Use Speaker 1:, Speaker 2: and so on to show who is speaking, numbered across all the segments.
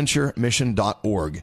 Speaker 1: SaintBonaventureMission.org.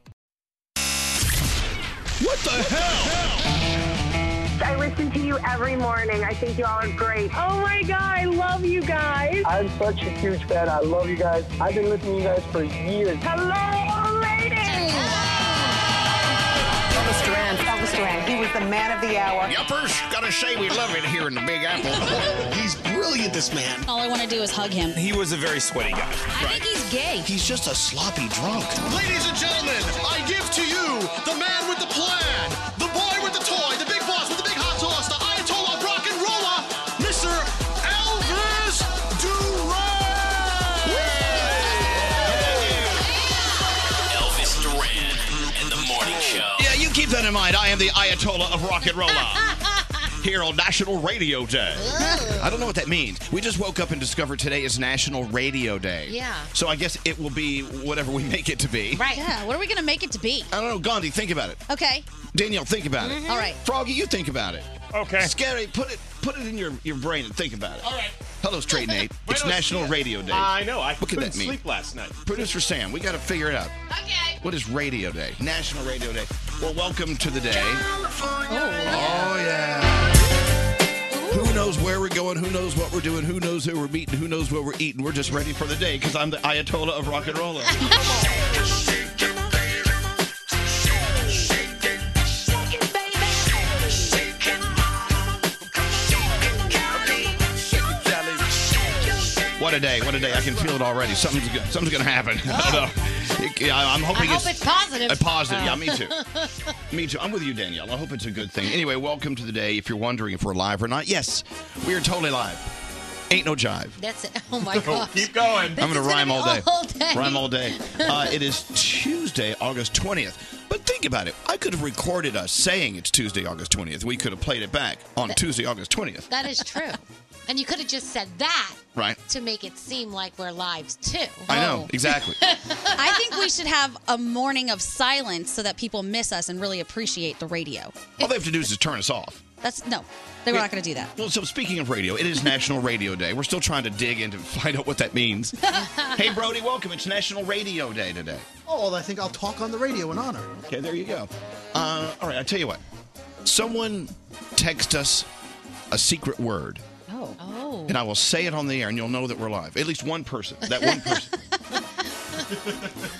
Speaker 2: What the hell?
Speaker 3: I listen to you every morning. I think you all are great.
Speaker 4: Oh my God, I love you guys.
Speaker 5: I'm such a huge fan. I love you guys. I've been listening to you guys for years.
Speaker 3: Hello, ladies.
Speaker 6: Elvis Duran. Elvis Duran. He was the man of the hour.
Speaker 2: Yuppers, gotta say we love it here in the Big Apple. He's brilliant, this man.
Speaker 7: All I want to do is hug him.
Speaker 8: He was a very sweaty guy.
Speaker 2: Right.
Speaker 7: he's gay.
Speaker 2: He's just a sloppy drunk. Ladies and gentlemen, I give to you the man with the plan, the boy with the toy, the big boss with the big hot sauce, the Ayatollah rock and roller, Mr. Elvis Duran.
Speaker 9: Elvis Duran and the Morning Show.
Speaker 2: Yeah, you keep that in mind. I am the Ayatollah of rock and roller. Here on National Radio Day. I don't know what that means. We just woke up and discovered today is National Radio Day.
Speaker 10: Yeah.
Speaker 2: So I guess it will be whatever we make it to be.
Speaker 10: Right. Yeah. What are we going to make it to be?
Speaker 2: I don't know, Gandhi, think about it.
Speaker 10: Okay.
Speaker 2: Danielle, think about it.
Speaker 10: Mm-hmm. All right.
Speaker 2: Froggy, you think about it.
Speaker 8: Okay.
Speaker 2: Scary, put it put it in your, your brain and think about it. All right. Hello, Straight Nate. it's
Speaker 8: Buenos
Speaker 2: National
Speaker 8: dias.
Speaker 2: Radio Day.
Speaker 8: I know. I
Speaker 2: What could
Speaker 8: couldn't
Speaker 2: that mean?
Speaker 8: sleep last night.
Speaker 2: Producer Sam, we got to figure it out.
Speaker 10: Okay.
Speaker 2: What is Radio Day? National Radio Day. Well, welcome to the day. Oh, yeah. Who knows where we're going? Who knows what we're doing? Who knows who we're meeting? Who knows what we're eating? We're just ready for the day because I'm the Ayatollah of rock and roller. What a day! What a day! I can feel it already. Something's go- something's gonna happen. I don't know. It- yeah,
Speaker 10: Oh.
Speaker 2: I'm
Speaker 10: I
Speaker 2: hoping
Speaker 10: hope it's positive.
Speaker 2: a positive. Yeah, me too. me too. I'm with you, Danielle. I hope it's a good thing. Anyway, welcome to the day. If you're wondering if we're live or not, yes, we are totally live. Ain't no jive.
Speaker 10: That's it. Oh my
Speaker 8: Oh,
Speaker 10: God.
Speaker 8: keep going.
Speaker 2: I'm going
Speaker 10: is
Speaker 2: to
Speaker 10: gonna
Speaker 2: rhyme
Speaker 10: be
Speaker 2: all day.
Speaker 10: all day.
Speaker 2: Rhyme all day. Uh, it is Tuesday, August 20th. But
Speaker 1: But think about it. I could have recorded us saying it's Tuesday, August 20th. We could have played it back on Tuesday, August 20th.
Speaker 11: That is true. and you could have just said that
Speaker 1: Right.
Speaker 11: to make it seem like we're lives too.
Speaker 1: I know, exactly.
Speaker 7: I think we should have a morning of silence so that people miss us and really appreciate the radio.
Speaker 1: All they have to do is just turn us off.
Speaker 7: That's no, they were not going to do that.
Speaker 1: Well, so speaking of radio, it is National Radio Day. We're still trying to dig into find out what that means. hey, Brody, welcome. It's National Radio Day today.
Speaker 12: Oh, well, I think I'll talk on the radio in honor.
Speaker 1: Okay, there you go. Uh, all right, I'll tell you what. Someone text us a secret word,
Speaker 7: Oh. Oh.
Speaker 1: and I will say it on the air, and you'll know that we're live. At least one person. That one person.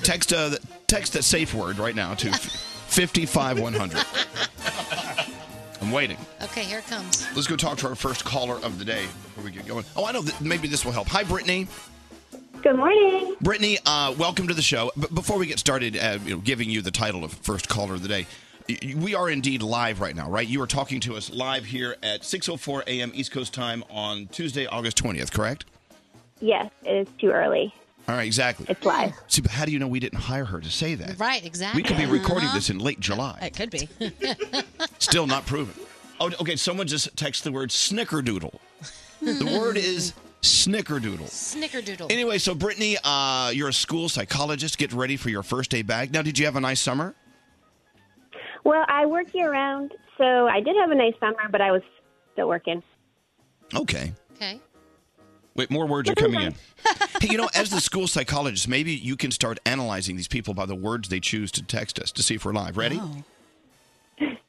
Speaker 1: text uh, text that safe word right now to 55100. I'm waiting.
Speaker 11: Okay, here it comes.
Speaker 1: Let's go talk to our first caller of the day before we get going. Oh, I know. That maybe this will help. Hi, Brittany.
Speaker 13: Good morning.
Speaker 1: Brittany, uh, welcome to the show. But before we get started, uh, you know, giving you the title of first caller of the day, y- y- we are indeed live right now, right? You are talking to us live here at 6:04 a.m. East Coast time on Tuesday, August 20th, correct?
Speaker 13: Yes, it is too early.
Speaker 1: All right, exactly.
Speaker 13: It's live.
Speaker 1: See, but how do you know we didn't hire her to say that?
Speaker 11: Right, exactly.
Speaker 1: We could be recording this in late July.
Speaker 7: It could be.
Speaker 1: Still not proven. Oh, okay. Someone just texted the word snickerdoodle. The word is snickerdoodle.
Speaker 11: snickerdoodle.
Speaker 1: Anyway, so Brittany, uh, you're a school psychologist. Get ready for your first day back. Now, did you have a nice summer?
Speaker 13: Well, I work year round, so I did have a nice summer, but I was still working.
Speaker 1: Okay.
Speaker 11: Okay.
Speaker 1: Wait, more words are coming in. hey, you know, as the school psychologist, maybe you can start analyzing these people by the words they choose to text us to see if we're live. Ready?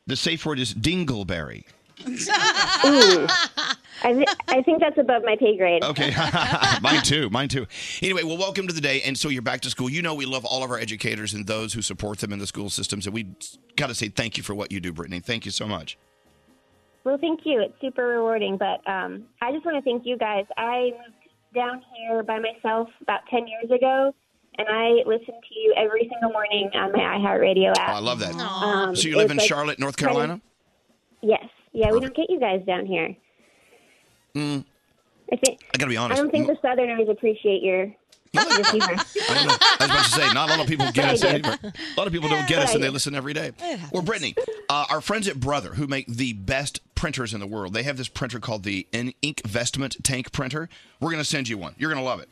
Speaker 1: The safe word is dingleberry.
Speaker 13: Ooh. I, th- I think that's above my pay grade.
Speaker 1: Okay. mine too. Mine too. Anyway, well, welcome to the day. And so you're back to school. You know, we love all of our educators and those who support them in the school systems. And we got to say thank you for what you do, Brittany. Thank you so much.
Speaker 13: Well, thank you. It's super rewarding, but um, I just want to thank you guys. I moved down here by myself about 10 years ago, and I listen to you every single morning on my iHeartRadio app.
Speaker 1: Oh, I love that.
Speaker 13: Um,
Speaker 1: so you live
Speaker 13: it's
Speaker 1: in
Speaker 13: like
Speaker 1: Charlotte, North
Speaker 13: kind of-
Speaker 1: Carolina?
Speaker 13: Yes. Yeah, we don't get you guys down here.
Speaker 1: Mm,
Speaker 13: I think.
Speaker 1: I got to be
Speaker 13: I
Speaker 1: honest.
Speaker 13: don't think the Southerners appreciate your. your humor.
Speaker 1: I don't know. I was about to say, not a lot of people get us
Speaker 13: I do.
Speaker 1: anymore. A lot of people don't get
Speaker 13: But
Speaker 1: us,
Speaker 13: I
Speaker 1: and they
Speaker 13: do.
Speaker 1: listen every day. Well, Brittany, uh, our friends at Brother, who make the best printers in the world, they have this printer called the In- Ink Vestment Tank Printer. We're going to send you one. You're going to love it.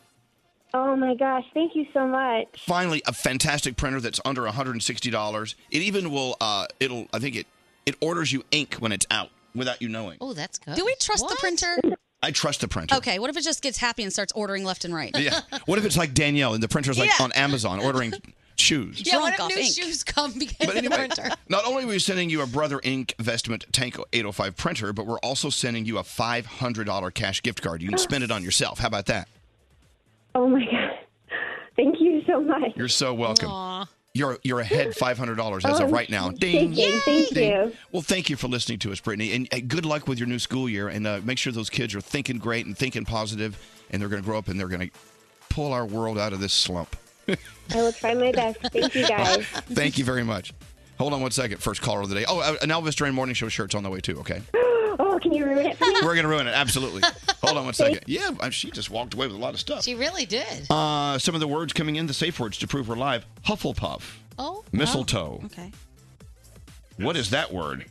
Speaker 13: Oh my gosh! Thank you so much.
Speaker 1: Finally, a fantastic printer that's under $160. It even will, uh, it'll, I think it, it orders you ink when it's out without you knowing.
Speaker 11: Oh, that's good.
Speaker 7: Do we trust the printer?
Speaker 1: I trust the printer.
Speaker 7: Okay, what if it just gets happy and starts ordering left and right?
Speaker 1: Yeah. What if it's like Danielle and the printer's like
Speaker 7: Yeah.
Speaker 1: on Amazon ordering shoes?
Speaker 11: Yeah, what
Speaker 7: Drunk
Speaker 11: if
Speaker 7: off
Speaker 11: new
Speaker 7: ink.
Speaker 11: shoes come because
Speaker 1: But
Speaker 11: of the
Speaker 1: anyway,
Speaker 11: printer?
Speaker 1: not only are we sending you a Brother Inc. Vestment Tank 805 printer, but we're also sending you a $500 cash gift card. You can spend it on yourself. How about that?
Speaker 13: Oh my god! Thank you so much.
Speaker 1: You're so welcome. You're you're ahead $500 as of
Speaker 13: Oh,
Speaker 1: right now. Ding.
Speaker 13: Thank you. Thank
Speaker 1: Ding.
Speaker 13: you.
Speaker 1: Well, thank you for listening to us, Brittany, and uh, good luck with your new school year. And uh, make sure those kids are thinking great and thinking positive, and they're going to grow up and they're going to pull our world out of this slump.
Speaker 13: I will try my best. Thank you guys.
Speaker 1: Thank you very much. Hold on one second. First caller of the day. Oh, uh, an Elvis Duran Morning Show shirt's on the way too. Okay.
Speaker 13: Oh, can you ruin it for me?
Speaker 1: We're gonna ruin it. Absolutely. Hold on one second. Yeah, I- she just walked away with a lot of stuff.
Speaker 11: She really did.
Speaker 1: Uh, some of the words coming in, the safe words to prove we're live: Hufflepuff,
Speaker 11: Oh,
Speaker 1: mistletoe.
Speaker 7: Okay.
Speaker 1: What is that word?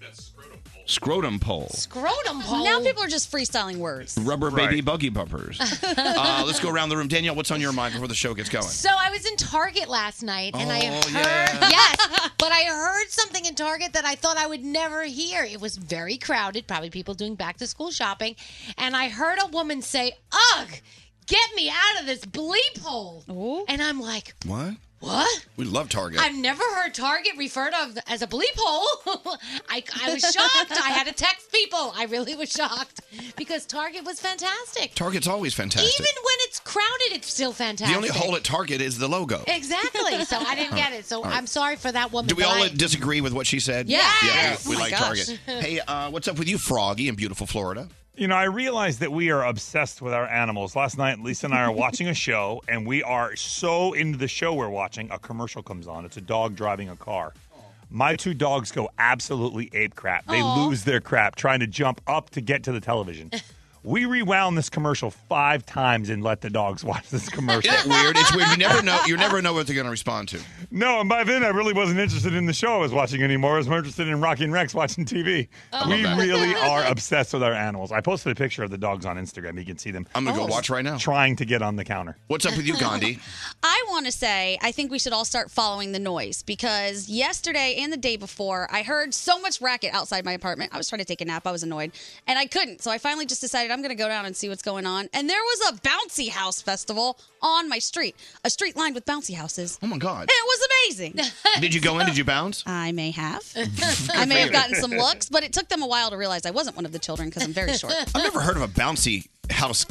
Speaker 1: Scrotum pole.
Speaker 11: Scrotum pole.
Speaker 7: Now people are just freestyling words.
Speaker 1: Rubber baby buggy bumpers. uh, let's go around the room. Danielle, what's on your mind before the show gets going?
Speaker 11: So I was in Target last night and I
Speaker 1: Oh,
Speaker 11: heard
Speaker 1: yeah.
Speaker 11: yes, but I heard something in Target that I thought I would never hear. It was very crowded, probably people doing back to school shopping, and I heard a woman say, "Ugh, get me out of this bleep hole." And I'm like,
Speaker 1: What?
Speaker 11: "What?"
Speaker 1: We love Target.
Speaker 11: I've never heard Target referred of as a bleep hole. I, I was shocked. I had to text people. I really was shocked because Target was fantastic.
Speaker 1: Target's always fantastic.
Speaker 11: Even when it's crowded, it's still fantastic.
Speaker 1: the only hole at Target is the logo.
Speaker 11: Exactly. So I didn't get it. So
Speaker 1: All right.
Speaker 11: I'm sorry for that woman.
Speaker 1: Do we
Speaker 11: but
Speaker 1: all
Speaker 11: I-
Speaker 1: disagree with what she said?
Speaker 11: Yes.
Speaker 1: Yeah,
Speaker 11: Yes.
Speaker 1: we, we
Speaker 11: Oh my
Speaker 1: like
Speaker 11: gosh.
Speaker 1: Target. Hey, uh, what's up with you, Froggy, in beautiful Florida?
Speaker 14: You know, I realize that we are obsessed with our animals. Last night, Lisa and I are watching a show, and we are so into the show we're watching. A commercial comes on. It's a dog driving a car. My two dogs go absolutely ape crap. They
Speaker 11: Aw.
Speaker 14: lose their crap trying to jump up to get to the television. We rewound this commercial five times and let the dogs watch this commercial.
Speaker 1: Isn't it weird? It's weird. You never know. You never know what they're going to respond to.
Speaker 14: No, and by then I really wasn't interested in the show I was watching anymore. I was more interested in Rocky and Rex watching TV.
Speaker 1: Oh.
Speaker 14: We
Speaker 1: Love that.
Speaker 14: really are obsessed with our animals. I posted a picture of the dogs on Instagram. You can see them.
Speaker 1: I'm gonna go Oh. watch
Speaker 14: right now. Trying to get on the counter.
Speaker 1: What's up with you, Gandhi?
Speaker 7: I want to say I think we should all start following the noise because yesterday and the day before I heard so much racket outside my apartment. I was trying to take a nap, I was annoyed, and I couldn't. So I finally just decided I'm going to go down and see what's going on. And there was a bouncy house festival on my street, a street lined with bouncy houses.
Speaker 1: Oh my god.
Speaker 7: It was amazing.
Speaker 1: Did you go in? Did you bounce?
Speaker 7: I may have. I may have gotten some looks, but it took them a while to realize I wasn't one of the children because I'm very short.
Speaker 1: I've never heard of a bouncy house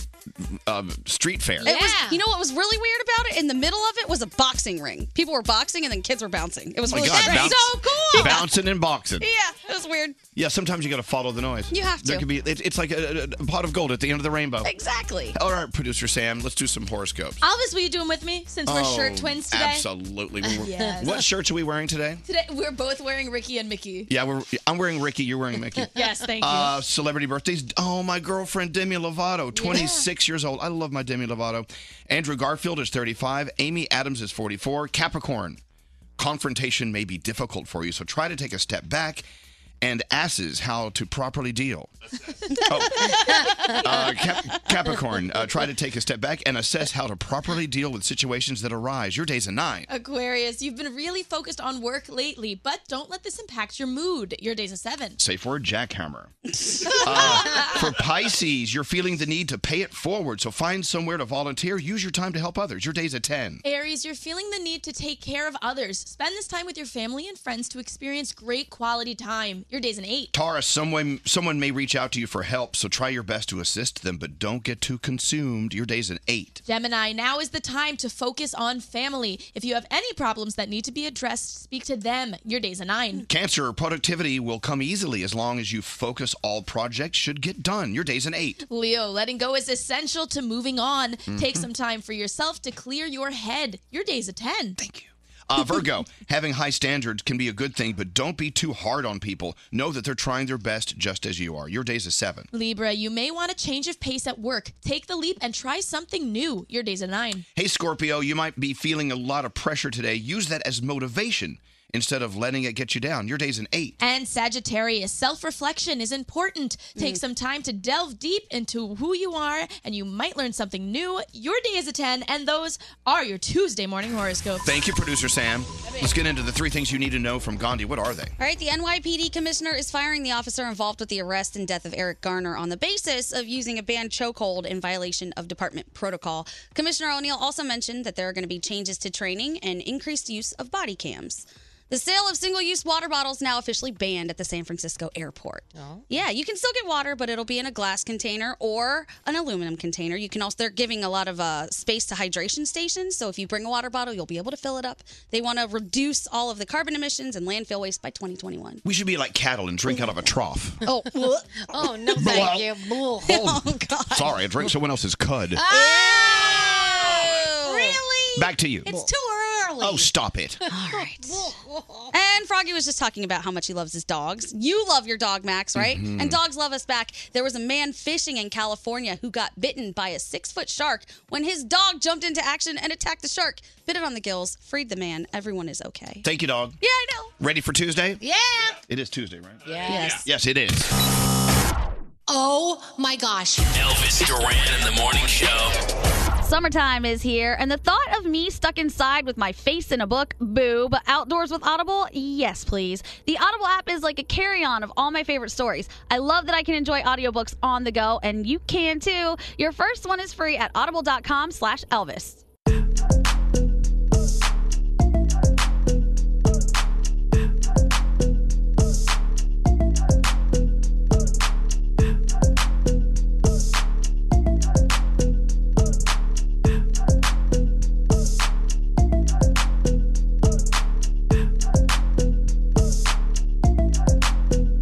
Speaker 1: um, street fair.
Speaker 7: It was, you know what was really weird about it? In the middle of it was a boxing ring. People were boxing and then kids were bouncing. It was
Speaker 1: Oh my
Speaker 7: really
Speaker 1: God,
Speaker 7: strange.
Speaker 1: bounce-
Speaker 7: so cool.
Speaker 1: Bouncing and boxing.
Speaker 7: Yeah, it was weird.
Speaker 1: Yeah, sometimes you got to follow the noise.
Speaker 7: You have
Speaker 1: There
Speaker 7: to.
Speaker 1: could be. It, it's like a, a- a pot of gold at the end of the rainbow.
Speaker 7: Exactly.
Speaker 1: All right, producer Sam, let's do some horoscopes.
Speaker 15: Elvis, will you do them with me since we're
Speaker 1: Oh,
Speaker 15: shirt twins today?
Speaker 1: Absolutely. We're-
Speaker 15: Yes.
Speaker 1: What shirts are we wearing today?
Speaker 15: Today we're both wearing Ricky and Mickey.
Speaker 1: Yeah, we're, I'm wearing Ricky. You're wearing Mickey.
Speaker 15: Yes, thank you.
Speaker 1: Uh, celebrity birthdays. Oh, my girlfriend Demi Lovato, 26 years old. I love my Demi Lovato. Andrew Garfield is 35. Amy Adams is 44. Capricorn, confrontation may be difficult for you, so try to take a step back and asses how to properly deal. Uh, Cap- Capricorn, uh, try to take a step back and assess how to properly deal with situations that arise. Your day's a nine.
Speaker 15: Aquarius, you've been really focused on work lately, but don't let this impact your mood. Your day's a seven.
Speaker 1: Safe word, jackhammer. Uh, for Pisces, you're feeling the need to pay it forward, so find somewhere to volunteer. Use your time to help others. Your day's a 10.
Speaker 15: Aries, you're feeling the need to take care of others. Spend this time with your family and friends to experience great quality time. Your day's an eight.
Speaker 1: Taurus, someone, someone may reach out to you for help, so try your best to assist them, but don't get too consumed. Your day's an 8.
Speaker 15: Gemini, now is the time to focus on family. If you have any problems that need to be addressed, speak to them. Your day's a nine.
Speaker 1: Cancer, productivity will come easily as long as you focus. All projects should get done. Your day's an 8.
Speaker 15: Leo, letting go is essential to moving on. Take
Speaker 1: Mhm.
Speaker 15: some time for yourself to clear your head. Your day's a 10.
Speaker 1: Thank you. Uh, Virgo, having high standards can be a good thing, but don't be too hard on people. Know that they're trying their best just as you are. Your day's a 7.
Speaker 15: Libra, you may want a change of pace at work. Take the leap and try something new. Your day's a 9.
Speaker 1: Hey, Scorpio, you might be feeling a lot of pressure today. Use that as motivation instead of letting it get you down. Your day's an eight.
Speaker 15: And Sagittarius, self reflection is important. Take some time to delve deep into who you are, and you might learn something new. Your day is a 10, and those are your Tuesday morning horoscopes.
Speaker 1: Thank you, producer Sam. Let's get into the three things you need to know from Gandhi. What are they?
Speaker 7: All right, the NYPD commissioner is firing the officer involved with the arrest and death of Eric Garner on the basis of using a banned chokehold in violation of department protocol. Commissioner O'Neill also mentioned that there are going to be changes to training and increased use of body cams. The sale of single use water bottles now officially banned at the San Francisco airport. Yeah, you can still get water, but it'll be in a glass container or an aluminum container. You can also, they're giving a lot of uh, space to hydration stations. So if you bring a water bottle, you'll be able to fill it up. They want to reduce all of the carbon emissions and landfill waste by 2021.
Speaker 1: We should be like cattle and drink out of a trough.
Speaker 7: Oh,
Speaker 11: oh no, thank you.
Speaker 1: Sorry, I drank someone else's cud.
Speaker 7: Really?
Speaker 1: Back to you.
Speaker 7: It's too early.
Speaker 1: Oh, stop it.
Speaker 7: All right. And Froggy was just talking about how much he loves his dogs. You love your dog, Max, right?
Speaker 16: Mhm.
Speaker 7: And dogs love us back. There was a man fishing in California who got bitten by a six foot shark when his dog jumped into action and attacked the shark, bit it on the gills, freed the man. Everyone is okay.
Speaker 1: Thank you, dog.
Speaker 7: Yeah, I know.
Speaker 1: Ready for Tuesday?
Speaker 7: Yeah.
Speaker 1: It is Tuesday, right?
Speaker 7: Yes.
Speaker 1: Yes, it is.
Speaker 17: Oh my gosh.
Speaker 18: Elvis Duran in the morning show.
Speaker 7: Summertime is here, and the thought of me stuck inside with my face in a book, boo, but outdoors with Audible, yes, please. The Audible app is like a carry on of all my favorite stories. I love that I can enjoy audiobooks on the go, and you can too. Your first one is free at audible.com slash Elvis.
Speaker 16: Thank you.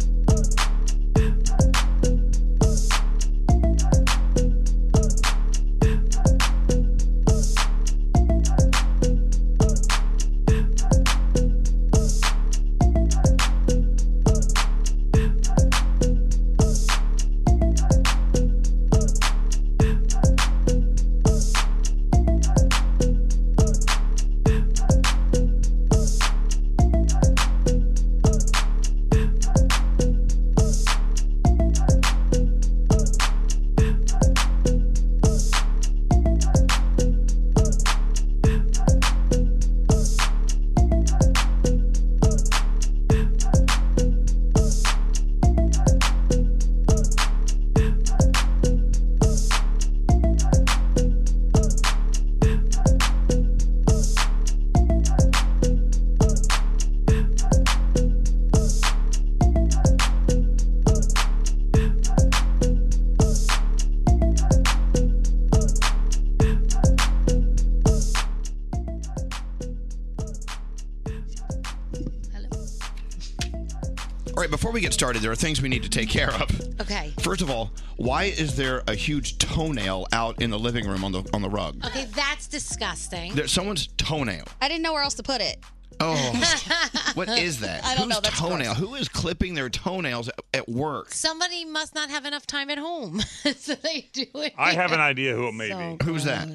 Speaker 1: before we get started, there are things we need to take care of.
Speaker 11: Okay.
Speaker 1: First of all, why is there a huge toenail out in the living room on the on the rug?
Speaker 11: Okay, that's disgusting.
Speaker 1: There's someone's toenail.
Speaker 7: I didn't know where else to put it.
Speaker 1: Oh, what is that?
Speaker 7: I don't
Speaker 1: Whose
Speaker 7: know. That's
Speaker 1: toenail? Who is clipping their toenails at- at work?
Speaker 11: Somebody must not have enough time at home, so they do it.
Speaker 14: I have an idea who it may be.
Speaker 1: Who's that?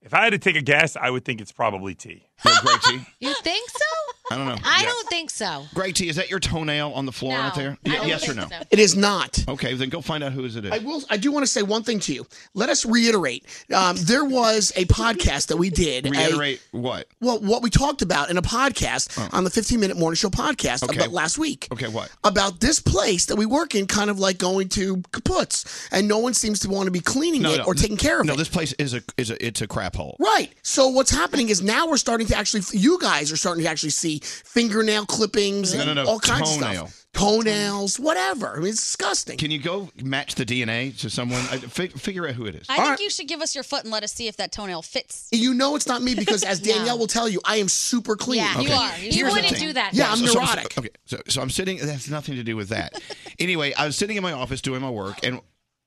Speaker 14: If I had to take a guess, I would think it's probably T.
Speaker 1: Great tea.
Speaker 11: You think so?
Speaker 1: I don't know.
Speaker 11: I
Speaker 1: Um, Yeah.
Speaker 11: don't think so.
Speaker 1: Greg T, is that your toenail on the floor out there?
Speaker 11: I
Speaker 1: Y-
Speaker 11: don't
Speaker 1: yes or
Speaker 11: think
Speaker 1: no?
Speaker 11: so.
Speaker 1: It is not. Okay, then go find out whose it is.
Speaker 19: I will. I do want to say one thing to you. Let us reiterate. Um, there was a podcast that we did. a-
Speaker 1: Reiterate what? Oh.
Speaker 19: well, what we talked about in a podcast on the 15 Minute Morning Show podcast
Speaker 1: Okay.
Speaker 19: about last week.
Speaker 1: Okay, what?
Speaker 19: About this place that we work in, kind of like going to kaputs, and no one seems to want to be cleaning it or taking care of
Speaker 1: no,
Speaker 19: it.
Speaker 1: this place is a is a it's a crap hole.
Speaker 19: Right. So what's happening is now we're starting to actually, you guys are starting to actually see fingernail clippings
Speaker 1: No,
Speaker 19: and
Speaker 1: no, no,
Speaker 19: all kinds
Speaker 1: toenail.
Speaker 19: of stuff. Toenails, whatever. I mean, it's disgusting.
Speaker 1: Can you go match the DNA to someone? I- fi- figure out who it is.
Speaker 7: I think you should give us your foot and let us see if that toenail fits.
Speaker 19: You know it's not me because, as Danielle will tell you, I am super clean.
Speaker 7: Yeah, you Okay. are. You
Speaker 19: Here's the
Speaker 7: wouldn't
Speaker 19: thing.
Speaker 7: do that.
Speaker 19: Yeah,
Speaker 7: Yeah,
Speaker 19: I'm
Speaker 7: so-
Speaker 1: so- so-
Speaker 19: neurotic.
Speaker 1: okay, so, so I'm sitting. That's nothing to do with that. anyway, I was sitting in my office doing my work, and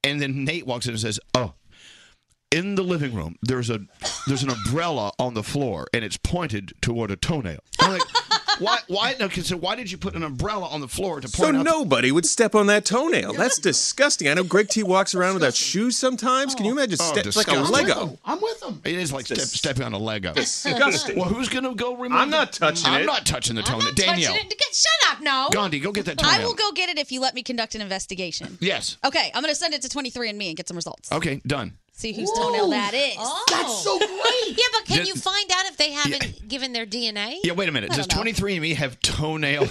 Speaker 1: and then Nate walks in and says, "Oh, in the living room, there's a there's an umbrella on the floor, and it's pointed toward a toenail." I'm like, "Why? Why? No, 'cause so why did you put an umbrella on the floor to
Speaker 8: So
Speaker 1: point out?"
Speaker 8: nobody would step on that toenail. That's disgusting. I know Greg T walks around without shoes sometimes. Can you imagine?
Speaker 1: Oh,
Speaker 8: Ste- it's like a
Speaker 1: disgusting.
Speaker 8: Lego.
Speaker 19: I'm with them.
Speaker 1: It is like step, stepping on a Lego.
Speaker 8: Disgusting.
Speaker 1: Well, who's gonna go remove?
Speaker 8: I'm not
Speaker 1: the-
Speaker 8: touching
Speaker 1: I'm
Speaker 8: it.
Speaker 1: not touching the
Speaker 8: I'm
Speaker 1: toenail.
Speaker 7: not
Speaker 1: Danielle,
Speaker 7: Touching it. Get- Shut up, no.
Speaker 1: Gandhi, go get that toenail.
Speaker 7: I will go get it if you let me conduct an investigation.
Speaker 1: Yes.
Speaker 7: Okay, I'm going to send it to 23andMe and get some results.
Speaker 1: Okay, done.
Speaker 7: See whose toenail that is.
Speaker 11: That's so
Speaker 19: great.
Speaker 11: Oh. yeah, but can
Speaker 1: Ju-
Speaker 11: you find out if they haven't given their DNA?
Speaker 1: Yeah, wait a minute.
Speaker 11: I
Speaker 1: Does
Speaker 11: don't know.
Speaker 1: 23andMe have toenail?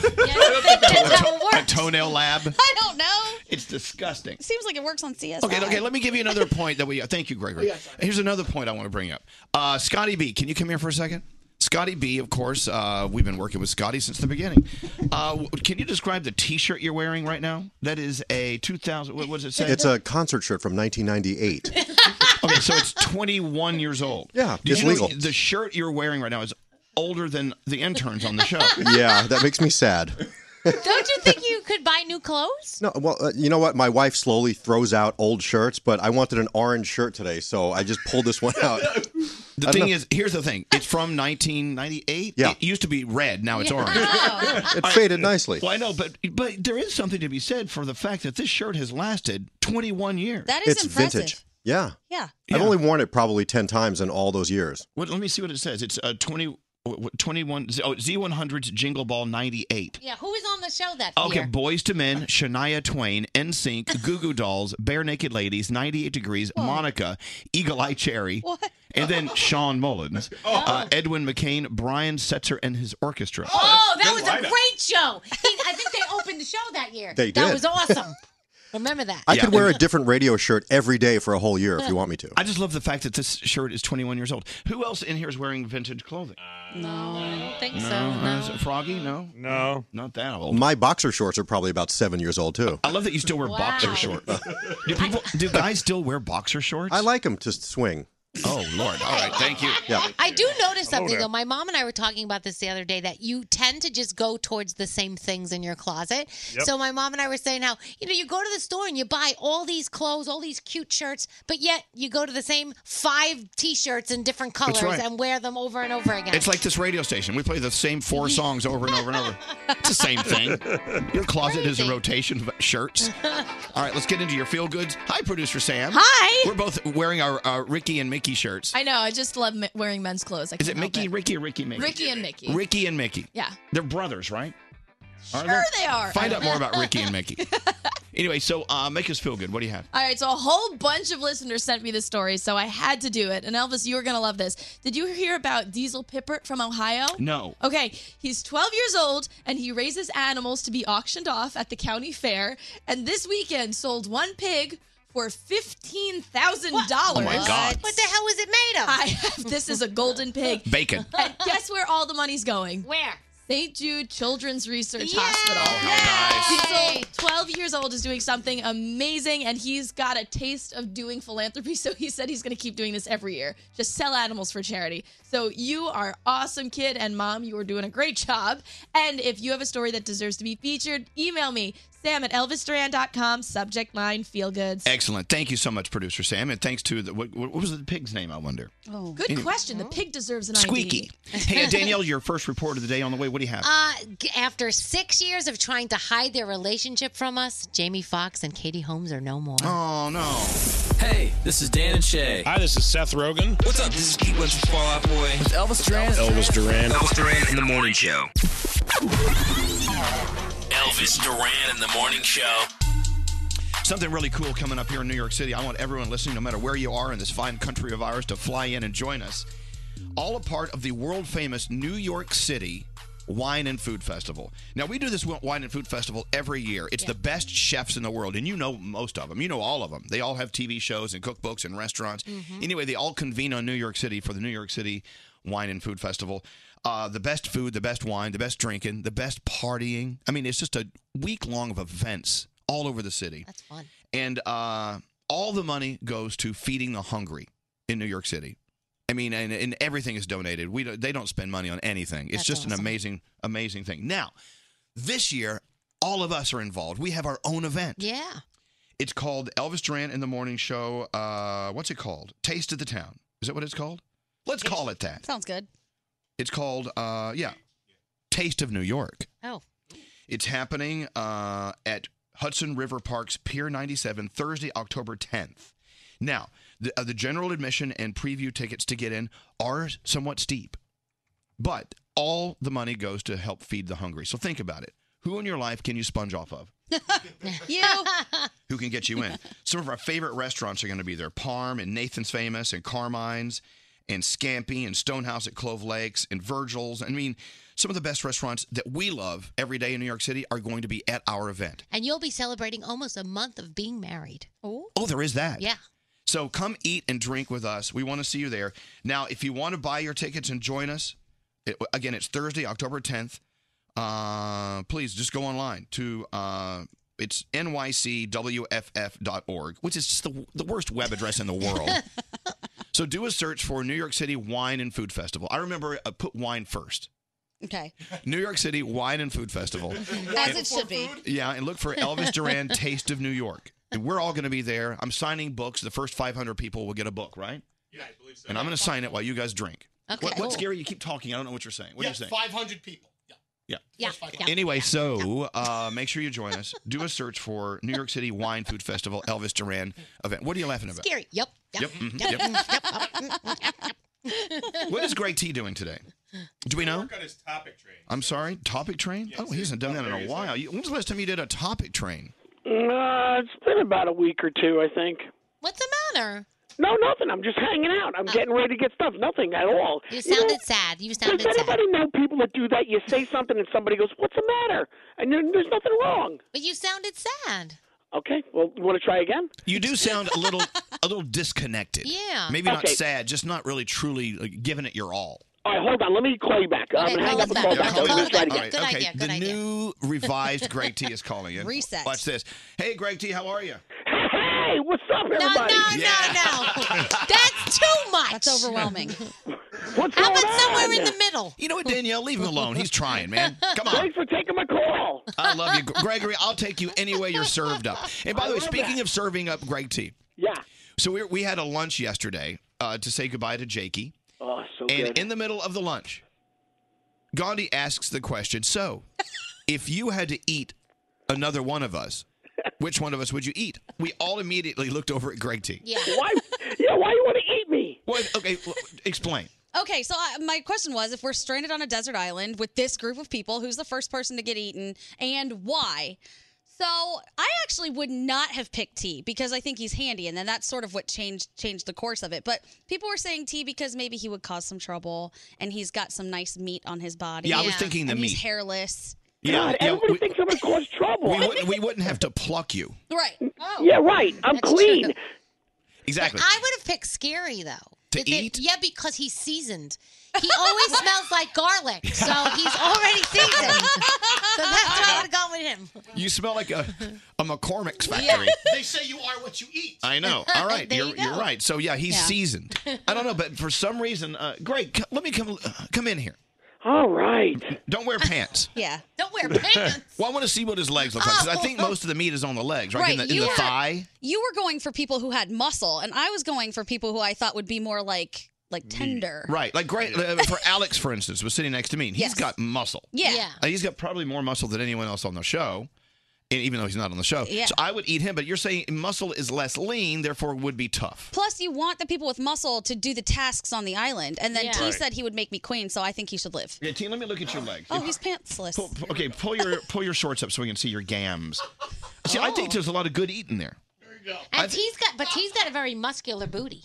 Speaker 1: a toenail lab?
Speaker 7: I don't know.
Speaker 1: It's disgusting.
Speaker 7: It seems like it works on CSI.
Speaker 1: Okay, okay. Let me give you another point that we. uh, Thank you, Gregory.
Speaker 7: Yeah,
Speaker 1: Here's another point I want to bring up. Uh, Scotty B, can you come here for a second? Scotty B, of course. Uh, we've been working with Scotty since the beginning. Uh, w- can you describe the T-shirt you're wearing right now? That is a 2000. What, what does it say?
Speaker 20: It's a concert shirt from 1998.
Speaker 1: Okay, so it's 21 years old.
Speaker 20: Yeah,
Speaker 1: Did
Speaker 20: it's
Speaker 1: you know
Speaker 20: legal.
Speaker 1: The shirt you're wearing right now is older than the interns on the show.
Speaker 20: yeah, that makes me sad.
Speaker 11: Don't you think you could buy new clothes?
Speaker 20: No, well, uh, you know what? My wife slowly throws out old shirts, but I wanted an orange shirt today, so I just pulled this one out.
Speaker 1: The
Speaker 20: I don't
Speaker 1: thing
Speaker 20: know.
Speaker 1: is, here's the thing. It's from 1998. Yeah. It used to be red. Now it's orange.
Speaker 20: it
Speaker 1: I-
Speaker 20: faded nicely.
Speaker 1: Well, I know, but but there is something to be said for the fact that this shirt has lasted 21 years.
Speaker 20: it's vintage. Yeah.
Speaker 7: Yeah.
Speaker 20: I've only worn it probably 10 times in all those years.
Speaker 1: What, let me see what it says. It's uh, 20, what, 21, oh, Z100's Jingle Ball 98.
Speaker 11: Yeah, who was on the show that
Speaker 1: Okay,
Speaker 11: year?
Speaker 1: Boys to Men, Shania Twain, NSYNC, Goo Goo Dolls, Bare Naked Ladies, 98 Degrees,
Speaker 11: Oh.
Speaker 1: Monica, Eagle Eye Cherry, and then Sean Mullins, uh, Edwin McCain, Brian Setzer, and his orchestra.
Speaker 11: Oh, that was a
Speaker 1: lineup.
Speaker 11: great show. He, I think they opened the show that year.
Speaker 20: They
Speaker 11: That
Speaker 20: did.
Speaker 11: was awesome. Remember that?
Speaker 20: I could wear a different radio shirt every day for a whole year if you want me to.
Speaker 1: I just love the fact that this shirt is 21 years old. Who else in here is wearing vintage clothing?
Speaker 11: Uh, No, I don't think
Speaker 1: Uh, is it Froggy? No?
Speaker 14: No.
Speaker 1: Not that old.
Speaker 20: My boxer shorts are probably about seven years old, too.
Speaker 1: I love that you still wear boxer shorts. Do people? Do guys still wear boxer shorts?
Speaker 20: I like them to swing.
Speaker 1: Oh, Lord. All right. Thank you.
Speaker 20: Yeah.
Speaker 11: I do notice
Speaker 20: Hello
Speaker 11: something
Speaker 20: there.
Speaker 11: though. My mom and I were talking about this the other day that you tend to just go towards the same things in your closet.
Speaker 21: Yep.
Speaker 11: So my mom and I were saying how you know you go to the store and you buy all these clothes, all these cute shirts, but yet you go to the same five t-shirts in different colors
Speaker 1: right.
Speaker 11: and wear them over and over again.
Speaker 1: It's like this radio station. We play the same four songs over and over and over. It's the same thing. Your closet is a rotation of shirts. All right, let's get into your feel goods. Hi, producer Sam.
Speaker 15: Hi.
Speaker 1: We're both wearing our uh, Ricky and Mickey shirts.
Speaker 15: I know. I just love mi- wearing men's clothes. I
Speaker 1: Is
Speaker 15: can't
Speaker 1: it
Speaker 15: help
Speaker 1: Mickey, Ricky, or Ricky, and Mickey?
Speaker 15: Ricky and Mickey.
Speaker 1: Ricky and Mickey.
Speaker 15: Yeah.
Speaker 1: They're brothers, right? Sure
Speaker 15: they are.
Speaker 1: Find out more about Ricky and Mickey. Anyway, so uh, make us feel good. What do you have?
Speaker 15: All right, so a whole bunch of listeners sent me this story, so I had to do it. And Elvis, you are going to love this. Did you hear about Diesel Pippert from Ohio?
Speaker 1: No.
Speaker 15: Okay, he's 12 years old and he raises animals to be auctioned off at the county fair. And this weekend sold one pig for $15,000.
Speaker 11: Oh
Speaker 1: my God.
Speaker 11: What the hell was it made of?
Speaker 15: I have, this is a golden pig.
Speaker 1: Bacon.
Speaker 15: And guess where all the money's going?
Speaker 11: Where?
Speaker 15: St. Jude Children's Research Hospital. He's so 12 years old is doing something amazing, and he's got a taste of doing philanthropy. So he said he's going to keep doing this every year. Just sell animals for charity. So you are awesome, kid, and mom, you are doing a great job. And if you have a story that deserves to be featured, email me Sam at ElvisDuran.com, subject line feel goods.
Speaker 1: Excellent. Thank you so much, producer Sam, and thanks to the what, what was the pig's name? I wonder.
Speaker 15: Oh. Good
Speaker 1: Anyway.
Speaker 15: question. The pig deserves an
Speaker 1: Squeaky. hey, uh, Danielle, your first report of the day on the way. What do you have?
Speaker 11: Uh, g- after six years of trying to hide their relationship from us, Jamie Foxx and Katie Holmes are no more.
Speaker 1: Oh no.
Speaker 18: Hey, this is Dan and Shay. Hi, this is Seth Rogen. What's up? This is Pete Wentz from Fall Out Boy. It's Elvis Duran. Elvis Duran. Elvis Duran in the morning show. Elvis Duran in the morning show.
Speaker 1: Something really cool coming up here in New York City. I want everyone listening, no matter where you are in this fine country of ours, to fly in and join us. All a part of the world famous New York City Wine and Food Festival. Now, we do this wine and food festival every year. It's the best chefs in the world, and you know most of them. You know all of them. They all have TV shows and cookbooks and restaurants.
Speaker 22: Mhm.
Speaker 1: Anyway, they all convene on New York City for the New York City Wine and Food Festival. Uh, the best food, the best wine, the best drinking, the best partying. I mean, it's just a week long of events all over the city. That's
Speaker 11: fun.
Speaker 1: And uh, all the money goes to feeding the hungry in New York City. I mean, and, and everything is donated. We don't, they don't spend money on anything. It's
Speaker 22: That's
Speaker 1: just an
Speaker 22: awesome.
Speaker 1: amazing, amazing thing. Now, this year, all of us are involved. We have our own event.
Speaker 11: Yeah.
Speaker 1: It's called Elvis Duran and the Morning Show. Uh, what's it called? Taste of the Town. Is that what it's called? Let's call it that.
Speaker 7: Sounds good.
Speaker 1: It's called, uh, yeah, Taste of New York.
Speaker 11: Oh.
Speaker 1: It's happening uh, at Hudson River Park's Pier 97, Thursday, October 10th. Now, the, uh, the general admission and preview tickets to get in are somewhat steep, but all the money goes to help feed the hungry. So think about it. Who in your life can you sponge off of?
Speaker 7: You.
Speaker 1: who can get you in. Some of our favorite restaurants are going to be there Parm and Nathan's Famous and Carmine's and Scampi and Stonehouse at Clove Lakes and Virgil's. I mean, some of the best restaurants that we love every day in New York City are going to be at our event.
Speaker 11: And you'll be celebrating almost a month of being married. Oh.
Speaker 1: Oh, there is that.
Speaker 11: Yeah.
Speaker 1: So come eat and drink with us. We want to see you there. Now, if you want to buy your tickets and join us, it, again, it's Thursday, October 10th. Uh, please just go online to uh, it's nycwff.org, which is just the, the worst web address in the world. so do a search for New York City Wine and Food Festival. I remember I put wine first.
Speaker 7: Okay.
Speaker 1: New York City Wine and Food Festival.
Speaker 7: As it should be.
Speaker 1: Yeah, and look for Elvis Duran Taste of New York. And we're all going to be there. I'm signing books. The first 500 people will get a book, right? Yeah, I believe so. And I'm going to sign it while you guys drink.
Speaker 22: Okay. Oh.
Speaker 1: What, what's
Speaker 22: Cool.
Speaker 1: Gary? You keep talking. I don't know what you're saying. What are you saying?
Speaker 22: 500 people.
Speaker 1: yeah.
Speaker 22: Yeah.
Speaker 1: Anyway, so uh, make sure you join us. Do a search for New York City Wine Food Festival Elvis Duran event. What are you laughing about?
Speaker 11: Scary. Yep.
Speaker 1: Yep. mhm, yep.
Speaker 11: Mm,
Speaker 1: What is Greg T doing today? Do we know?
Speaker 16: on his topic train.
Speaker 1: I'm sorry, topic train. oh, he hasn't done that in a while. You- When's the last time you did a topic train?
Speaker 23: Uh, it's been about a week or two, I think.
Speaker 11: What's the matter?
Speaker 23: No, nothing. I'm just hanging out. I'm getting ready to get stuff. Nothing at all.
Speaker 11: You
Speaker 23: know,
Speaker 11: sounded sad. You sounded
Speaker 23: does
Speaker 11: sad.
Speaker 23: anybody know people that do that? You say something and somebody goes, "What's the matter?" And then there's nothing wrong.
Speaker 11: But you sounded sad.
Speaker 23: Okay. Well, you want to try again?
Speaker 1: You do sound a little a little disconnected.
Speaker 11: Yeah.
Speaker 1: Maybe not
Speaker 23: Okay.
Speaker 1: sad, just not really truly like, giving it your all.
Speaker 23: All right, hold on. Let me call you back. I'm gonna hang up and call back.
Speaker 1: Call
Speaker 23: I'm gonna
Speaker 1: back.
Speaker 23: try it
Speaker 1: All
Speaker 23: again.
Speaker 1: right, okay. the new revised Greg T is calling in.
Speaker 23: Reset.
Speaker 1: Watch this. Hey, Greg T, how are you?
Speaker 23: Hey, what's up, everybody?
Speaker 11: No, no, no. That's too much. That's
Speaker 7: overwhelming.
Speaker 23: What's
Speaker 11: How about somewhere in the middle?
Speaker 1: You know what, Danielle? Leave him alone. He's trying, man. Come on.
Speaker 23: Thanks for taking my call.
Speaker 1: I love you, Gregory. I'll take you any way you're served up. And by the way, speaking of serving up, Greg T.
Speaker 23: Yeah.
Speaker 1: So we we had a lunch yesterday uh, to say goodbye to Jakey.
Speaker 23: Oh, so
Speaker 1: and
Speaker 23: good.
Speaker 1: in the middle of the lunch, Gandhi asks the question. So, if you had to eat another one of us, which one of us would you eat? We all immediately looked over at Greg T.
Speaker 7: Yeah.
Speaker 23: Why? Yeah. Why you want to eat me?
Speaker 1: What? Okay, well, explain.
Speaker 7: Okay, so I, my question was if we're stranded on a desert island with this group of people, who's the first person to get eaten and why? So I actually would not have picked T because I think he's handy, and then that's sort of what changed changed the course of it. But people were saying T because maybe he would cause some trouble, and he's got some nice meat on his body.
Speaker 1: Yeah, I was Yeah. thinking the
Speaker 7: and
Speaker 1: meat.
Speaker 7: He's hairless.
Speaker 1: Yeah, yeah, we, thinks
Speaker 23: I'm going to cause trouble.
Speaker 1: We wouldn't, we wouldn't have to pluck you.
Speaker 7: Right.
Speaker 23: Yeah, right. I'm clean.
Speaker 1: Exactly.
Speaker 11: I would have picked Scary though.
Speaker 1: To
Speaker 11: It- it-
Speaker 1: eat?
Speaker 11: yeah, because he's seasoned. He always smells like garlic, so he's already seasoned. So that's why I would have gone with him.
Speaker 1: You smell like a, a McCormick's
Speaker 11: Yeah.
Speaker 1: factory.
Speaker 22: They say you are what you eat.
Speaker 1: I know. All right,
Speaker 22: There
Speaker 1: you're,
Speaker 22: you go.
Speaker 1: are right. So yeah, he's
Speaker 22: Yeah.
Speaker 1: seasoned. I don't know, but for some reason, uh, Greg, c- let me come uh, come in here.
Speaker 23: All right.
Speaker 1: Don't wear pants.
Speaker 7: Yeah.
Speaker 11: Don't wear
Speaker 1: well, I want to see what his legs look like 'cause I think most of the meat is on the legs, right? In the, in the
Speaker 7: were-
Speaker 1: thigh.
Speaker 7: You were going for people who had muscle, and I was going for people who I thought would be more like like tender.
Speaker 1: Right, like great uh, for Alex, for instance, was sitting next to me, and he's
Speaker 7: Yes.
Speaker 1: got muscle.
Speaker 7: Yeah. Yeah.
Speaker 1: Uh, he's got probably more muscle than anyone else on the show, and even though he's not on the show.
Speaker 7: Yeah.
Speaker 1: So I would eat him, but you're saying muscle is less lean, therefore would be tough.
Speaker 7: Plus, you want the people with muscle to do the tasks on the island, and then
Speaker 1: Yeah.
Speaker 7: T
Speaker 1: Right.
Speaker 7: said he would make me queen, so I think he should live.
Speaker 1: Yeah, Teen, let me look at your legs.
Speaker 7: Oh, he's pantsless.
Speaker 1: Okay, pull your pull your shorts up so we can see your gams. See, I
Speaker 7: Oh.
Speaker 1: think there's a lot of good eating there.
Speaker 11: And T's got, but T's got a very muscular booty.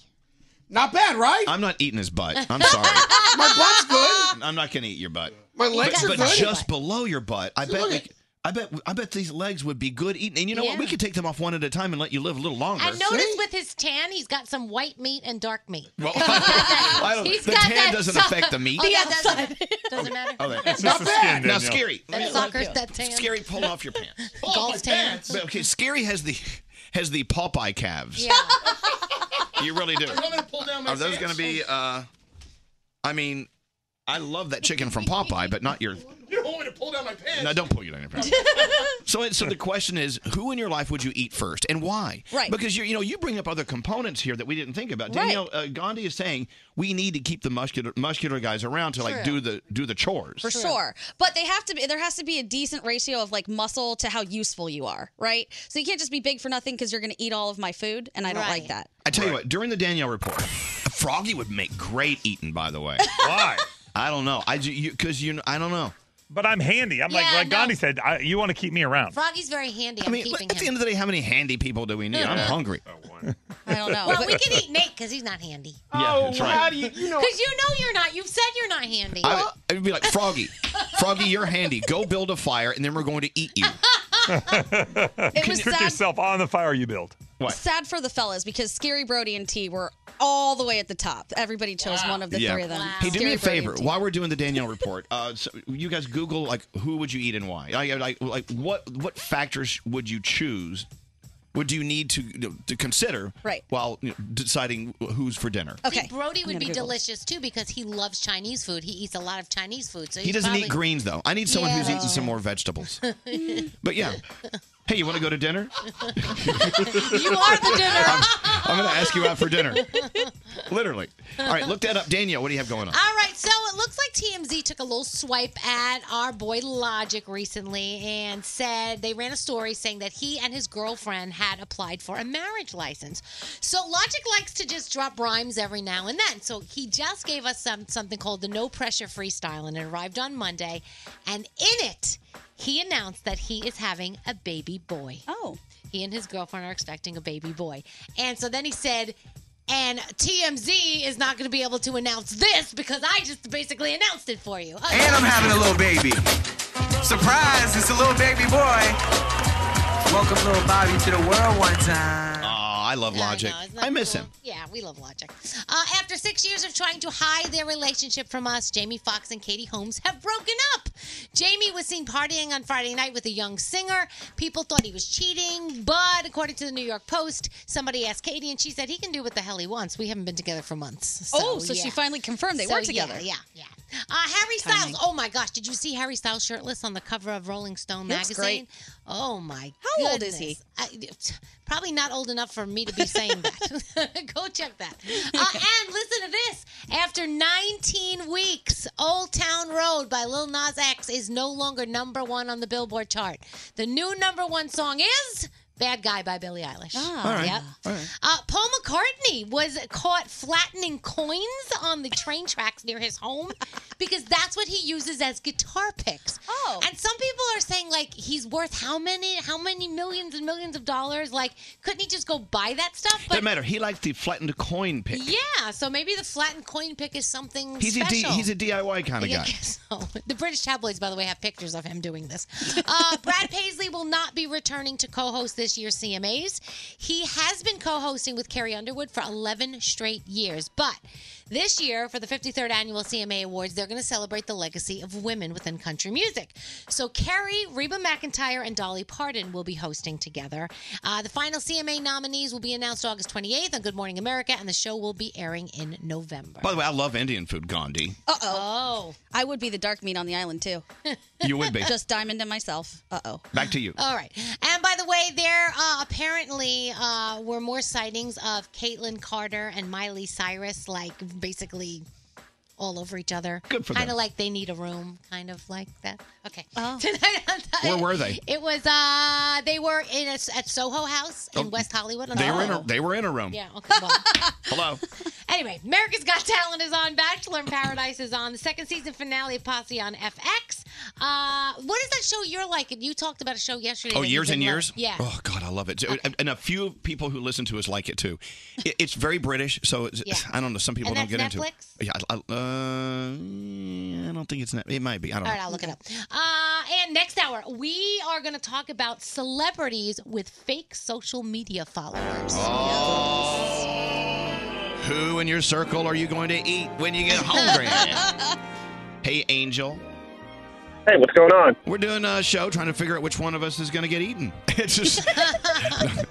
Speaker 1: Not bad, right? I'm not eating his butt. I'm sorry.
Speaker 12: My butt's good.
Speaker 1: I'm not gonna eat your butt.
Speaker 12: My legs
Speaker 1: but,
Speaker 12: are
Speaker 1: but
Speaker 12: good.
Speaker 1: just below your butt. I bet.
Speaker 12: Look
Speaker 1: we- I bet. I bet these legs would be good eating. And you know what?
Speaker 11: Yeah.
Speaker 1: We could take them off one at a time and let you live a little longer.
Speaker 11: And notice with his tan, he's got some white meat and dark meat.
Speaker 1: Well, I don't- the tan doesn't affect the meat.
Speaker 11: Oh, that doesn't, doesn't matter.
Speaker 1: Oh, there.
Speaker 11: It's just the skin,
Speaker 1: Now,
Speaker 11: Danielle.
Speaker 1: scary.
Speaker 11: That soccer's that tan.
Speaker 1: Scary, pull off your pants.
Speaker 11: Golf tan.
Speaker 1: But, okay, scary has the has the Popeye calves.
Speaker 11: Yeah.
Speaker 1: You really do.
Speaker 22: I want me to pull down my
Speaker 1: Are those going to
Speaker 22: pants?
Speaker 1: be? uh I mean, I love that chicken from Popeye, but not your.
Speaker 22: You don't want me to pull down my pants?
Speaker 1: No, don't pull you down your pants. So, it- so the question is, who in your life would you eat first, and why?
Speaker 22: Right.
Speaker 1: Because you you know you bring up other components here that we didn't think about.
Speaker 22: Right.
Speaker 1: Danielle uh, Gandhi is saying we need to keep the muscular muscular guys around to like do
Speaker 7: True.
Speaker 1: the do the chores
Speaker 7: For sure. But they have to be there has to be a decent ratio of like muscle to how useful you are, right? So you can't just be big for nothing because you're gonna eat all of my food and I don't like that.
Speaker 1: I tell you what, during the Danielle report, Froggy would make great eating. By the way,
Speaker 14: why?
Speaker 1: I don't know. I because you, I don't know.
Speaker 14: But I'm handy. I'm like
Speaker 11: Yeah,
Speaker 14: like
Speaker 11: no.
Speaker 14: Gandhi said. I, you want to keep me around.
Speaker 11: Froggy's very handy. I'm
Speaker 1: I mean, look,
Speaker 11: keeping
Speaker 1: at the
Speaker 11: him.
Speaker 1: end of the day, how many handy people do we need? I'm
Speaker 11: Yeah.
Speaker 1: hungry.
Speaker 7: I don't know.
Speaker 11: Well, we can eat Nate because he's not handy.
Speaker 1: Yeah, Oh, that's right. how do you-
Speaker 11: you know? Because you know you're not. You've said you're not handy.
Speaker 1: I, I would be like Froggy, Froggy, you're handy. Go build a fire, and then we're going to eat you.
Speaker 7: It was
Speaker 14: cook
Speaker 7: sad-
Speaker 14: yourself on the fire you build.
Speaker 1: What?
Speaker 7: Sad for the fellas because Scary Brody and T were all the way at the top. Everybody chose one of the three of them.
Speaker 1: Hey, do
Speaker 7: Scary
Speaker 1: me a
Speaker 7: Brody
Speaker 1: favor.
Speaker 7: and T.
Speaker 1: While we're doing the Danielle report, uh, so you guys Google like who would you eat and why? Like, like, like what what factors would you choose? Would you need to to consider
Speaker 11: Right.
Speaker 1: while you know, deciding who's for dinner?
Speaker 11: See, Brody
Speaker 1: I'm gonna
Speaker 11: would be
Speaker 1: Google this.
Speaker 11: delicious too because he loves Chinese food. He eats a lot of Chinese food. So
Speaker 1: He doesn't eat greens though. I need someone who's
Speaker 11: Yeah.
Speaker 1: eating some more vegetables.
Speaker 11: green.
Speaker 1: But yeah. Hey, you want to go to dinner?
Speaker 11: you are the dinner.
Speaker 1: I'm going to ask you out for dinner. Literally. All right, look that up. Danielle, what do you have going on?
Speaker 11: All right, so it looks like TMZ took a little swipe at our boy Logic recently and said they ran a story saying that he and his girlfriend had applied for a marriage license. So Logic likes to just drop rhymes every now and then. So he just gave us some something called the No Pressure Freestyle and it arrived on Monday and in it he announced that he is having a baby boy.
Speaker 7: Oh.
Speaker 11: He and his girlfriend are expecting a baby boy. And so then he said, and TMZ is not going to be able to announce this because I just basically announced it for you. Okay.
Speaker 24: And I'm having a little baby. Surprise, it's a little baby boy. Welcome little Bobby to the world one time.
Speaker 1: Oh, I love Logic. I, miss him.
Speaker 11: Yeah, we love Logic. Uh, after six years of trying to hide their relationship from us, Jamie Foxx and Katie Holmes have broken up. Jamie was seen partying on Friday night with a young singer. People thought he was cheating, but according to the New York Post, somebody asked Katie, and she said he can do what the hell he wants. We haven't been together for months.
Speaker 7: oh, so she
Speaker 11: yeah.
Speaker 7: finally confirmed they
Speaker 11: So,
Speaker 7: were
Speaker 11: yeah,
Speaker 7: together.
Speaker 11: yeah. Uh, Harry Styles. Oh my gosh! Did you see Harry Styles shirtless on the cover of Rolling Stone
Speaker 7: He looks
Speaker 11: magazine?
Speaker 7: great.
Speaker 11: Oh my!
Speaker 7: How old is he?
Speaker 11: goodness. I- probably not old enough for me to be saying that. Go check that. Uh, and listen to this. After 19 weeks, "Old Town Road" by Lil Nas X is no longer number one on the Billboard chart. The new number one song is "Bad Guy" by Billie Eilish.
Speaker 13: Oh,
Speaker 7: Ah.
Speaker 25: All right.
Speaker 11: Yep.
Speaker 25: All right.
Speaker 11: Uh, Paul McCartney was caught flattening coins on the train tracks near his home because that's what he uses as guitar picks. Oh. And some people are saying like he's worth how many how many millions and millions of dollars? Like couldn't he just go buy that stuff? But
Speaker 1: Doesn't matter. He likes the flattened coin pick.
Speaker 11: yeah, so maybe the flattened coin pick is something
Speaker 1: He's a,
Speaker 11: special.
Speaker 1: D, he's a DIY kind of
Speaker 11: Yeah, I
Speaker 1: guy.
Speaker 11: guess so. The British tabloids, by the way, have pictures of him doing this. Uh, Brad Paisley will not be returning to co-host this year's CMAs. He has been co-hosting with Carrie Underwood for 11 straight years, but This year, for the 53rd annual CMA Awards, they're going to celebrate the legacy of women within country music. So, Carrie, Reba McIntyre, and Dolly Parton will be hosting together. Uh, the final CMA nominees will be announced August 28th on Good Morning America, and the show will be airing in November.
Speaker 1: By the way, I love Indian food, Gandhi.
Speaker 7: Uh oh. I would be the dark meat on the island too.
Speaker 1: You would be.
Speaker 7: Just diamond and myself. Uh oh.
Speaker 1: Back to you.
Speaker 11: All right. And by the way, there uh, apparently uh, were more sightings of Caitlyn Carter and Miley Cyrus, like basically all over each other.
Speaker 1: Good for
Speaker 11: Kind of
Speaker 1: them. Oh.
Speaker 11: like they need a room, kind of like that. Okay.
Speaker 1: Where were they?
Speaker 11: It was uh they were in a, at Soho House in
Speaker 1: Oh,
Speaker 11: West Hollywood. on
Speaker 1: They
Speaker 11: the
Speaker 1: were in
Speaker 11: Soho.
Speaker 1: a, they were in a room.
Speaker 11: Yeah. Okay. Well,
Speaker 1: Hello.
Speaker 11: anyway, America's Got Talent is on. Bachelor in Paradise is on. The second season finale of Posse on FX. Uh, what is that show you're liking? You talked about a show yesterday.
Speaker 1: Oh,
Speaker 11: that you
Speaker 1: years and
Speaker 11: didn't
Speaker 1: years?
Speaker 11: like. Yeah.
Speaker 1: Oh, God, I love it. So- And a few people who listen to us like it too. It- It's very British, so it's,
Speaker 11: Yeah.
Speaker 1: I don't know. Some people don't
Speaker 11: And
Speaker 1: get
Speaker 11: that's
Speaker 1: into it. Yeah, I, I- uh, I don't think it's. Net, it might be. I
Speaker 11: All
Speaker 1: don't know.
Speaker 11: right, I'll look it up. Uh, and next hour, we are going to talk about celebrities with fake social media followers.
Speaker 1: Oh. Who in your circle are you going to eat when you get hungry? hey, Angel.
Speaker 25: Hey, what's going on?
Speaker 1: We're doing a show trying to figure out which one of us is going to get eaten. It's just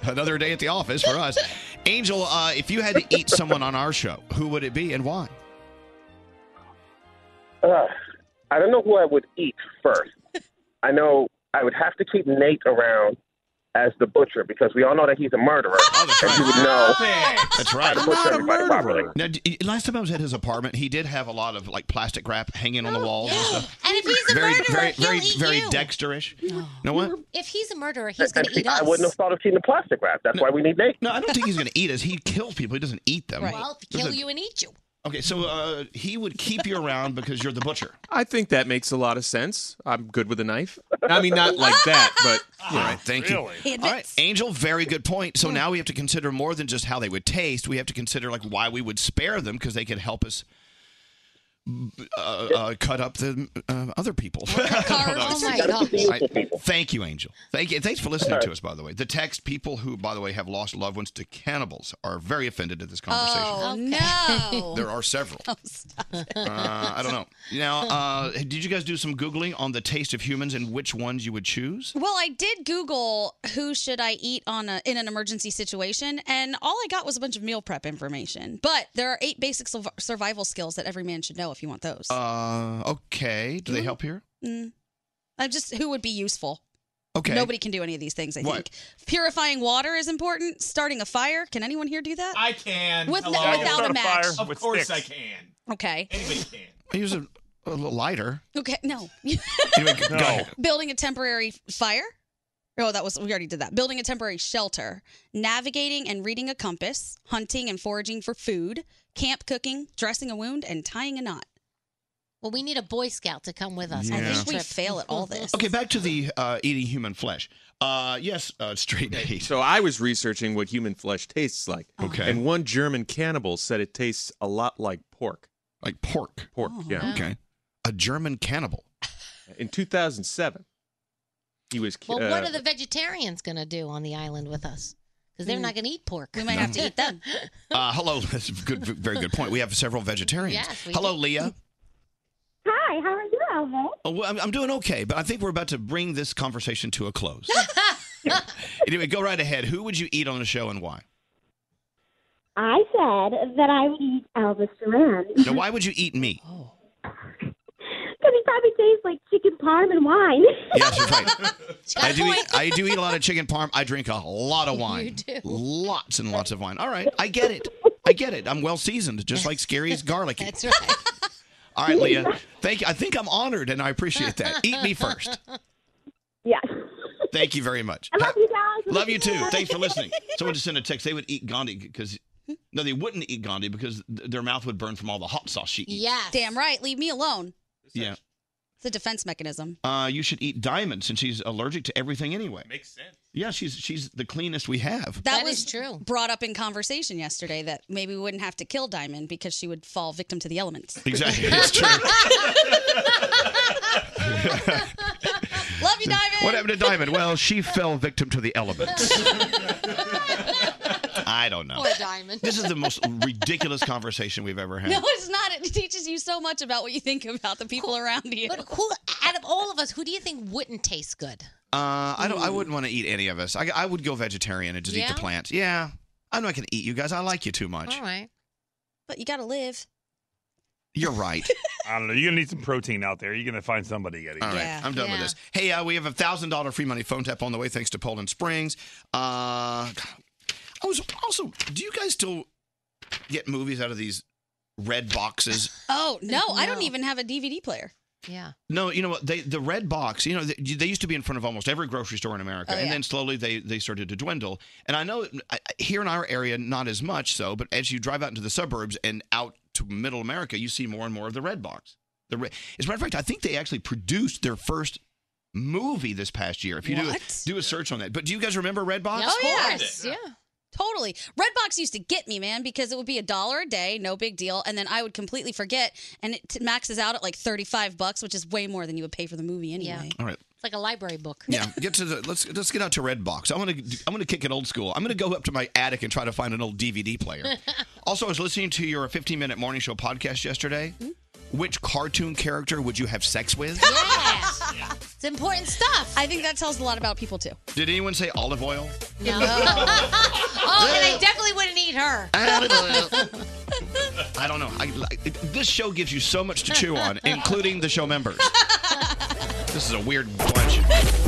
Speaker 1: another day at the office for us. Angel, uh, if you had to eat someone on our show, who would it be and why?
Speaker 25: Uh, I don't know who I would eat first. I know I would have to keep Nate around as the butcher because we all know that he's a murderer.
Speaker 1: Oh,
Speaker 25: and you would know.
Speaker 1: That's right.
Speaker 25: how to butcher everybody properly.
Speaker 1: Now, d- last time I was at his apartment, he did have a lot of like plastic wrap hanging on the walls and stuff.
Speaker 11: And if he's a
Speaker 1: very,
Speaker 11: murderer,
Speaker 1: very,
Speaker 11: he'll
Speaker 1: very,
Speaker 11: eat
Speaker 1: very
Speaker 11: you.
Speaker 1: dexterish. No. Know what?
Speaker 11: If he's a murderer, he's
Speaker 25: And
Speaker 11: going to
Speaker 25: see,
Speaker 11: eat us.
Speaker 25: I wouldn't have thought of eating the plastic wrap. That's why we need Nate.
Speaker 1: No, I don't think he's going to eat us. He kills people. He doesn't eat them.
Speaker 11: Well, kill
Speaker 1: Listen,
Speaker 11: you and eat you.
Speaker 1: Okay, so uh, he would keep you around because you're the butcher.
Speaker 16: I think that makes a lot of sense. I'm good with a knife. I mean, not like that, but
Speaker 1: All right, thank you. All right, Angel, very good point.
Speaker 11: Hmm.
Speaker 1: So now we have to consider more than just how they would taste. We have to consider like why we would spare them because they could help us uh, uh, cut up the uh, other people.
Speaker 11: Oh, my gosh.
Speaker 1: thank you, Angel. Thank you. Thanks for listening to us, by the way. The text people who, by the way, have lost loved ones to cannibals are very offended at this conversation.
Speaker 7: Oh no.
Speaker 1: There are several.
Speaker 7: Oh, stop it.
Speaker 1: Uh, I don't know. Now, uh, did you guys do some googling on the taste of humans and which ones you would choose?
Speaker 7: Well, I did Google who should I eat on a, in an emergency situation, and all I got was a bunch of meal prep information. But there are eight basic sur- survival skills that every man should know if you want those.
Speaker 1: Uh, okay. Do they help here?
Speaker 7: Mm. I'm just who would be useful.
Speaker 1: Okay.
Speaker 7: Nobody can do any of these things. I
Speaker 1: What?
Speaker 7: think purifying water is important. Starting a fire. Can anyone here do that?
Speaker 9: I can.
Speaker 7: With-
Speaker 9: Hello.
Speaker 7: without a match.
Speaker 9: Of
Speaker 7: With
Speaker 9: course
Speaker 7: sticks.
Speaker 9: I can.
Speaker 7: Okay.
Speaker 1: I use a, a little lighter.
Speaker 7: Okay. No.
Speaker 1: Anyway, go ahead.
Speaker 7: Building a temporary fire. Oh, that was we already did that. Building a temporary shelter, navigating and reading a compass, hunting and foraging for food, camp cooking, dressing a wound, and tying a knot.
Speaker 11: Well, we need a Boy Scout to come with us.
Speaker 1: I Yeah. think we
Speaker 7: fail at all this.
Speaker 1: Okay, back to the uh, eating human flesh. Uh, yes, uh, straight Nate.
Speaker 16: So I was researching what human flesh tastes like.
Speaker 1: Okay.
Speaker 16: And one German cannibal said it tastes a lot like pork.
Speaker 1: Like pork.
Speaker 16: Pork, yeah.
Speaker 1: Okay. A German cannibal.
Speaker 16: In 2007, he was.
Speaker 11: Well,
Speaker 16: uh,
Speaker 11: what are the vegetarians going to do on the island with us? Because they're
Speaker 7: Mm.
Speaker 11: not going to eat pork. We
Speaker 7: might have to eat them.
Speaker 1: Uh, hello. That's a good, very good point. We have several vegetarians.
Speaker 11: Yes, we
Speaker 1: hello,
Speaker 11: do.
Speaker 1: Leah.
Speaker 26: Hi, how are you, Elvis?
Speaker 1: Oh, well, I'm, I'm doing okay, but I think we're about to bring this conversation to a close. anyway, go right ahead. Who would you eat on the show and why?
Speaker 26: I said that I would eat Elvis Duran
Speaker 1: Now, why would you eat me?
Speaker 26: because he probably tastes like chicken parm and wine.
Speaker 1: Yes, you're right. I do. Eat, I do eat a lot of chicken parm. I drink a lot of wine.
Speaker 26: do.
Speaker 1: Lots and lots of wine. All right, I get it. I get it. I'm well seasoned, just like Scary's garlicky.
Speaker 11: That's right.
Speaker 1: All right, Leah. Thank you. I think I'm honored, and I appreciate that. Eat me first.
Speaker 26: Yes.
Speaker 1: Thank you very much.
Speaker 26: I love you guys.
Speaker 1: Love you too. Thanks for listening. Someone just sent a text. They would eat Gandhi because no, they wouldn't eat Gandhi because th- their mouth would burn from all the hot sauce she eats.
Speaker 7: Yeah. Damn right. Leave me alone.
Speaker 1: Yeah.
Speaker 7: It's a defense mechanism.
Speaker 1: Uh, you should eat Diamond since she's allergic to everything anyway.
Speaker 9: Makes sense.
Speaker 1: Yeah, she's she's the cleanest we have.
Speaker 7: That, was true. Brought up in conversation yesterday that maybe we wouldn't have to kill Diamond because she would fall victim to the elements.
Speaker 1: Exactly. It's true.
Speaker 7: Love you, Diamond.
Speaker 1: What happened to Diamond? Well, she fell victim to the elements. I don't know.
Speaker 7: Or a diamond.
Speaker 1: This is the most ridiculous conversation we've ever had.
Speaker 7: No, it's not. It teaches you so much about what you think about the people around you. But
Speaker 11: who, out of all of us, who do you think wouldn't taste good?
Speaker 1: Uh, I don't. I wouldn't want to eat any of us. I, I would go vegetarian and just eat
Speaker 7: Yeah?
Speaker 1: the plant. Yeah, I know I can eat you guys. I like you too much.
Speaker 7: All right. But you got to live.
Speaker 1: You're right.
Speaker 14: I don't know. You're gonna need some protein out there. You're gonna find somebody to get it.
Speaker 1: All right, I'm done with this. Hey, uh, we have a thousand dollar free money phone tap on the way, thanks to Poland Springs. Uh, I was also. Do you guys still get movies out of these red boxes?
Speaker 7: Oh, no, I don't even have a DVD player.
Speaker 11: Yeah.
Speaker 1: No, you know what? They the red box. You know, they, they used to be in front of almost every grocery store in America,
Speaker 7: Oh,
Speaker 1: and
Speaker 7: yeah.
Speaker 1: then slowly they they started to dwindle. And I know I- I- here in our area, not as much so, but as you drive out into the suburbs and out to middle America, you see more and more of the red box. The re- as a matter of fact, I think they actually produced their first movie this past year. If you
Speaker 7: What?
Speaker 1: do do a search on that, but do you guys remember red box?
Speaker 7: oh, yes. Yeah. Totally. Redbox used to get me, man, because it would be a dollar a day, no big deal, and then I would completely forget, and it t- maxes out at like thirty-five bucks, which is way more than you would pay for the movie anyway.
Speaker 1: All right.
Speaker 11: It's like a library book.
Speaker 1: Yeah, get to the let's let's get out to Red Box. I'm gonna I'm gonna kick it old school. I'm gonna go up to my attic and try to find an old DVD player. Also, I was listening to your 15 minute morning show podcast yesterday. Which cartoon character would you have sex with?
Speaker 7: It's important stuff. I think that tells a lot about people too.
Speaker 1: Did anyone say olive oil?
Speaker 11: No. oh, and I definitely wouldn't eat her.
Speaker 1: I don't know. I, like, this show gives you so much to chew on, including the show members. this is a weird bunch.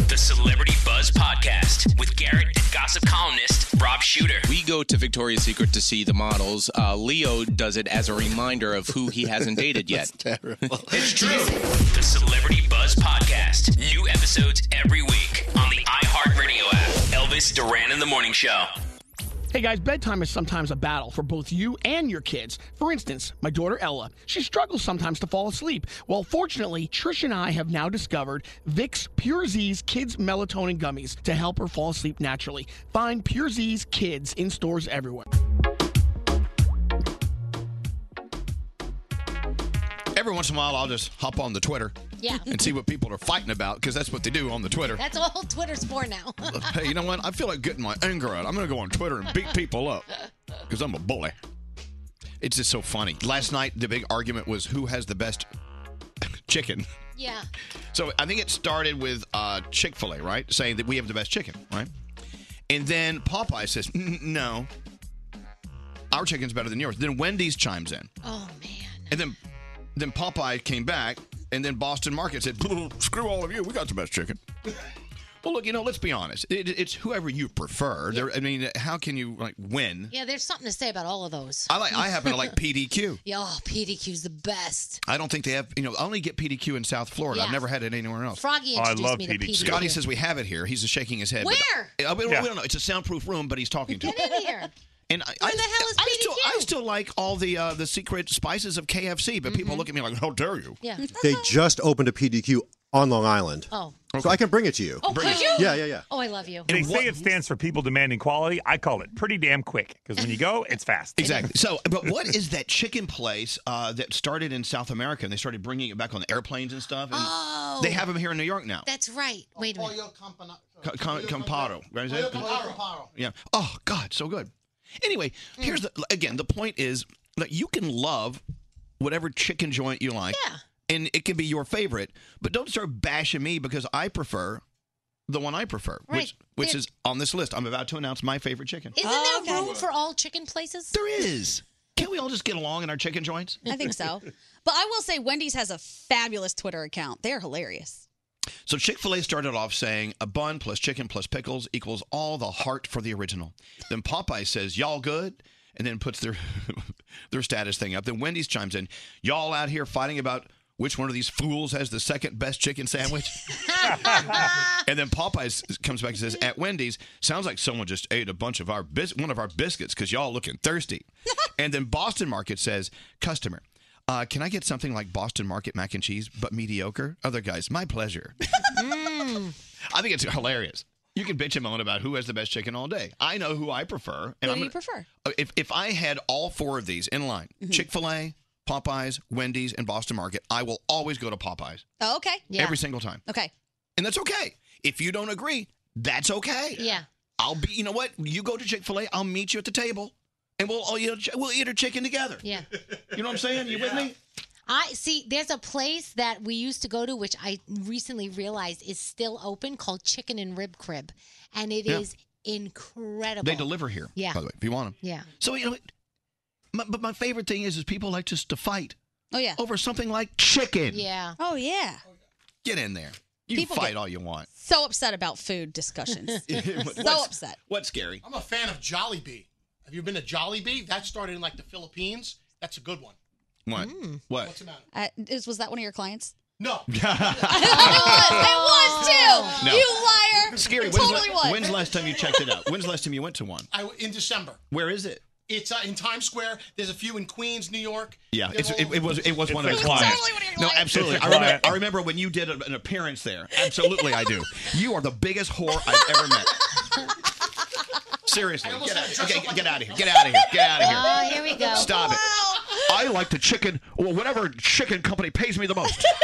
Speaker 9: The Celebrity Buzz Podcast with Garrett and gossip columnist Rob Shooter.
Speaker 18: We go to Victoria's Secret to see the models. Uh, Leo does it as a reminder of who he hasn't dated yet. terrible.
Speaker 9: It's true. The Celebrity Buzz Podcast. New episodes every week on the iHeartRadio app. Elvis Duran in the Morning Show.
Speaker 19: Hey guys, bedtime is sometimes a battle for both you and your kids. For instance, my daughter Ella, she struggles sometimes to fall asleep. Well, fortunately, Trish and I have now discovered Vicks Pure Z's Kids Melatonin Gummies to help her fall asleep naturally. Find Pure Z's Kids in stores everywhere.
Speaker 1: Every once in a while, I'll just hop on the Twitter
Speaker 11: Yeah.
Speaker 1: and see what people are fighting about because that's what they do on the Twitter.
Speaker 11: That's all Twitter's for now.
Speaker 1: hey, you know what? I feel like getting my anger out. I'm going to go on Twitter and beat people up because I'm a bully. It's just so funny. Last night, the big argument was who has the best chicken.
Speaker 11: yeah.
Speaker 1: So I think it started with uh, Chick fil A, right? Saying that we have the best chicken, right? And then Popeye says, "N- no, our chicken's better than yours. Then Wendy's chimes in.
Speaker 11: Oh,
Speaker 1: And then then Popeye came back, and then Boston Market said, "Screw all of you, we got the best chicken." well, look, you know, let's be honest. It, it's whoever you prefer. There, I mean, how can you like win?
Speaker 11: Yeah, there's something to say about all of those.
Speaker 1: I like. I happen to like PDQ.
Speaker 11: Yeah, oh, PDQ's the best.
Speaker 1: I don't think they have. You know, I only get PDQ in South Florida.
Speaker 11: Yeah.
Speaker 1: I've never had it anywhere else.
Speaker 11: Froggy Oh, I introduced love me to PDQ. PDQ.
Speaker 1: Scotty says we have it here. He's shaking his head. but-
Speaker 11: Where?
Speaker 1: Uh, we,
Speaker 11: Yeah.
Speaker 1: we don't know. It's a soundproof room, but he's talking to.
Speaker 11: Get in here.
Speaker 1: And I, I, I still, I still like all the uh, the secret spices of KFC, but
Speaker 11: Mm-hmm.
Speaker 1: people look at me like, "How dare you?"
Speaker 11: Yeah.
Speaker 7: Mm.
Speaker 27: They just opened a PDQ on Long Island.
Speaker 11: Oh.
Speaker 27: So I can bring it to you.
Speaker 11: Oh,
Speaker 14: Bring
Speaker 11: could
Speaker 14: it.
Speaker 11: you?
Speaker 14: Yeah, yeah, yeah.
Speaker 11: Oh, I love you.
Speaker 14: They say it stands for people demanding quality. I call it pretty damn quick because when you go, it's fast.
Speaker 1: Exactly. So, but what is that chicken place uh, that started in South America and they started bringing it back on airplanes and stuff? And
Speaker 11: Oh.
Speaker 1: They have them here in New York now.
Speaker 11: That's right.
Speaker 26: Oh,
Speaker 11: Wait a minute.
Speaker 1: C- Com- Camparo. Right? Is that-
Speaker 22: Camparo.
Speaker 1: Yeah. Oh, God, so good. Anyway, here's the, again, the point is that you can love whatever chicken joint you like. Yeah. And it can be your favorite, but don't start bashing me because I prefer the one I prefer,
Speaker 11: Right.
Speaker 1: which, which
Speaker 11: There-
Speaker 1: is on this list. I'm about to announce my favorite chicken.
Speaker 11: Isn't there
Speaker 1: Oh,
Speaker 11: room for all chicken places?
Speaker 1: There is. Can't we all just get along in our chicken joints?
Speaker 7: I think so. But I will say Wendy's has a fabulous Twitter account. They're hilarious.
Speaker 1: So Chick Fil A started off saying a bun plus chicken plus pickles equals all the heart for the original. Then Popeye says y'all good, and then puts their their status thing up. Then Wendy's chimes in, y'all out here fighting about which one of these fools has the second best chicken sandwich. and then Popeye s- comes back and says at Wendy's sounds like someone just ate a bunch of our bis- one of our biscuits because y'all looking thirsty. and then Boston Market says customer. Uh, can I get something like Boston Market mac and cheese, but mediocre? Other guys, my pleasure. Mm. I think it's hilarious. You can bitch and moan about who has the best chicken all day. I know who I prefer.
Speaker 7: Who
Speaker 1: And
Speaker 7: do
Speaker 1: I'm
Speaker 7: you prefer? Mm-hmm.
Speaker 1: gonna- Uh, If, if I had all four of these in line Chick fil A, Popeyes, Wendy's, and Boston Market, I will always go to Popeyes
Speaker 7: Oh, okay.
Speaker 1: every single time.
Speaker 7: Okay.
Speaker 1: And that's okay. If you don't agree, that's okay.
Speaker 11: Yeah.
Speaker 1: I'll be. You know what? You go to Chick Fil A. I'll meet you at the table, and we'll all eat. A, we'll eat a chicken together.
Speaker 11: Yeah.
Speaker 1: You know what I'm saying? You with me?
Speaker 11: I see. There's a place that we used to go to, which I recently realized is still open, called Chicken and Rib Crib, and it is
Speaker 1: Yeah.
Speaker 11: incredible.
Speaker 1: They deliver here.
Speaker 11: Yeah.
Speaker 1: By the way, if you want them.
Speaker 11: Yeah.
Speaker 1: So you know, my, but my favorite thing is is people like just to fight
Speaker 7: Oh yeah.
Speaker 1: over something like chicken.
Speaker 11: Yeah.
Speaker 7: Oh yeah.
Speaker 1: Get in there. You
Speaker 7: People
Speaker 1: fight
Speaker 7: get-
Speaker 1: all you want.
Speaker 7: So upset about food discussions. so
Speaker 1: What's-
Speaker 7: upset.
Speaker 1: What's scary?
Speaker 22: I'm a fan of Jollibee. Have you been to Jollibee? That started in like the Philippines. That's a good one.
Speaker 1: What?
Speaker 22: Hmm.
Speaker 1: What?
Speaker 22: What's the matter?
Speaker 7: Uh, is, was that one of your clients?
Speaker 22: No.
Speaker 7: it was too.
Speaker 1: No.
Speaker 7: You liar.
Speaker 1: Scary.
Speaker 7: It
Speaker 1: When's,
Speaker 7: totally
Speaker 1: la-
Speaker 7: was.
Speaker 1: when's the last time you checked it out? When's the last time you went to one?
Speaker 22: I in December.
Speaker 1: Where is it?
Speaker 22: It's uh, in Times Square. There's a few in Queens, New York.
Speaker 1: Yeah,
Speaker 22: They're
Speaker 1: it's,
Speaker 22: all
Speaker 1: it, it was it was
Speaker 22: over.
Speaker 1: one of his clients. No, absolutely.
Speaker 22: It's a
Speaker 1: I remember,
Speaker 22: client.
Speaker 1: I remember when you did a- an appearance there. Absolutely, I do. You are the biggest whore I've ever met. Seriously, get out, okay, get out of here. Get out of here. Get out of here.
Speaker 11: Oh, here we go.
Speaker 1: Stop it. I like the chicken, well, whatever chicken company pays me the most.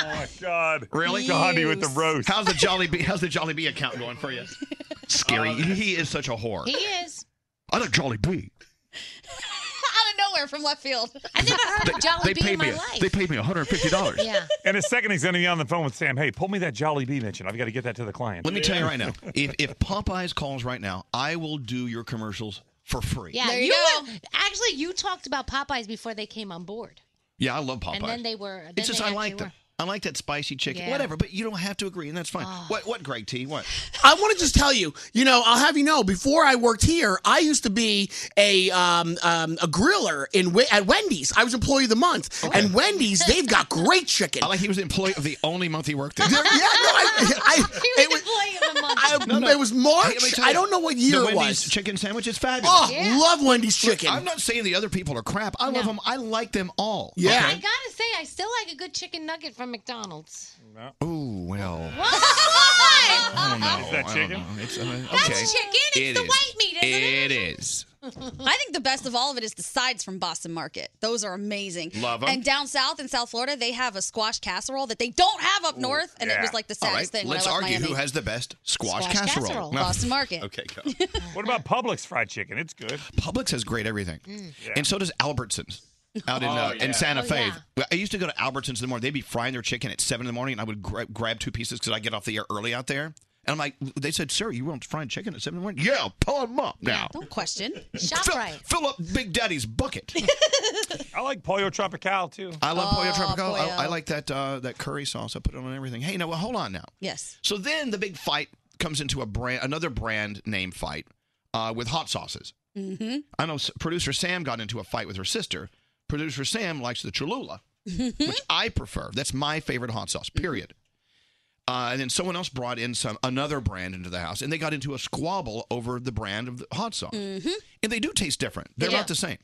Speaker 14: Oh my God!
Speaker 1: Really?
Speaker 14: Gandhi with the roast.
Speaker 1: How's the Jolly Bee? How's the Jolly Bee account going for you?
Speaker 12: Oh,
Speaker 1: Scary. he is such a whore.
Speaker 11: Oh. He is.
Speaker 1: I like Jolly Bee.
Speaker 7: Out of nowhere from left field.
Speaker 11: I never heard of Jolly Bee in my life.
Speaker 1: paid me one hundred fifty
Speaker 11: dollars. Yeah.
Speaker 14: In a second, he's going to be on the phone with Sam. Hey, pull me that Jolly Bee mention. I've got to get that to the client.
Speaker 1: Let me tell you right now, if if Popeyes calls right now, I will do your commercials for free.
Speaker 11: Yeah,
Speaker 7: There you
Speaker 11: were- actually, you talked about Popeyes before they came on board,
Speaker 1: Yeah, I love Popeyes.
Speaker 11: and then they were. Then
Speaker 1: it's just
Speaker 11: they
Speaker 1: I
Speaker 11: actually
Speaker 1: like them.
Speaker 11: were.
Speaker 1: I like that spicy chicken,
Speaker 11: Yeah. Oh.
Speaker 1: whatever. But you don't have to agree, and that's fine. What what Greg T? What?
Speaker 12: I want to just tell you, you know, I'll have you know. Before I worked here, I used to be a um, um, a griller in Wen- at Wendy's. I was employee of the month, and Wendy's they've got great chicken. I
Speaker 1: like he was employee of the only month he worked
Speaker 12: in. yeah, no, I, I, it was, I- it was March. I don't know what year
Speaker 1: the
Speaker 12: it
Speaker 1: Wendy's
Speaker 12: was.
Speaker 1: Chicken sandwich is fabulous.
Speaker 12: Oh, love Wendy's chicken.
Speaker 1: Look, I'm not saying the other people are crap. I love them. I like them all.
Speaker 11: I gotta say, I still like a good chicken nugget from McDonald's.
Speaker 1: Ooh, well. I don't
Speaker 11: What?
Speaker 1: know.
Speaker 14: Oh. Is that
Speaker 1: I don't
Speaker 14: chicken?
Speaker 1: know. It's, uh,
Speaker 7: That's
Speaker 1: okay.
Speaker 7: chicken. It's the white meat, isn't
Speaker 1: It
Speaker 7: it?
Speaker 1: is.
Speaker 7: I think the best of all of it is the sides from Boston Market. Those are amazing.
Speaker 1: Love 'em.
Speaker 7: And down south in South Florida, they have a squash casserole that they don't have up north, and it was like the
Speaker 1: All
Speaker 7: saddest
Speaker 1: right,
Speaker 7: thing.
Speaker 1: Let's
Speaker 7: when I left
Speaker 1: argue
Speaker 7: Miami.
Speaker 1: who has the best squash,
Speaker 7: Squash casserole. Boston Market.
Speaker 1: Okay, go.
Speaker 14: What about Publix fried chicken? It's good.
Speaker 1: Publix has great everything,
Speaker 7: Mm.
Speaker 14: Yeah.
Speaker 1: and so does Albertsons. Out in, uh,
Speaker 14: Oh, yeah.
Speaker 1: in Santa
Speaker 14: Oh,
Speaker 1: Fe,
Speaker 14: yeah.
Speaker 1: Well, I used to go to Albertsons in the morning. They'd be frying their chicken at seven in the morning, and I would gra- grab two pieces because I get off the air early out there. And I'm like, they said, "Sir, you want fried chicken at seven in the morning?" Yeah, pull them up now.
Speaker 7: Don't question.
Speaker 1: fill, fill up Big Daddy's bucket.
Speaker 14: I like Pollo Tropical too.
Speaker 1: I love Pollo Tropical.
Speaker 14: Pollo.
Speaker 1: I, I like that uh, that curry sauce. I put it on everything. Hey, now well, hold on now.
Speaker 7: Yes.
Speaker 1: So then the big fight comes into a brand, another brand name fight uh, with hot sauces.
Speaker 7: Mm-hmm.
Speaker 1: I know s- producer Sam got into a fight with her sister. Producer Sam likes the Cholula, which I prefer. That's my favorite hot sauce. Period. Uh, and then someone else brought in some another brand into the house, and they got into a squabble over the brand of the hot sauce.
Speaker 7: Mhm.
Speaker 1: And they do taste different.
Speaker 7: They
Speaker 1: They're
Speaker 7: do.
Speaker 1: not the same.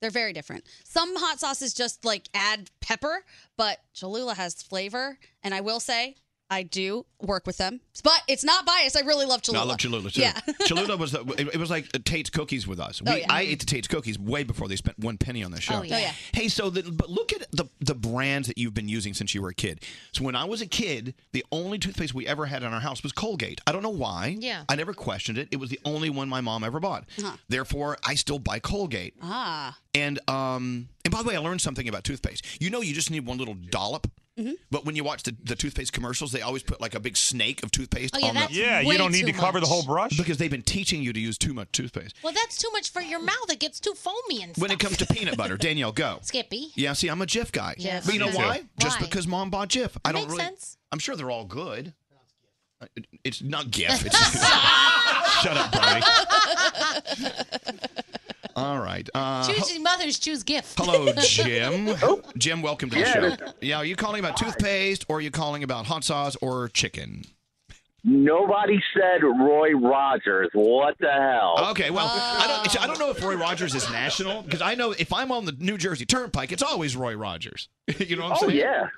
Speaker 7: They're very different. Some hot sauces just like add pepper, but Cholula has flavor. And I will say, I do work with them, but it's not biased. I really love
Speaker 1: No,
Speaker 7: Cholula.
Speaker 1: I love Cholula too.
Speaker 7: Yeah.
Speaker 1: Cholula was the, it, it was like Tate's cookies with us. We,
Speaker 7: Oh, yeah.
Speaker 1: I ate the Tate's cookies way before they spent one penny on this show.
Speaker 7: Oh, yeah. Oh, yeah.
Speaker 1: Hey, so the, but look at the the brands that you've been using since you were a kid. So when I was a kid, the only toothpaste we ever had in our house was Colgate. I don't know why.
Speaker 7: Yeah. Uh-huh.
Speaker 1: I never questioned it. It was the only one my mom ever bought.
Speaker 7: Huh.
Speaker 1: Therefore, I still buy Colgate.
Speaker 7: Ah.
Speaker 1: And um and by the way, I learned something about toothpaste. You know, you just need one little dollop.
Speaker 11: Mm-hmm.
Speaker 7: Mhm.
Speaker 1: But when you watch the, the toothpaste commercials, they always put like a big snake of toothpaste
Speaker 11: Oh, yeah,
Speaker 1: on the
Speaker 11: that's Yeah, you way don't need too to cover the much. whole
Speaker 14: brush
Speaker 1: because they've been teaching you to use too much toothpaste.
Speaker 11: Well, that's too much for your mouth. It gets too foamy and
Speaker 1: When it comes
Speaker 11: stuff.
Speaker 1: to peanut butter, Danielle, go.
Speaker 11: Skippy.
Speaker 1: Yeah, see, I'm a Jif guy.
Speaker 11: Yes,
Speaker 1: but you know
Speaker 11: me too.
Speaker 1: why? Just
Speaker 11: Why?
Speaker 1: because mom bought Jif. I don't
Speaker 11: Makes
Speaker 1: really.
Speaker 11: sense.
Speaker 1: I'm sure they're all good. Uh, it- It's not Gif. It's, shut up, Barney. All right. Uh,
Speaker 11: choose your mothers, choose gift.
Speaker 1: hello, Jim. Jim, welcome to the
Speaker 11: Yeah,
Speaker 1: show.
Speaker 11: this-
Speaker 1: Yeah, are you calling about toothpaste or are you calling about hot sauce or chicken?
Speaker 8: Nobody said Roy Rogers. What the hell?
Speaker 1: Okay, well, I
Speaker 8: Oh.
Speaker 1: don't. see, I don't know if Roy Rogers is national because I know if I'm on the New Jersey Turnpike, it's always Roy Rogers. you know what I'm
Speaker 8: Oh,
Speaker 1: saying?
Speaker 8: yeah.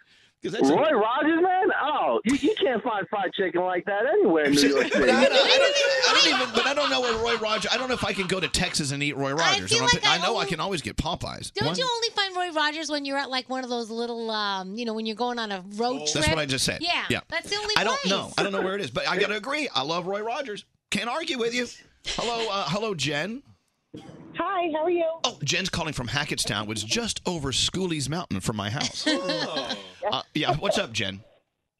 Speaker 8: Roy Rogers, man? Oh, you, you can't find fried chicken like that anywhere in New York City.
Speaker 1: But I don't, I don't- I don't even. But I don't know where Roy Rogers. I don't know if I can go to Texas and eat Roy Rogers.
Speaker 11: feel
Speaker 1: I'm
Speaker 11: like
Speaker 1: pick-
Speaker 11: I
Speaker 1: know I
Speaker 11: only-
Speaker 1: can always get Popeyes.
Speaker 11: Don't
Speaker 1: One-
Speaker 11: you only find Roy Rogers when you're at like one of those little, um, you know, when you're going on a road trip?
Speaker 1: That's what I just said.
Speaker 11: Yeah,
Speaker 1: yeah.
Speaker 11: that's the only.
Speaker 1: I don't
Speaker 11: place.
Speaker 1: know. I don't know where it is, but I gotta agree. I love Roy Rogers. Can't argue with you. Hello, uh, hello, Jen.
Speaker 2: Hi, how are you?
Speaker 1: Oh, Jen's calling from Hackettstown, which is just over Schooley's Mountain from my house.
Speaker 2: Oh.
Speaker 1: Uh, yeah, what's up, Jen?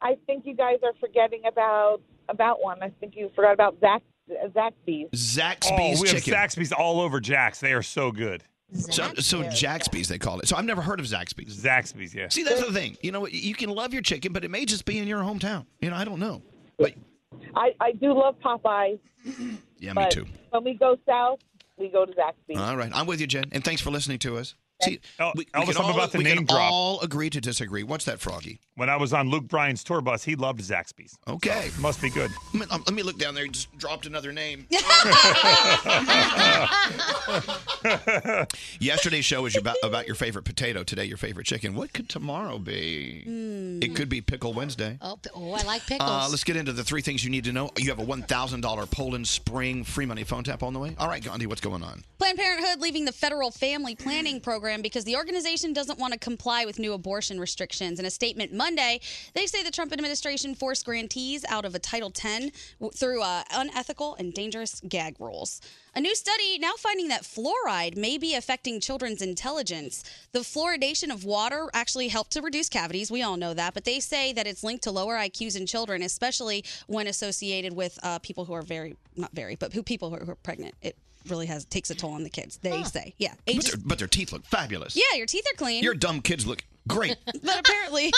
Speaker 2: I think you guys are forgetting about about one. I think you forgot about Zach Zaxby's.
Speaker 14: oh,
Speaker 1: Zaxby's
Speaker 14: we
Speaker 1: chicken.
Speaker 14: have Zaxby's all over Jack's. They are so good.
Speaker 1: So, so Zaxby's they call it. So I've never heard of Zaxby's.
Speaker 14: Zaxby's, yeah.
Speaker 1: See, that's the thing. You know, what? you can love your chicken, but it may just be in your hometown. You know, I don't know. But
Speaker 2: I, I do love Popeyes.
Speaker 1: yeah, me
Speaker 2: but
Speaker 1: too.
Speaker 2: When we go south, we go to Zaxby's.
Speaker 1: All right, I'm with you, Jen, and thanks for listening to us. See, we, we
Speaker 14: Oh, Elvis,
Speaker 1: can
Speaker 14: I'm
Speaker 1: all,
Speaker 14: about to
Speaker 1: we
Speaker 14: name
Speaker 1: can
Speaker 14: drop.
Speaker 1: all agree to disagree. What's that, Froggy?
Speaker 14: When I was on Luke Bryan's tour bus, he loved Zaxby's.
Speaker 1: Okay,
Speaker 14: must be good.
Speaker 1: Let me, um, let me look down there. He just dropped another name. Yesterday's show was about, about your favorite potato. Today, your favorite chicken. What could tomorrow be?
Speaker 11: Hmm.
Speaker 14: Mm.
Speaker 1: It could be Pickle Wednesday.
Speaker 11: Oh, p- oh, I like pickles.
Speaker 1: Uh, let's get into the three things you need to know. You have a $1,000 Poland Spring free money phone tap on the way. All right, Gandhi, what's going on?
Speaker 7: Planned Parenthood leaving the federal family planning program because the organization doesn't want to comply with new abortion restrictions. In a statement Monday, they say the Trump administration forced grantees out of a Title X w- through uh, unethical and dangerous gag rules. A new study now finding that fluoride may be affecting children's intelligence. The fluoridation of water actually helped to reduce cavities. We all know that, but they say that it's linked to lower IQs in children, especially when associated with uh, people who are very not very, but who people who are, who are pregnant. It really has takes a toll on the kids. They say, yeah,
Speaker 1: But their, but their teeth look fabulous.
Speaker 7: yeah, your teeth are clean.
Speaker 1: Your dumb kids look great.
Speaker 7: but apparently,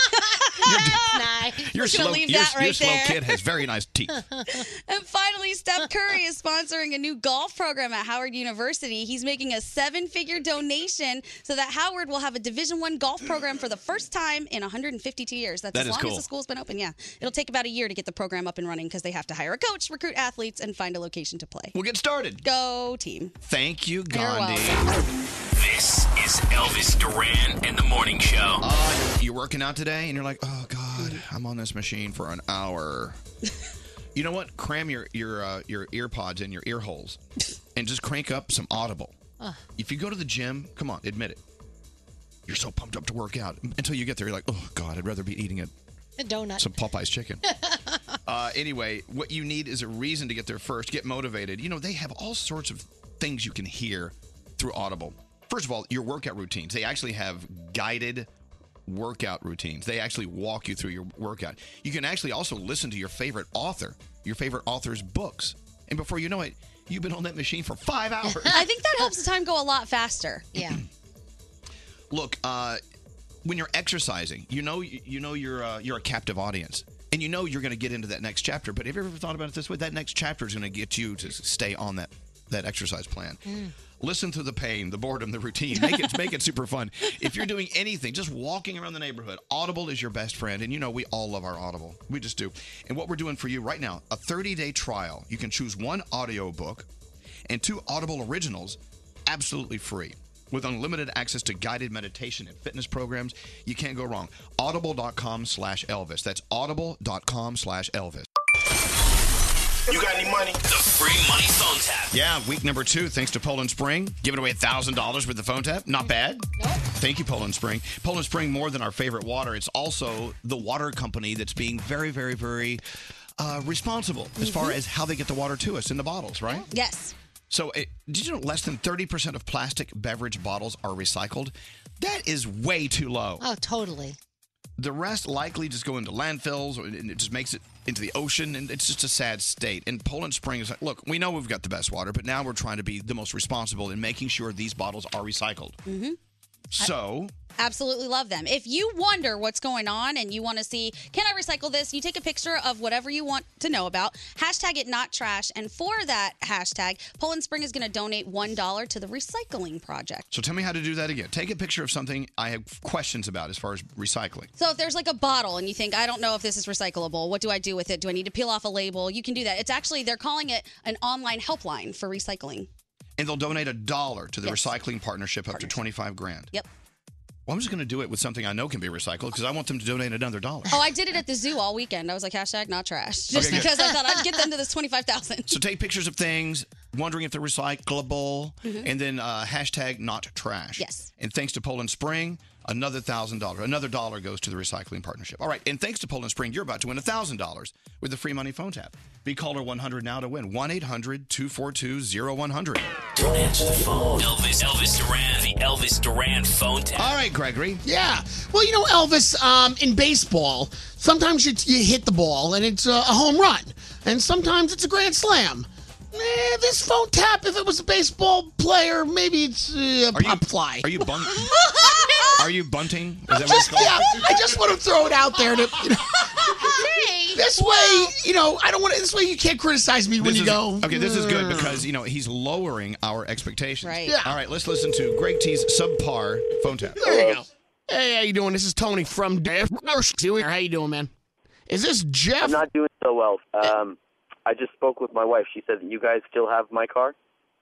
Speaker 7: nah,
Speaker 1: Your
Speaker 7: just gonna
Speaker 1: slow,
Speaker 7: leave
Speaker 1: your,
Speaker 7: that right
Speaker 1: your slow
Speaker 7: there.
Speaker 1: kid has very nice teeth.
Speaker 7: and finally, Steph Curry is sponsoring a new golf program at Howard University. He's making a seven-figure donation so that Howard will have a Division One golf program for the first time in 152 years. That's
Speaker 1: That
Speaker 7: as
Speaker 1: is
Speaker 7: long as
Speaker 1: cool.
Speaker 7: the school's been open. Yeah, it'll take about a year to get the program up and running because they have to hire a coach, recruit athletes, and find a location to play.
Speaker 1: We'll get started.
Speaker 7: Go team.
Speaker 1: Thank you,
Speaker 7: You're
Speaker 1: Gandhi.
Speaker 9: This is Elvis Duran and the Morning Show.
Speaker 18: Oh,
Speaker 1: Uh, you're working out today and you're like, oh God, I'm on this machine for an hour. you know what? Cram your your uh, your ear pods in your ear holes and just crank up some audible.
Speaker 11: Ugh.
Speaker 1: If you go to the gym, come on, admit it. You're so pumped up to work out until you get there. You're like, oh God, I'd rather be eating a
Speaker 11: A donut.
Speaker 1: some Popeye's chicken. uh, anyway, what you need is a reason to get there first. Get motivated. You know, they have all sorts of things you can hear through Audible. First of all, your workout routines. They actually have guided workout routines. They actually walk you through your workout. You can actually also listen to your favorite author, your favorite author's books. And before you know it, you've been on that machine for five hours.
Speaker 7: I think that helps the time go a lot faster. Yeah.
Speaker 1: look uh, when you're exercising you know you know you're uh, you're a captive audience and you know you're going to get into that next chapter but have you ever thought about it this way that next chapter is going to get you to stay on that that exercise plan listen to the pain the boredom the routine make it make it super fun if you're doing anything just walking around the neighborhood audible is your best friend and you know we all love our audible we just do and what we're doing for you right now a 30-day trial you can choose one audiobook and two audible originals absolutely free with unlimited access to guided meditation and fitness programs you can't go wrong audible.com slash elvis that's audible.com slash elvis
Speaker 9: You got any money? The free money phone tap.
Speaker 1: yeah week number two thanks to poland spring giving away $1000 with the phone tap not bad thank you poland spring poland spring more than our favorite water it's also the water company that's being very very very uh, responsible as far
Speaker 7: Mhm.
Speaker 1: as how they get the water to us in the bottles right
Speaker 7: Yes.
Speaker 1: So, it, did you know less than 30% of plastic beverage bottles are recycled? That is way too low.
Speaker 11: Oh, totally.
Speaker 1: The rest likely just go into landfills or and it just makes it into the ocean. And it's just a sad state. And Poland Spring is like, look, we know we've got the best water, but now we're trying to be the most responsible in making sure these bottles are recycled.
Speaker 7: Mm-hmm.
Speaker 1: So,
Speaker 7: Absolutely love them. If you wonder what's going on and you want to see, can I recycle this? You take a picture of whatever you want to know about, hashtag it not trash. And for that hashtag, Poland Spring is going to donate $1 to the recycling project.
Speaker 1: so tell me how to do that again. Take a picture of something I have questions about as far as recycling.
Speaker 7: So if there's like a bottle and you think, I don't know if this is recyclable, what do I do with it? Do I need to peel off a label? You can do that. It's actually, they're calling it an online helpline for recycling.
Speaker 1: And they'll donate a dollar to the recycling partnership up to 25 grand.
Speaker 7: Yep.
Speaker 1: Well, I'm just going to do it with something I know can be recycled because I want them to donate another dollar.
Speaker 7: Oh, I did it at the zoo all weekend. I was like, hashtag not trash. Just
Speaker 1: Okay, good.
Speaker 7: because I thought I'd get them to this 25,000.
Speaker 1: So take pictures of things, wondering if they're recyclable,
Speaker 19: Mm-hmm.
Speaker 7: Mhm.
Speaker 1: and then uh, hashtag not trash.
Speaker 7: Yes.
Speaker 1: And thanks to Poland Spring, another thousand dollars, another dollar goes to the recycling partnership. All right, and thanks to Poland Spring, you're about to win a thousand dollars with the free money phone tap. Be caller 100 now to win 1-800-242-0100.
Speaker 28: Don't answer the phone. Elvis, Elvis Duran, the Elvis Duran phone tap.
Speaker 1: All right, Gregory.
Speaker 19: Yeah. Well, you know, Elvis, um, in baseball, sometimes you, you hit the ball and it's a, a home run, and sometimes it's a grand slam. Eh, this phone tap, if it was a baseball player, maybe it's uh, a pop fly.
Speaker 1: Are you bunk? Are you bunting? Is that what it's
Speaker 19: Just,
Speaker 1: called?
Speaker 19: yeah, I just want to throw it out there to. You know, This way, you know, I don't want to. This way, you can't criticize me when
Speaker 1: This
Speaker 19: you
Speaker 1: is-
Speaker 19: go.
Speaker 1: Okay, this is good
Speaker 19: "Ugh."
Speaker 1: because you know he's lowering our expectations.
Speaker 19: Right. Yeah.
Speaker 1: All right, let's listen to Greg T's subpar phone tap.
Speaker 19: There you go. Hey, how you doing? This is Tony from Def. How you doing, man? Is this Jeff?
Speaker 25: I'm not doing so well. Um, I just spoke with my wife. She said that you guys still have my car.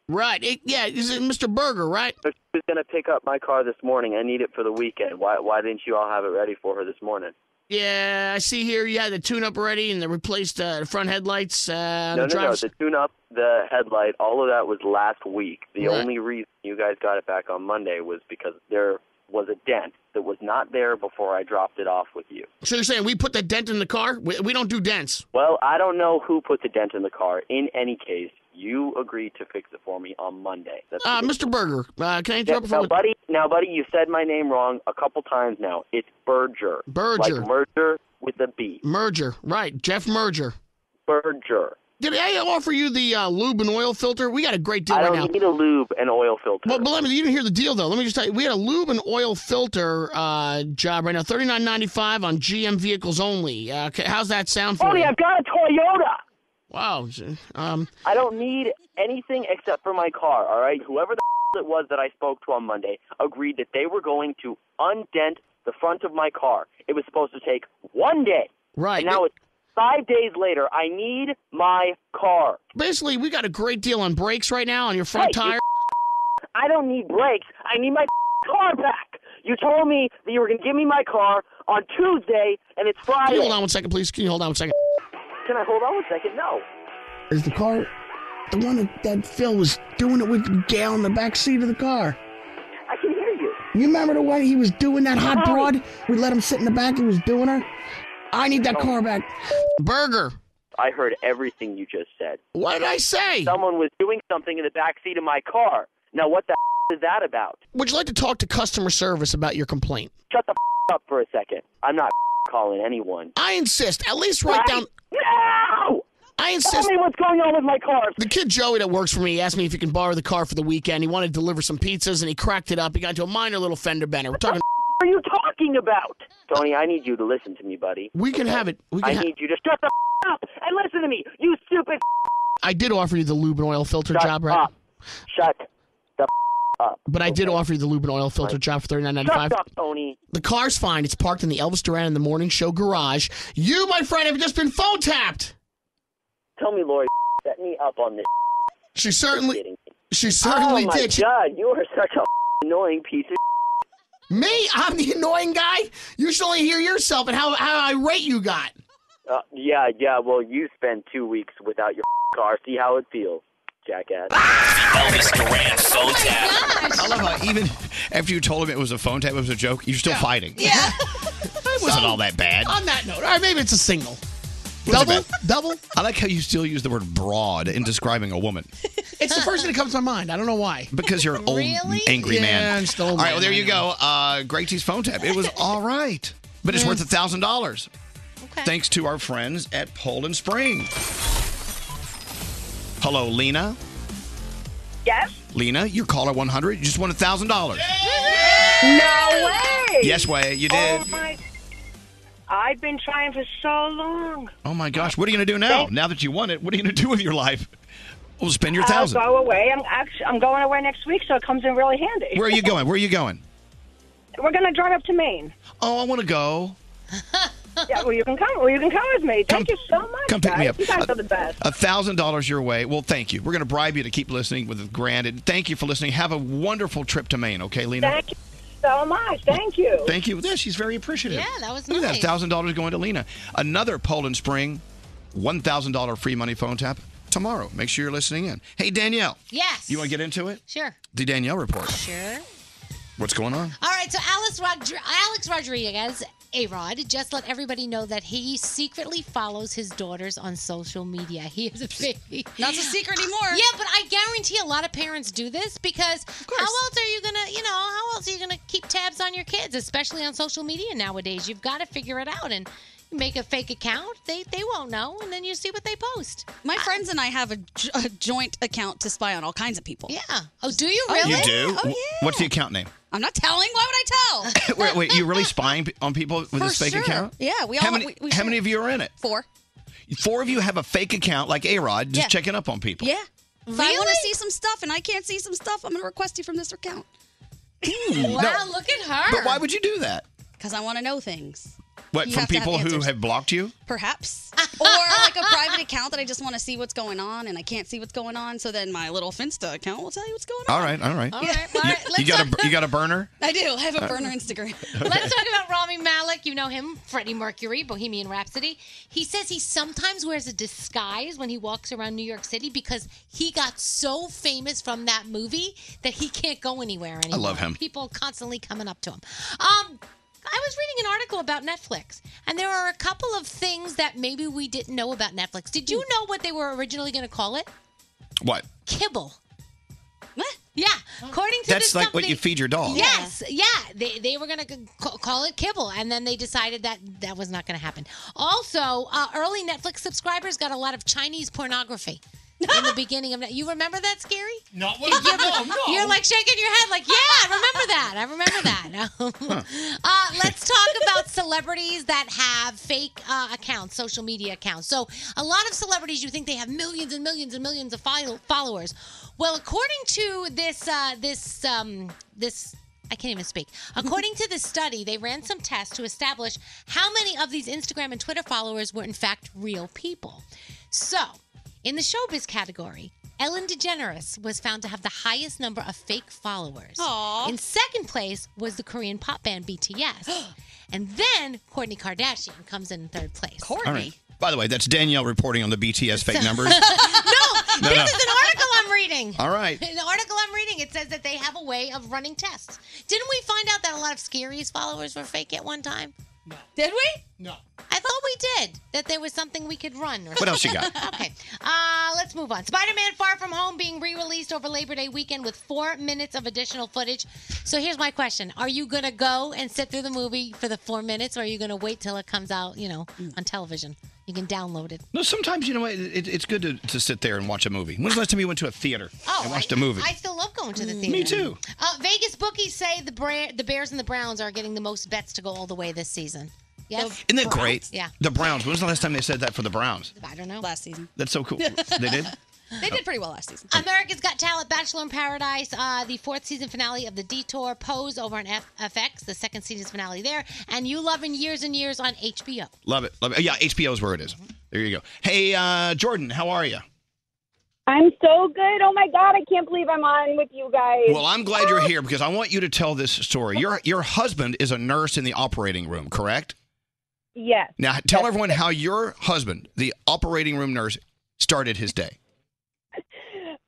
Speaker 19: Right. It- yeah, this is Mr. Berger, right?
Speaker 25: So she was going to pick up my car this morning. I need it for the weekend. Why, why didn't you all have it ready for her this morning?
Speaker 19: Yeah, I see here you had the tune up already and they replaced uh, the front headlights.
Speaker 25: no,
Speaker 19: Uh, the
Speaker 25: no, no.
Speaker 19: driver's.
Speaker 25: The tune-up, the headlight, all of that was last week. The
Speaker 19: Right.
Speaker 25: only reason you guys got it back on Monday was because there was a dent that was not there before I dropped it off with you.
Speaker 19: So you're saying we put the dent in the car? We, we don't do dents.
Speaker 25: Well, I don't know who put the dent in the car. In any case, you agreed to fix it for me on Monday. That's
Speaker 19: Uh, Mr. Berger, uh, can I
Speaker 25: Yeah,
Speaker 19: interrupt you for
Speaker 25: now, buddy, now, buddy, you said my name wrong a couple times now. It's Berger.
Speaker 19: Berger.
Speaker 25: Like merger with a B.
Speaker 19: Merger, right? Jeff Merger.
Speaker 25: Berger.
Speaker 19: Did I offer you the uh, lube and oil filter? We got a great deal
Speaker 25: I
Speaker 19: right
Speaker 25: don't
Speaker 19: now.
Speaker 25: need a lube and oil filter.
Speaker 19: Well, but let me, you didn't hear the deal though. Let me just tell you, we had a lube and oil filter uh, job right now, thirty nine ninety five on GM vehicles only. Uh, okay, how's that sound for
Speaker 25: Tony,
Speaker 19: you?
Speaker 25: I've got a Toyota.
Speaker 19: Wow. Um,
Speaker 25: I don't need anything except for my car, all right? Whoever the it was that I spoke to on Monday agreed that they were going to undent the front of my car. It was supposed to take one day.
Speaker 19: Right.
Speaker 25: And now it's five days later. I need my car.
Speaker 19: Basically, we got a great deal on brakes right now on your front
Speaker 25: Hey, you-
Speaker 19: tire.
Speaker 25: I don't need brakes. I need my car back. You told me that you were going to give me my car on Tuesday, and it's
Speaker 19: Can
Speaker 25: Friday.
Speaker 19: you hold on one second, please? Can you hold on one second?
Speaker 25: Can I hold on one second? No.
Speaker 19: Is the car the one that, that Phil was doing it with Gail in the back seat of the car?
Speaker 25: I can hear you. Oh.
Speaker 19: You remember the way he was doing that hot
Speaker 25: Hi.
Speaker 19: broad? We let him sit in the back. He was doing her. I need
Speaker 25: Oh.
Speaker 19: that car back. Burger.
Speaker 25: I heard everything you just said.
Speaker 19: What did I say?
Speaker 25: Someone was doing something in the back seat of my car. Now, what the is that about?
Speaker 19: Would you like to talk to customer service about your complaint?
Speaker 25: Shut the up for a second. I'm not calling anyone.
Speaker 19: I insist. At least write down.
Speaker 25: No!
Speaker 19: I insist. Tell
Speaker 25: me what's going on with my car.
Speaker 19: The kid Joey that works for me asked me if he can borrow the car for the weekend. He wanted to deliver some pizzas and he cracked it up. He got into a minor little fender bender. We're talking.
Speaker 25: What are you talking about? Tony, I need you to listen to me, buddy.
Speaker 19: We can have it. We can
Speaker 25: I
Speaker 19: ha-
Speaker 25: need you to shut the up and listen to me, you stupid
Speaker 19: I did offer you the lube and oil filter job, right?
Speaker 25: up. Shut the up.
Speaker 19: But I did offer you the lube and oil filter job for thirty nine ninety five.
Speaker 25: Shut up, Tony.
Speaker 19: The car's fine. It's parked in the Elvis Duran in the Morning Show garage. You, my friend, have just been phone tapped.
Speaker 25: Tell me, Lori, set me up on this.
Speaker 19: She certainly, she certainly
Speaker 25: Oh my
Speaker 19: did. She-
Speaker 25: God, you are such a annoying piece of.
Speaker 19: me, I'm the annoying guy. You should only hear yourself and how how irate you got.
Speaker 25: Uh, yeah, yeah. Well, you spend two weeks without your car. See how it feels, jackass.
Speaker 28: Elvis Duran phone tap.
Speaker 1: I love how even after you told him it was a phone tap, it was a joke, you're still fighting.
Speaker 19: Yeah.
Speaker 1: it wasn't all that bad.
Speaker 19: On that note, all right, maybe it's a single.
Speaker 1: Wasn't
Speaker 19: double,
Speaker 1: bad.
Speaker 19: double.
Speaker 1: I like how you still use the word broad in describing a woman
Speaker 19: It's the first thing that comes to my mind. I don't know why.
Speaker 1: because you're an old, angry
Speaker 19: yeah,
Speaker 1: man.
Speaker 19: I'm still old
Speaker 1: all right,
Speaker 19: man,
Speaker 1: well, there
Speaker 19: I
Speaker 1: you go. Uh, Greg T's phone tap. It was all right, but it's worth a thousand dollars. Thanks to our friends at Poland Spring. Hello, Lena.
Speaker 29: Yes.
Speaker 1: Lena, your caller 100. You just won a thousand dollars.
Speaker 29: No way.
Speaker 1: Yes, way you did.
Speaker 29: Oh my! I've been trying for so long.
Speaker 1: Oh my gosh, what are you gonna do now? Now that you won it, what are you gonna do with your life? Well, spend your
Speaker 29: I'll
Speaker 1: thousand.
Speaker 29: go away. I'm actually, I'm going away next week, so it comes in really handy.
Speaker 1: Where are you going? Where are you going?
Speaker 29: We're gonna drive up to Maine.
Speaker 1: Oh, I want to go.
Speaker 29: yeah, well you can come. Well you can come with me. Thank you so much.
Speaker 1: come pick
Speaker 29: guys.
Speaker 1: me up. Uh,
Speaker 29: You guys are the best.
Speaker 1: A thousand dollars your way. Well, thank you. We're gonna bribe you to keep listening with a grand. And thank you for listening. Have a wonderful trip to Maine, okay, Lena?
Speaker 29: Thank you. so much. Thank you.
Speaker 1: Thank you. Yeah, she's very appreciative.
Speaker 11: Yeah, that was
Speaker 1: Look at
Speaker 11: nice.
Speaker 1: that thousand dollars going to Lena. Another Poland Spring, one thousand dollar free money phone tap tomorrow. Make sure you're listening in. Hey Danielle.
Speaker 11: Yes.
Speaker 1: You want to get into it?
Speaker 11: Sure.
Speaker 1: The Danielle report.
Speaker 11: Sure.
Speaker 1: What's going on?
Speaker 11: All right, so Alex, Rodri- Alex Rodriguez, A Rod, just let everybody know that he secretly follows his daughters on social media. He is a baby.
Speaker 7: Not so secret anymore.
Speaker 11: Yeah, but I guarantee a lot of parents do this because how else are you going to, you know, how else are you going to keep tabs on your kids, especially on social media nowadays? You've got to figure it out and you make a fake account. They they won't know and then you see what they post.
Speaker 7: My friends and I have a, j- a joint account to spy on all kinds of people.
Speaker 11: Yeah. Oh, do you
Speaker 7: really?
Speaker 1: You do?
Speaker 7: Oh, yeah.
Speaker 1: Wh- What's the account name?
Speaker 7: I'm not telling. Why would I tell?
Speaker 1: wait, wait, you really spying p- on people with this
Speaker 7: For
Speaker 1: fake
Speaker 7: sure.
Speaker 1: account?
Speaker 7: Yeah, we
Speaker 1: How
Speaker 7: all-
Speaker 1: many,
Speaker 7: we- we
Speaker 1: how
Speaker 7: share.
Speaker 1: many of you are in it?
Speaker 7: Four.
Speaker 1: Four of you have a fake account like A Rod, just
Speaker 7: Yeah.
Speaker 1: checking up on people.
Speaker 7: Yeah. If I want to see some stuff and I can't see some stuff, I'm going to request you from this account.
Speaker 1: Wow, Hmm, no.
Speaker 7: look at her.
Speaker 1: But why would you do that?
Speaker 7: Because I want to know things,
Speaker 1: What
Speaker 7: You
Speaker 1: from
Speaker 7: have to have
Speaker 1: people who
Speaker 7: answers.
Speaker 1: have blocked you?
Speaker 7: perhaps. or like a private account that I just want to see what's going on and I can't see what's going on. So then my little Finsta account will tell you what's going on.
Speaker 1: All right, all right.
Speaker 7: All right,
Speaker 1: You-
Speaker 7: all right,
Speaker 1: You,
Speaker 7: let's
Speaker 1: got a you got a burner?
Speaker 7: I do. I have a
Speaker 1: Uh,
Speaker 7: burner Instagram.
Speaker 11: Let's talk about Rami Malik. You know him, Freddie Mercury, Bohemian Rhapsody. He says he sometimes wears a disguise when he walks around New York City because he got so famous from that movie that he can't go anywhere anymore.
Speaker 1: love him.
Speaker 11: People constantly coming up to him. Um, I was reading an article about Netflix, and there are a couple of things that maybe we didn't know about Netflix. Did
Speaker 7: Hmm.
Speaker 11: you know what they were originally going to call it?
Speaker 1: What?
Speaker 11: Kibble. What? Yeah, according to
Speaker 1: That's
Speaker 11: this
Speaker 1: like what
Speaker 11: company-
Speaker 1: you feed your dog.
Speaker 11: Yes, yeah. They, they were going to call it kibble, and then they decided that that was not going to happen. Also, uh, early Netflix subscribers got a lot of Chinese pornography in the beginning of You remember that, Scary?
Speaker 22: No,
Speaker 11: You're, you're like shaking your head, like, yeah, I remember that. I remember that. Uh, let's talk about celebrities that have fake uh, accounts, social media accounts. So, a lot of celebrities, you think they have millions and millions and millions of fol- followers. Well, according to this, uh, this, um, this. I can't even speak. According to this study, they ran some tests to establish how many of these Instagram and Twitter followers were, in fact, real people. So, in the showbiz category, Ellen DeGeneres was found to have the highest number of fake followers. In second place was the Korean pop band BTS. and then Kourtney Kardashian comes in third place.
Speaker 1: All right. By the way, that's Danielle reporting on the BTS fake numbers.
Speaker 11: no,
Speaker 1: No,
Speaker 11: this
Speaker 1: no.
Speaker 11: is an article I'm reading.
Speaker 1: All right.
Speaker 11: In the article I'm reading, it says that they have a way of running tests. Didn't we find out that a lot of Scary's followers were fake at one time? No. Did we?
Speaker 22: No.
Speaker 11: I thought we did. That there was something we could run. Or
Speaker 1: What else you got?
Speaker 11: okay. Uh, let's move on. Spider Man Far From Home being re released over Labor Day weekend with four minutes of additional footage. So here's my question Are you going to go and sit through the movie for the four minutes, or are you going to wait till it comes out, you know, on television? You can download it.
Speaker 1: No, sometimes you know what, it, it's good to, to sit there and watch a movie. When's the last time you went to a theater
Speaker 7: Oh,
Speaker 1: and watched a movie?
Speaker 11: Oh, I still love going to the theater.
Speaker 1: Me too.
Speaker 11: Uh, Vegas bookies say the Bra- the Bears and the Browns are getting the most bets to go all the way this season. Yes.
Speaker 1: Isn't that great?
Speaker 11: Yeah.
Speaker 1: The Browns. When's the last time they said that for the Browns?
Speaker 11: I don't know. Last season.
Speaker 1: That's so cool. they did.
Speaker 11: They did pretty well last season. America's Got Talent, Bachelor in Paradise, uh, the fourth season finale of The Detour, Pose over on F- FX, the second season's finale there, and You Loving Years and Years on HBO.
Speaker 1: Love it. Love it. Yeah, HBO is where it is. There you go. Hey, uh, Jordan, how are you?
Speaker 29: I'm so good. Oh my god, I can't believe I'm on with you guys.
Speaker 1: Well, I'm glad you're here because I want you to tell this story. Your your husband is a nurse in the operating room, correct?
Speaker 29: Yes.
Speaker 1: Now tell everyone how your husband, the operating room nurse, started his day.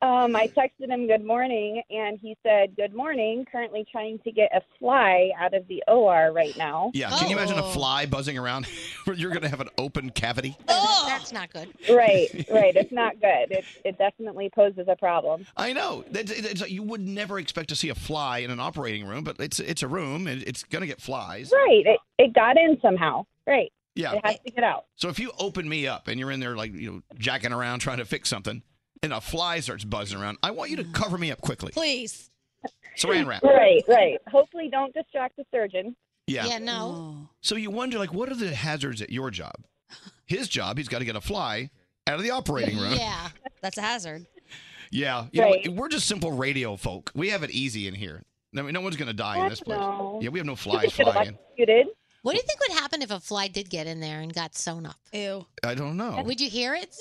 Speaker 29: Um, I texted him good morning, and he said, "Good morning." Currently trying to get a fly out of the OR right now.
Speaker 1: Yeah, can you imagine
Speaker 11: Oh.
Speaker 1: a fly buzzing around? where You're going to have an open cavity.
Speaker 11: That's not good.
Speaker 29: Right, right. It's not good. It it definitely poses a problem.
Speaker 1: I know. That's- it's- it's- you would never expect to see a fly in an operating room, but it's it's a room and it's going to get flies.
Speaker 29: Right. It it got in somehow. Right.
Speaker 1: Yeah.
Speaker 29: It has to get out.
Speaker 1: So if you open me up and you're in there like you know jacking around trying to fix something, and a fly starts buzzing around, I want you to cover me up quickly.
Speaker 29: Please.
Speaker 1: Saran wrap.
Speaker 29: Right, right. Hopefully, don't distract the surgeon.
Speaker 1: Yeah.
Speaker 11: no.
Speaker 1: So you wonder like what are the hazards at your job? His job, he's got to get a fly out of the operating room.
Speaker 7: yeah. That's a hazard.
Speaker 1: Yeah. You know,
Speaker 7: Right.
Speaker 1: we're just simple radio folk. We have it easy in here. No, no one's going to die in this place.
Speaker 11: No.
Speaker 1: Yeah, we have no flies
Speaker 29: Get
Speaker 1: flying.
Speaker 29: electrocuted.
Speaker 11: What do you think would happen if a fly did get in there and got sewn up?
Speaker 7: Ew.
Speaker 1: I don't know.
Speaker 11: Would you hear it?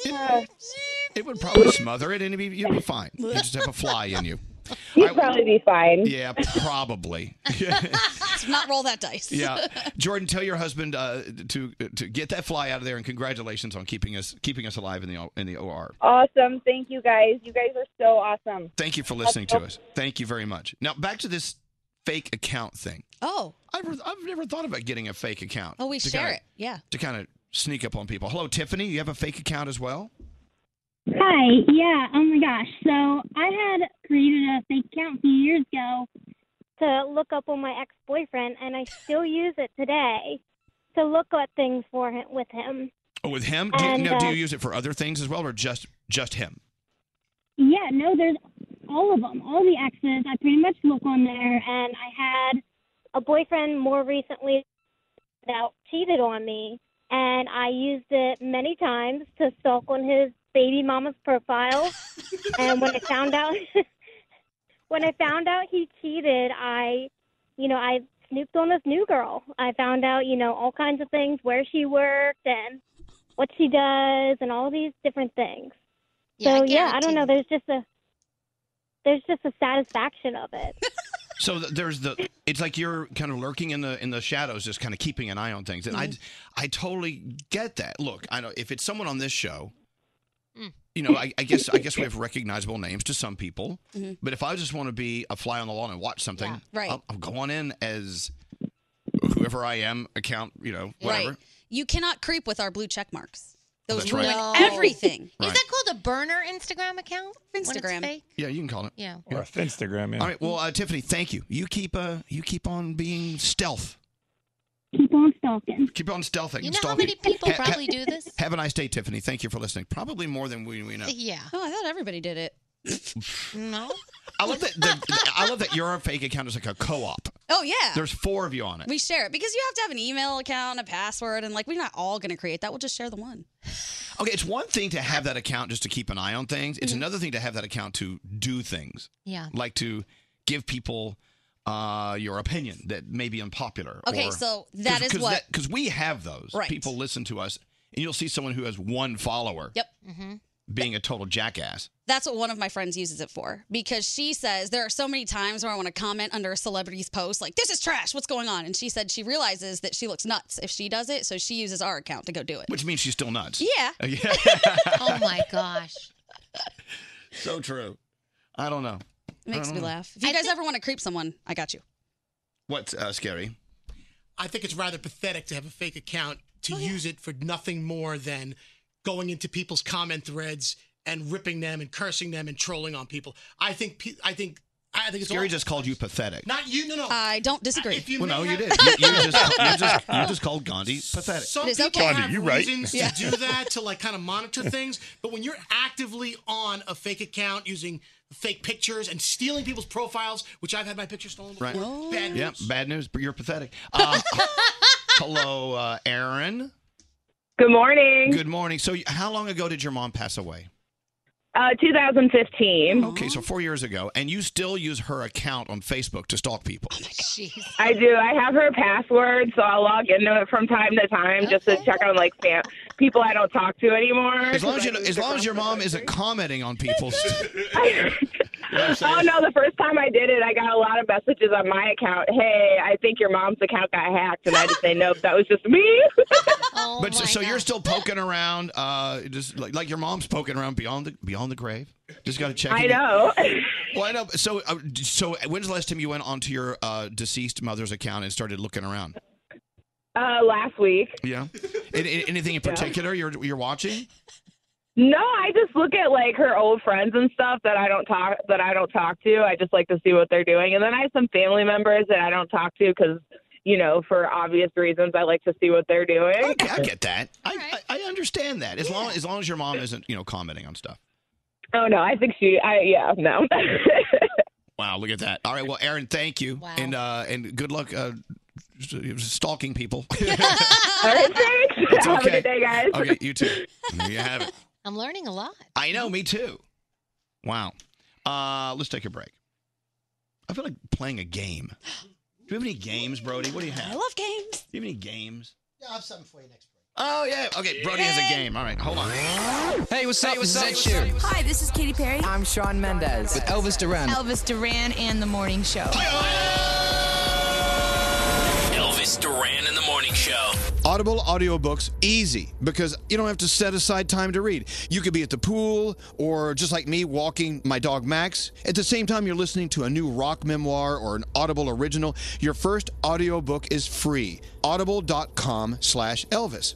Speaker 1: It would probably smother it and it'd be, you'd be fine. You just have a fly in you. You'd
Speaker 29: probably be fine.
Speaker 1: Yeah, probably.
Speaker 7: Let's not roll that dice.
Speaker 1: Yeah, Jordan, tell your husband uh, to to get that fly out of there, and congratulations on keeping us keeping us alive in the O- in the OR.
Speaker 29: Awesome. Thank you guys. You guys are so awesome.
Speaker 1: Thank you for listening to us. Thank you very much. Now back to this fake account thing.
Speaker 7: Oh.
Speaker 1: I've, I've never thought about getting a fake account.
Speaker 7: Oh, we
Speaker 1: To
Speaker 7: share
Speaker 1: kinda-
Speaker 7: it. Yeah.
Speaker 1: to kind of sneak up on people. Hello, Tiffany. You have a fake account as well?
Speaker 30: Hi. Yeah. Oh my gosh. So I had created a fake account a few years ago to look up on my ex-boyfriend, and I still use it today to look at things for him with him.
Speaker 1: Oh, with him? Do you,
Speaker 30: And,
Speaker 1: now, do
Speaker 30: uh,
Speaker 1: you use it for other things as well, or just just him?
Speaker 30: Yeah. No, there's all of them. All the exes. I pretty much look on there, and I had a boyfriend more recently that cheated on me, and I used it many times to stalk on his baby mama's profile. and when I found out, when I found out he cheated, I, you know, I snooped on this new girl. I found out, you know, all kinds of things, where she worked and what she does, and all these different things.
Speaker 17: Yeah, I
Speaker 30: so yeah, I
Speaker 17: guarantee
Speaker 30: don't know. There's just a there's just a satisfaction of it.
Speaker 1: So th- there's the. It's like you're kind of lurking in the in the shadows, just kind of keeping an eye on things. And
Speaker 7: Mm-hmm.
Speaker 1: I, I totally get that. Look, I know if it's someone on this show, you know, I, I guess I guess we have recognizable names to some people.
Speaker 7: Mhm.
Speaker 1: But if I just want to be a fly on the wall and watch something,
Speaker 7: right.
Speaker 1: I'll, I'll go on in as whoever I am, account, you know, whatever. Oh,
Speaker 7: Right. You cannot creep with our blue check marks. Those
Speaker 1: That's
Speaker 7: ruin
Speaker 1: right.
Speaker 7: everything.
Speaker 1: Right.
Speaker 11: Is that called a burner Instagram account?
Speaker 7: Instagram.
Speaker 1: Yeah, you can call it.
Speaker 11: Yeah.
Speaker 14: Or Instagram. Yeah.
Speaker 1: All right. Well, uh, Tiffany, thank you. You keep uh, you keep on being stealth.
Speaker 30: Keep on stalking.
Speaker 1: Keep on stealthing.
Speaker 11: You know how
Speaker 1: stalking.
Speaker 11: many people
Speaker 1: Ha- ha-
Speaker 11: probably do this?
Speaker 1: Have a nice day, Tiffany. Thank you for listening. Probably more than we, we know.
Speaker 11: Yeah.
Speaker 7: Oh, I thought everybody did it.
Speaker 11: no.
Speaker 1: I love that. The, I love that your fake account is like a co-op.
Speaker 7: Oh yeah.
Speaker 1: There's four of you on it.
Speaker 7: we share it because you have to have an email account, a password, and like we're not all going to create that. We'll just share the one.
Speaker 1: Okay, it's one thing to have that account just to keep an eye on things. It's another thing to have that account to do things.
Speaker 7: Mm-hmm. Yeah.
Speaker 1: Like to give people uh, your opinion that may be unpopular.
Speaker 7: Okay,
Speaker 1: or-
Speaker 7: so that is what-
Speaker 1: because we have those.
Speaker 7: Right.
Speaker 1: People listen to us, and you'll see someone who has one follower
Speaker 7: Yep. Mm-hmm.
Speaker 1: being a total jackass.
Speaker 7: That's what one of my friends uses it for because she says there are so many times where I want to comment under a celebrity's post, like, this is trash, what's going on? And she said she realizes that she looks nuts if she does it, so she uses our account to go do it.
Speaker 1: Which means she's still nuts.
Speaker 7: Yeah.
Speaker 1: Yeah.
Speaker 7: oh my gosh.
Speaker 1: so true. I don't know.
Speaker 7: It makes
Speaker 1: I
Speaker 7: me
Speaker 1: don't know.
Speaker 7: laugh. If you guys ever want to creep someone, I got you.
Speaker 1: What's uh, scary?
Speaker 26: I think it's rather pathetic to have a fake account to
Speaker 7: Oh,
Speaker 26: use it for nothing more than going into people's comment threads and ripping them and cursing them and trolling on people. I think pe- I think I think it's
Speaker 1: Scary
Speaker 26: all-
Speaker 1: just called you pathetic.
Speaker 26: not you. No, no.
Speaker 7: I don't disagree.
Speaker 26: If you
Speaker 1: well, no,
Speaker 26: may
Speaker 1: you did.
Speaker 26: have-
Speaker 1: You, you just, you, just, you just called Gandhi pathetic.
Speaker 26: Some people have reasons to do that to like kind of monitor things, but when you're actively on a fake account using fake pictures and stealing people's profiles, which I've had my picture stolen before,
Speaker 1: Right.
Speaker 11: Oh.
Speaker 26: bad
Speaker 1: yeah,
Speaker 26: news.
Speaker 1: bad news. But you're pathetic. Um, hello, uh, Aaron.
Speaker 17: Good morning.
Speaker 1: Good morning. So, you- how long ago did your mom pass away?
Speaker 17: Uh, 2015.
Speaker 1: Okay, so four years ago, and you still use her account on Facebook to stalk people.
Speaker 17: I do. I have her password, so I'll log into it from time to time just to check on like fam- people I don't talk to anymore.
Speaker 1: As long as you, as long as your mom isn't commenting on people's.
Speaker 17: Oh no! The first time I did it, I got a lot of messages on my account. Hey, I think your mom's account got hacked, and I just say nope. That was just me.
Speaker 1: but so, so you're still poking around, uh, just like, like your mom's poking around beyond the beyond the grave. Just got to check.
Speaker 17: I
Speaker 1: it out.
Speaker 17: know.
Speaker 1: Well, I know. but So, uh, d- so when's the last time you went onto your uh, deceased mother's account and started looking around?
Speaker 17: Uh, last week.
Speaker 1: Yeah. An- an- anything in particular you're you're watching?
Speaker 17: No, I just look at like her old friends and stuff that I don't talk that I don't talk to. I just like to see what they're doing, and then I have some family members that I don't talk to because, you know, for obvious reasons, I like to see what they're doing.
Speaker 1: Okay, I get that. I, I, I understand that. As long as long as your mom isn't you know commenting on stuff.
Speaker 17: Oh no, I think she. I yeah, no.
Speaker 1: Wow, look at that. All right, well, Aaron, thank you, and uh, and good luck uh, s- stalking people.
Speaker 17: All right, thanks.
Speaker 1: It's
Speaker 17: Have a
Speaker 1: okay.
Speaker 17: good day, guys.
Speaker 1: Okay, you too. There you have it.
Speaker 11: I'm learning a lot.
Speaker 1: I know, me too. Wow. Uh, let's take a break. I feel like playing a game. Do you have any games, Brody? What do you have?
Speaker 7: I love games.
Speaker 1: Do you have any games?
Speaker 26: Yeah, I'll have something for you next.
Speaker 1: Oh yeah. Okay, Brody has a game. All right, hold on. Hey, what's up? This is Ed Sheeran.
Speaker 17: Hi, this is Katy Perry. I'm Sean Mendez
Speaker 1: with Elvis Duran.
Speaker 17: Elvis Duran and the Morning Show.
Speaker 31: Elvis Duran in the Morning Show.
Speaker 1: Audible audiobooks easy because you don't have to set aside time to read. You could be at the pool or just like me walking my dog Max. At the same time you're listening to a new rock memoir or an Audible original, your first audiobook is free. audible.com/elvis. slash Elvis.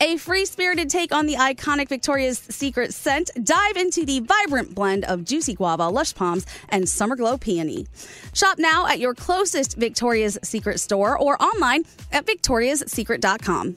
Speaker 7: a free spirited take on the iconic Victoria's Secret scent. Dive into the vibrant blend of juicy guava, lush palms, and summer glow peony. Shop now at your closest Victoria's Secret store or online at victoriassecret.com.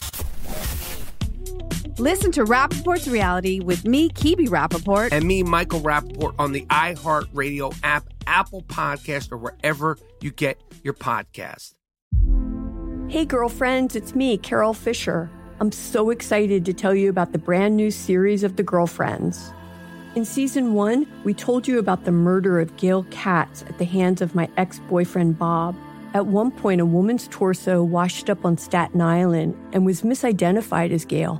Speaker 32: Listen to Rappaport's Reality with me, Kibi Rappaport.
Speaker 33: And me, Michael Rappaport, on the iHeartRadio app, Apple Podcast, or wherever you get your podcast.
Speaker 34: Hey, girlfriends, it's me, Carol Fisher. I'm so excited to tell you about the brand new series of The Girlfriends. In season one, we told you about the murder of Gail Katz at the hands of my ex boyfriend, Bob. At one point, a woman's torso washed up on Staten Island and was misidentified as Gail.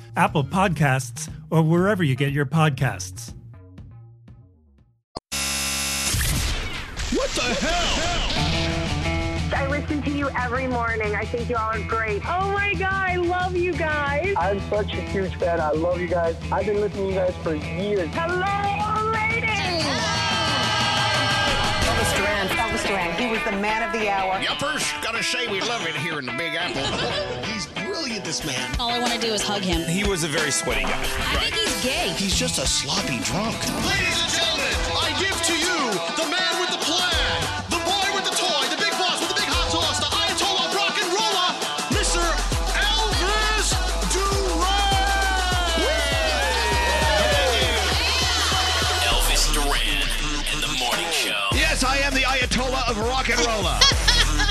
Speaker 23: Apple Podcasts, or wherever you get your podcasts.
Speaker 1: What the
Speaker 2: hell? I listen to you every morning. I think you all are great.
Speaker 18: Oh my God, I love you guys.
Speaker 12: I'm such a huge fan. I love you guys. I've been listening to you guys for years.
Speaker 18: Hello, ladies.
Speaker 2: Elvis Duran. Elvis Duran. He was the man of the hour.
Speaker 1: Yuppers, gotta say we love it here in the Big Apple. He's brilliant, this man.
Speaker 7: All I want to do is hug him.
Speaker 16: He was a very sweaty guy. Right.
Speaker 7: He's gay.
Speaker 1: He's just a sloppy drunk. Ladies and gentlemen, I give to you the man with the plan, the boy with the toy, the big boss with the big hot sauce, the Ayatollah of rock and rolla, Mr. Elvis Duran.
Speaker 9: Elvis Duran and the Morning Show.
Speaker 1: Yes, I am the Ayatollah of rock and rolla.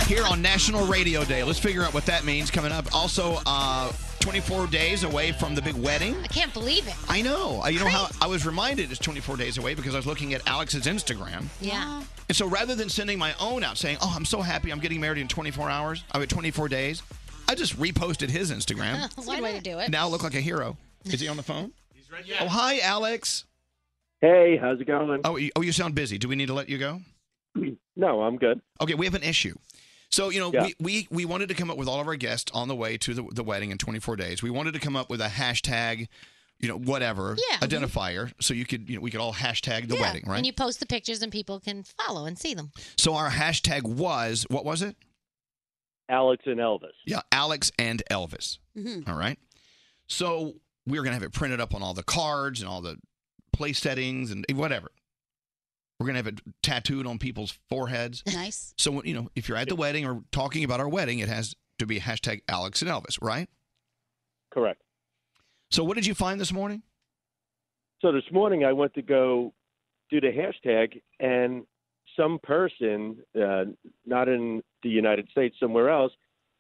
Speaker 1: Here on National Radio Day. Let's figure out what that means coming up. Also, uh, 24 days away from the big wedding.
Speaker 11: I can't believe it.
Speaker 1: I know. Uh, You know how I was reminded it's 24 days away because I was looking at Alex's Instagram.
Speaker 11: Yeah.
Speaker 1: And so rather than sending my own out saying, "Oh, I'm so happy I'm getting married in 24 hours," I mean 24 days, I just reposted his Instagram.
Speaker 7: That's a good way to do it.
Speaker 1: now I look like a hero. Is he on the phone? He's right Oh, hi, Alex.
Speaker 12: Hey, how's it going?
Speaker 1: Oh, you, oh, you sound busy. Do we need to let you go?
Speaker 12: No, I'm good.
Speaker 1: Okay, we have an issue. So, you know, we, we, we wanted to come up with all of our guests on the way to the, the wedding in 24 days. We wanted to come up with a hashtag, you know, whatever,
Speaker 11: Yeah.
Speaker 1: identifier, so you could, you know, we could all hashtag the
Speaker 11: yeah.
Speaker 1: wedding, right?
Speaker 11: And you post the pictures and people can follow and see them.
Speaker 1: so our hashtag was, what was it?
Speaker 12: Alex and Elvis.
Speaker 1: Yeah, Alex and Elvis.
Speaker 11: Mm-hmm.
Speaker 12: Mhm.
Speaker 1: All right. So we were going to have it printed up on all the cards and all the place settings and whatever. We're going to have it tattooed on people's foreheads.
Speaker 7: Nice.
Speaker 1: So, you know, if you're at the wedding or talking about our wedding, it has to be hashtag Alex and Elvis, right?
Speaker 12: Correct.
Speaker 1: So, what did you find this morning?
Speaker 12: So this morning I went to go do the hashtag, and some person, uh, not in the United States, somewhere else,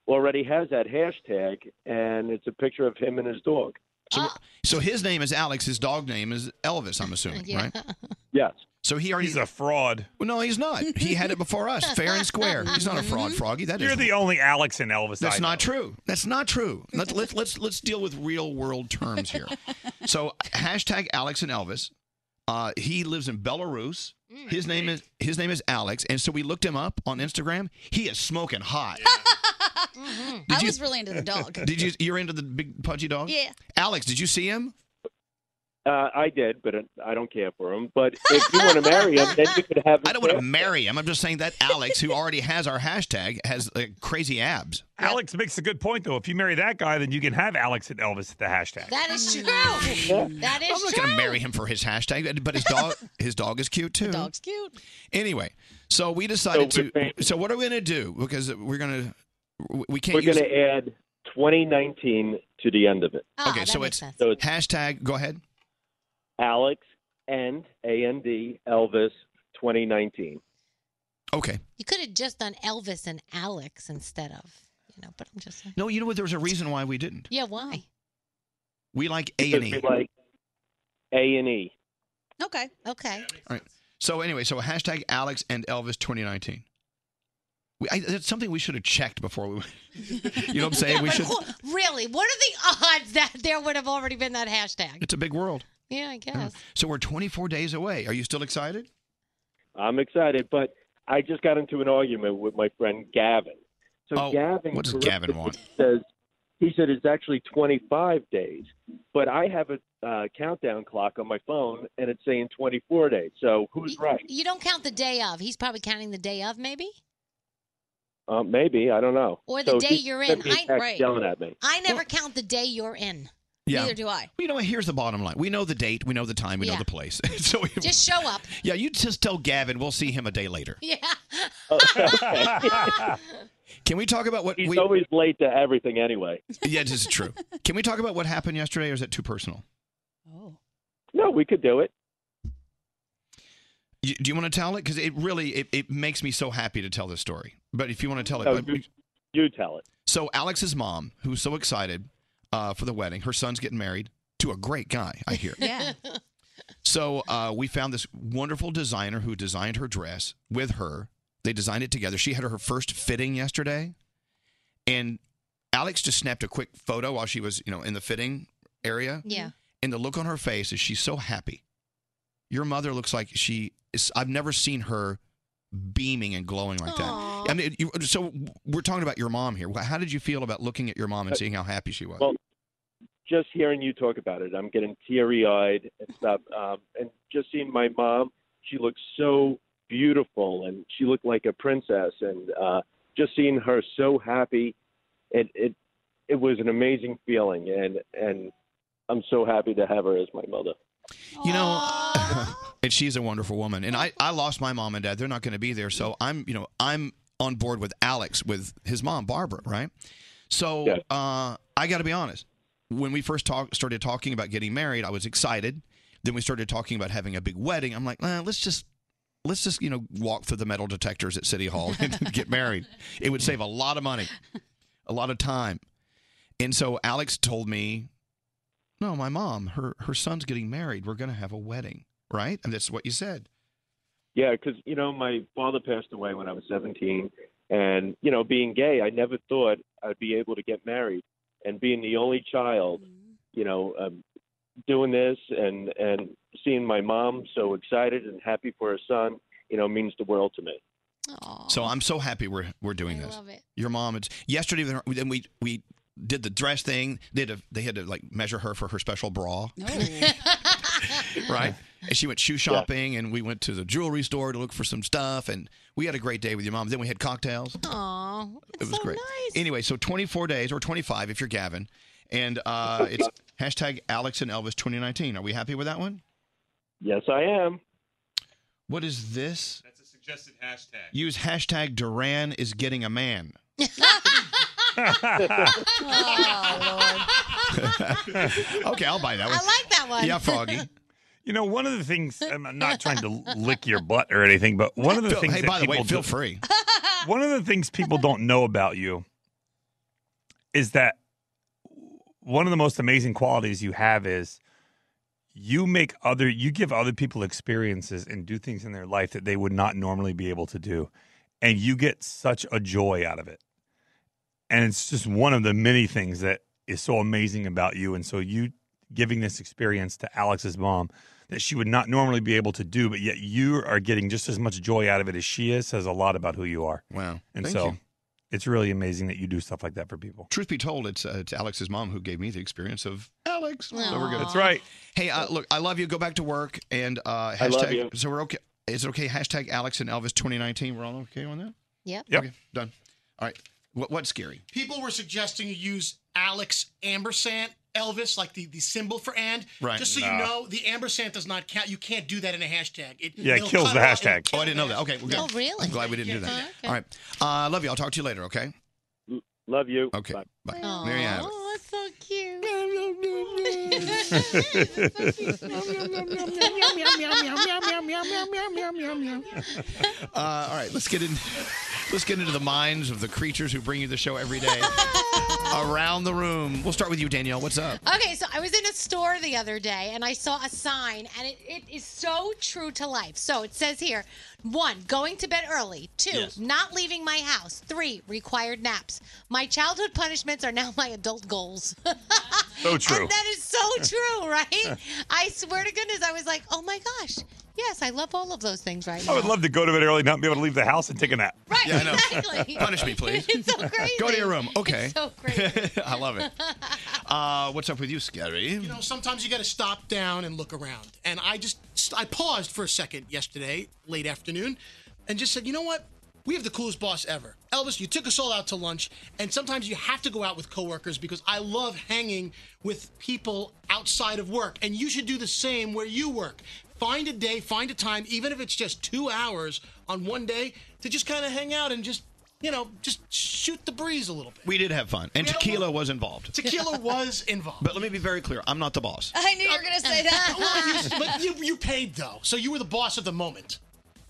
Speaker 12: already has that hashtag, and it's a picture of him and his dog.
Speaker 1: So, so his name is Alex. His dog name is Elvis. I'm assuming,
Speaker 12: Yeah.
Speaker 1: right?
Speaker 12: Yes.
Speaker 1: So he already.
Speaker 14: He's a fraud.
Speaker 1: Well, no, he's not. He had it before us, fair and square. He's not a fraud, Froggy. That
Speaker 14: You're
Speaker 1: is-
Speaker 14: the only Alex and Elvis.
Speaker 1: That's
Speaker 14: I know.
Speaker 1: not true. That's not true. Let's let's let's let's deal with real world terms here. So hashtag Alex and Elvis. Uh, he lives in Belarus. His name is his name is Alex, and so we looked him up on Instagram. He is smoking hot.
Speaker 11: Mm-hmm.
Speaker 7: I was really into the dog.
Speaker 1: Did you? You're into the big pudgy dog.
Speaker 7: Yeah.
Speaker 1: Alex, did you see him?
Speaker 12: Uh, I did, but I don't care for him. But if you want to marry him, then you could have.
Speaker 1: I don't want to marry him. I'm just saying that Alex, who already has our hashtag, has like, crazy abs.
Speaker 14: Alex makes a good point though. If you marry that guy, then you can have Alex and Elvis at the hashtag.
Speaker 11: That is true. that is
Speaker 1: I'm not
Speaker 11: true.
Speaker 1: going to marry him for his hashtag, but his dog, his dog is cute too. dog's
Speaker 11: cute.
Speaker 1: Anyway, so we decided
Speaker 12: So we're
Speaker 1: to. So what are we going to do? Because we're going to, we can't.
Speaker 12: We're
Speaker 1: use
Speaker 12: going to add 2019 to the end of it.
Speaker 1: Okay, so it's,
Speaker 12: So
Speaker 1: hashtag. Go ahead.
Speaker 12: Alex and A N D Elvis 2019.
Speaker 1: Okay.
Speaker 11: You could have just done Elvis and Alex instead of, you know, but I'm just saying.
Speaker 1: No, you know what? There was a reason why we didn't.
Speaker 11: Yeah, why?
Speaker 1: We like A and E.
Speaker 12: Because we like A and E.
Speaker 7: Okay.
Speaker 11: Okay.
Speaker 1: All right. So anyway, so hashtag Alex and Elvis 2019. We, I, that's something we should have checked before we. you know what I'm saying?
Speaker 11: Yeah,
Speaker 1: we
Speaker 11: but
Speaker 1: should.
Speaker 11: who- really, what are the odds that there would have already been that hashtag?
Speaker 1: It's a big world. Uh-huh.
Speaker 11: Yeah, I guess.
Speaker 1: So we're 24 days away. Are you still excited?
Speaker 12: I'm excited, but I just got into an argument with my friend Gavin. So
Speaker 1: Oh,
Speaker 12: Gavin,
Speaker 1: what does
Speaker 12: corrected
Speaker 1: Gavin
Speaker 12: me,
Speaker 1: want?
Speaker 12: Says He said it's actually 25 days, but I have a uh, countdown clock on my phone, and it's saying 24 days. So who's right?
Speaker 11: You don't count the day of. He's probably counting the day of, maybe?
Speaker 12: Uh, maybe I don't know.
Speaker 11: Or the
Speaker 12: So
Speaker 11: day
Speaker 12: he
Speaker 11: you're
Speaker 12: sent me
Speaker 11: in.
Speaker 12: a
Speaker 11: I-
Speaker 12: text
Speaker 11: right.
Speaker 12: yelling at me.
Speaker 11: I never count the day you're in.
Speaker 1: Yeah.
Speaker 11: Neither do I.
Speaker 1: Well, you know, what? here's the bottom line. We know the date, we know the time, we
Speaker 11: Yeah.
Speaker 1: know the place. so, we,
Speaker 11: Just show up.
Speaker 1: yeah, you just tell Gavin we'll see him a day later.
Speaker 11: Yeah.
Speaker 1: Can we talk about what
Speaker 12: He's
Speaker 1: we?
Speaker 12: always late to everything anyway.
Speaker 1: Yeah, this is true. Can we talk about what happened yesterday, or is that too personal?
Speaker 12: No, we could do it.
Speaker 1: You, do you want to tell it? Because it really it, it makes me so happy to tell this story. But if you want to tell it,
Speaker 12: No,
Speaker 1: but-
Speaker 12: you, you tell it.
Speaker 1: So Alex's mom, who's so excited uh, for the wedding, her son's getting married to a great guy, I hear.
Speaker 11: Yeah.
Speaker 1: So uh, we found this wonderful designer who designed her dress with her. They designed it together. She had her first fitting yesterday, and Alex just snapped a quick photo while she was, you know, in the fitting area.
Speaker 11: Yeah.
Speaker 1: And the look on her face is she's so happy. Your mother looks like she is. I've never seen her beaming and glowing like that. I mean, you, so we're talking about your mom here. How did you feel about looking at your mom and seeing how happy she was?
Speaker 12: Well, just hearing you talk about it, I'm getting teary eyed and stuff. Um, and just seeing my mom, she looked so beautiful and she looked like a princess. And uh, just seeing her so happy, it it it was an amazing feeling. And and I'm so happy to have her as my mother.
Speaker 1: you know, and she's a wonderful woman. And I, I lost my mom and dad. They're not going to be there. So I'm, you know, I'm on board with Alex with his mom, Barbara, right? So uh, I got to be honest. When we first talk, started talking about getting married, I was excited. Then we started talking about having a big wedding. I'm like, eh, let's just let's just you know walk through the metal detectors at City Hall and get married. It would save a lot of money, a lot of time. And so Alex told me no, my mom, her her son's getting married. We're going to have a wedding, right? And that's what you said.
Speaker 12: Yeah, because you know my father passed away when I was 17, and you know being gay, I never thought I'd be able to get married, and being the only child, you know, um, doing this and and seeing my mom so excited and happy for her son, you know, means the world to me.
Speaker 1: So I'm so happy we're we're doing this. Your mom. It's yesterday. Then then we we did the dress thing. They had to, they had to like measure her for her special bra, right? And she went shoe shopping, and we went to the jewelry store to look for some stuff. And we had a great day with your mom. Then we had cocktails.
Speaker 11: Aw.
Speaker 1: it was great. Anyway, so 24 days or 25 if you're Gavin, and uh, it's hashtag Alex and Elvis 2019. Are we happy with that one?
Speaker 12: Yes, I am.
Speaker 1: What is this?
Speaker 17: That's a suggested hashtag.
Speaker 1: Use hashtag Duran is getting a man. okay, I'll buy that one.
Speaker 11: I like Oh, that one.
Speaker 1: Yeah, Froggy.
Speaker 14: You know, one of the things I'm not trying to lick your butt or anything, but one of the
Speaker 1: Feel-
Speaker 14: things.
Speaker 1: hey,
Speaker 14: that
Speaker 1: by the way,
Speaker 14: people
Speaker 1: feel
Speaker 14: do-
Speaker 1: free.
Speaker 14: One of the things people don't know about you is that one of the most amazing qualities you have is you make other you give other people experiences and do things in their life that they would not normally be able to do and you get such a joy out of it and it's just one of the many things that is so amazing about you and so you giving this experience to alex's mom that she would not normally be able to do but yet you are getting just as much joy out of it as she is says a lot about who you are
Speaker 1: wow
Speaker 14: and
Speaker 1: Thank
Speaker 14: so
Speaker 1: you.
Speaker 14: it's really amazing that you do stuff like that for people
Speaker 1: Truth be told, it's uh, it's Alex's mom who gave me the experience of Alex. So we're good.
Speaker 14: That's right.
Speaker 1: Hey, uh, look, I love you. Go back to work and uh, hashtag.
Speaker 14: I love you.
Speaker 1: So we're okay. Is it okay? Hashtag Alex and Elvis 2019. We're all okay on that.
Speaker 11: Yep.
Speaker 1: Okay, done. All right. What, what's scary?
Speaker 26: people were suggesting you use Alex ampersand Elvis, like the, the symbol for and.
Speaker 1: Right.
Speaker 26: Just so you
Speaker 1: Nah.
Speaker 26: know, the ampersand does not count. You can't do that in a hashtag. It,
Speaker 1: Yeah, it
Speaker 26: it'll
Speaker 1: kills
Speaker 26: cut
Speaker 1: the
Speaker 26: it off.
Speaker 1: hashtag.
Speaker 26: It'll
Speaker 1: Oh, I didn't know
Speaker 26: kill
Speaker 1: that. Okay,
Speaker 26: the
Speaker 1: we're good.
Speaker 26: hashtag.
Speaker 1: I'm glad we didn't do that.
Speaker 26: okay.
Speaker 1: All right. Uh, love you. I'll talk to you later, okay?
Speaker 12: Love you.
Speaker 1: Okay. Bye. There you have it.
Speaker 11: Oh, that's so cute.
Speaker 1: Uh, all right, let's get in. Let's get into the minds of the creatures who bring you the show every day around the room. We'll start with you, Danielle. What's up?
Speaker 11: Okay, so I was in a store the other day and I saw a sign, and it, it is so true to life. So it says here one, going to bed early. Two,
Speaker 13: Yes.
Speaker 11: not leaving my house. Three, required naps. My childhood punishments are now my adult goals.
Speaker 14: so true
Speaker 11: That is so true, right? I swear to goodness, I was like, oh my gosh. Yes, I love all of those things right now.
Speaker 14: I would love to go to bed early, not be able to leave the house, and take a nap.
Speaker 11: Right,
Speaker 1: Yeah, I know.
Speaker 11: exactly.
Speaker 1: Punish me, please.
Speaker 11: It's so crazy.
Speaker 1: Go to your room. Okay.
Speaker 11: It's so crazy.
Speaker 1: I love it. Uh, what's up with you, Scary?
Speaker 26: You know, sometimes you got to stop down and look around. And I just I paused for a second yesterday, late afternoon, and just said, you know what? We have the coolest boss ever, Elvis. You took us all out to lunch, and sometimes you have to go out with coworkers because I love hanging with people outside of work, and you should do the same where you work. Find a day, find a time, even if it's just two hours on one day, to just kind of hang out and just, you know, just shoot the breeze a little bit.
Speaker 1: we did have fun, and
Speaker 26: We had a
Speaker 1: tequila
Speaker 26: little-
Speaker 1: was involved.
Speaker 26: Tequila was involved.
Speaker 1: But let me be very clear. I'm not the boss.
Speaker 7: I knew you were going to say
Speaker 26: Well, you,
Speaker 7: that.
Speaker 26: but you, you paid though, so you were the boss of the moment.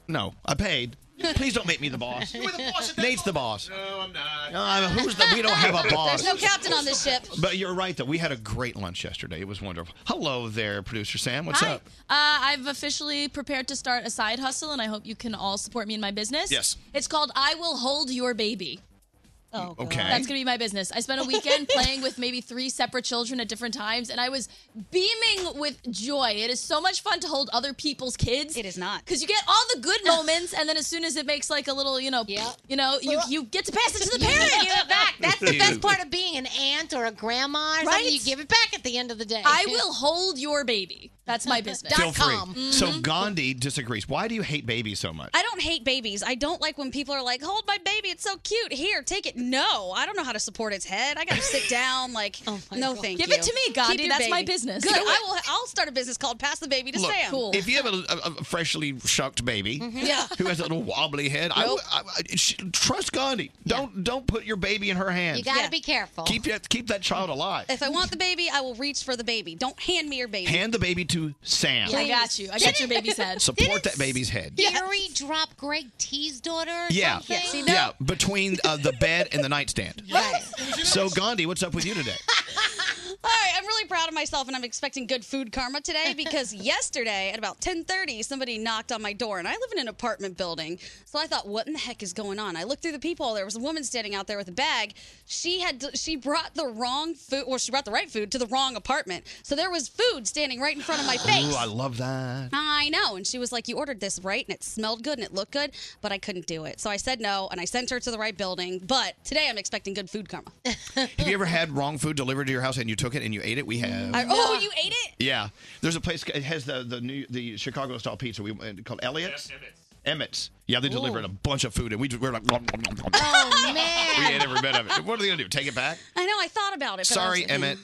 Speaker 1: No, I paid. Please don't make me the boss.
Speaker 26: You were the boss. Of the
Speaker 1: Nate's the boss.
Speaker 26: No, I'm not.
Speaker 1: Uh, who's the? We don't have a boss.
Speaker 7: There's no captain on this ship.
Speaker 1: But you're right, though. We had a great lunch yesterday. It was wonderful. Hello there, producer Sam. What's
Speaker 15: Hi.
Speaker 1: up?
Speaker 15: Uh, I've officially prepared to start a side hustle, and I hope you can all support me in my business.
Speaker 1: Yes.
Speaker 15: It's called I Will Hold Your Baby.
Speaker 7: Oh,
Speaker 1: Okay. God.
Speaker 15: That's going to be my business. I spent a weekend playing with maybe three separate children at different times, and I was beaming with joy. It is so much fun to hold other people's kids. It is
Speaker 7: not.
Speaker 15: Because you get all the good moments, and then as soon as it makes like a little, you know, you know, you, you get to pass it to the
Speaker 11: You
Speaker 15: parent.
Speaker 11: give it back. That's the
Speaker 1: Ew.
Speaker 11: best part of being an aunt or a grandma. Or something.
Speaker 15: Right?
Speaker 11: You give it back at the end of the day.
Speaker 15: I will hold your baby. That's my business.
Speaker 1: Feel free. So Gandhi disagrees. Why do you hate babies so much?
Speaker 7: Mm-hmm. I don't hate babies. I don't like when people are like, "Hold my baby, it's so cute. Here, take it." No, I don't know how to support its head. I gotta sit down. Like, no, thank
Speaker 15: Oh Give
Speaker 7: you.
Speaker 15: it to me,
Speaker 7: Keep
Speaker 15: Gandhi.
Speaker 7: your
Speaker 15: That's my
Speaker 7: baby.
Speaker 15: business.
Speaker 7: Good.
Speaker 15: You know
Speaker 7: I will. I'll start a business called "Pass the Baby to
Speaker 1: Look,
Speaker 7: Sam."
Speaker 1: if you have a, a, a freshly shucked baby
Speaker 7: Mhm. Yeah.
Speaker 1: who has a little wobbly head, I
Speaker 7: Nope.
Speaker 1: would- I, I- sh- trust Gandhi. Don't don't put your baby in her hands.
Speaker 7: You gotta Yeah. be careful.
Speaker 1: Keep that keep that child alive.
Speaker 7: If I want the baby, I will reach for the baby. Don't hand me your baby.
Speaker 1: Hand the baby to Sam.
Speaker 7: I got you. I got your baby's head.
Speaker 1: Support that baby's head.
Speaker 11: Gary drop Greg T's daughter. Or
Speaker 1: Yeah,
Speaker 11: Something?
Speaker 1: yeah, between uh, the bed and the nightstand.
Speaker 7: Right.
Speaker 1: So Gandhi, what's up with you today?
Speaker 7: All right, I'm really proud of myself, and I'm expecting good food karma today because yesterday at about 10:30, somebody knocked on my door, and I live in an apartment building, so I thought, what in the heck is going on? I looked through the peephole. There was a woman standing out there with a bag. She had she brought the wrong food, or she brought the right food to the wrong apartment. So there was food standing right in front of my face.
Speaker 1: Ooh, I love that.
Speaker 7: I know. And she was like, You ordered this right and it smelled good and it looked good, but I couldn't do it. So I said no and I sent her to the right building. But today I'm expecting good food karma.
Speaker 1: Have you ever had wrong food delivered to your house and you took it and you ate it? We have.
Speaker 7: I- oh, you ate it?
Speaker 1: Yeah, there's a place it has the the new the Chicago style pizza we uh, called Elliot's. Emmett's. Yeah, they delivered a bunch of food and we just, we were like, "Nom, nom, nom, nom."
Speaker 7: Oh, man.
Speaker 1: we ate every bit of it. What are they gonna do? Take it back?
Speaker 7: I know. I thought about it. but I
Speaker 1: Sorry,
Speaker 7: was- yeah.
Speaker 1: Emmett.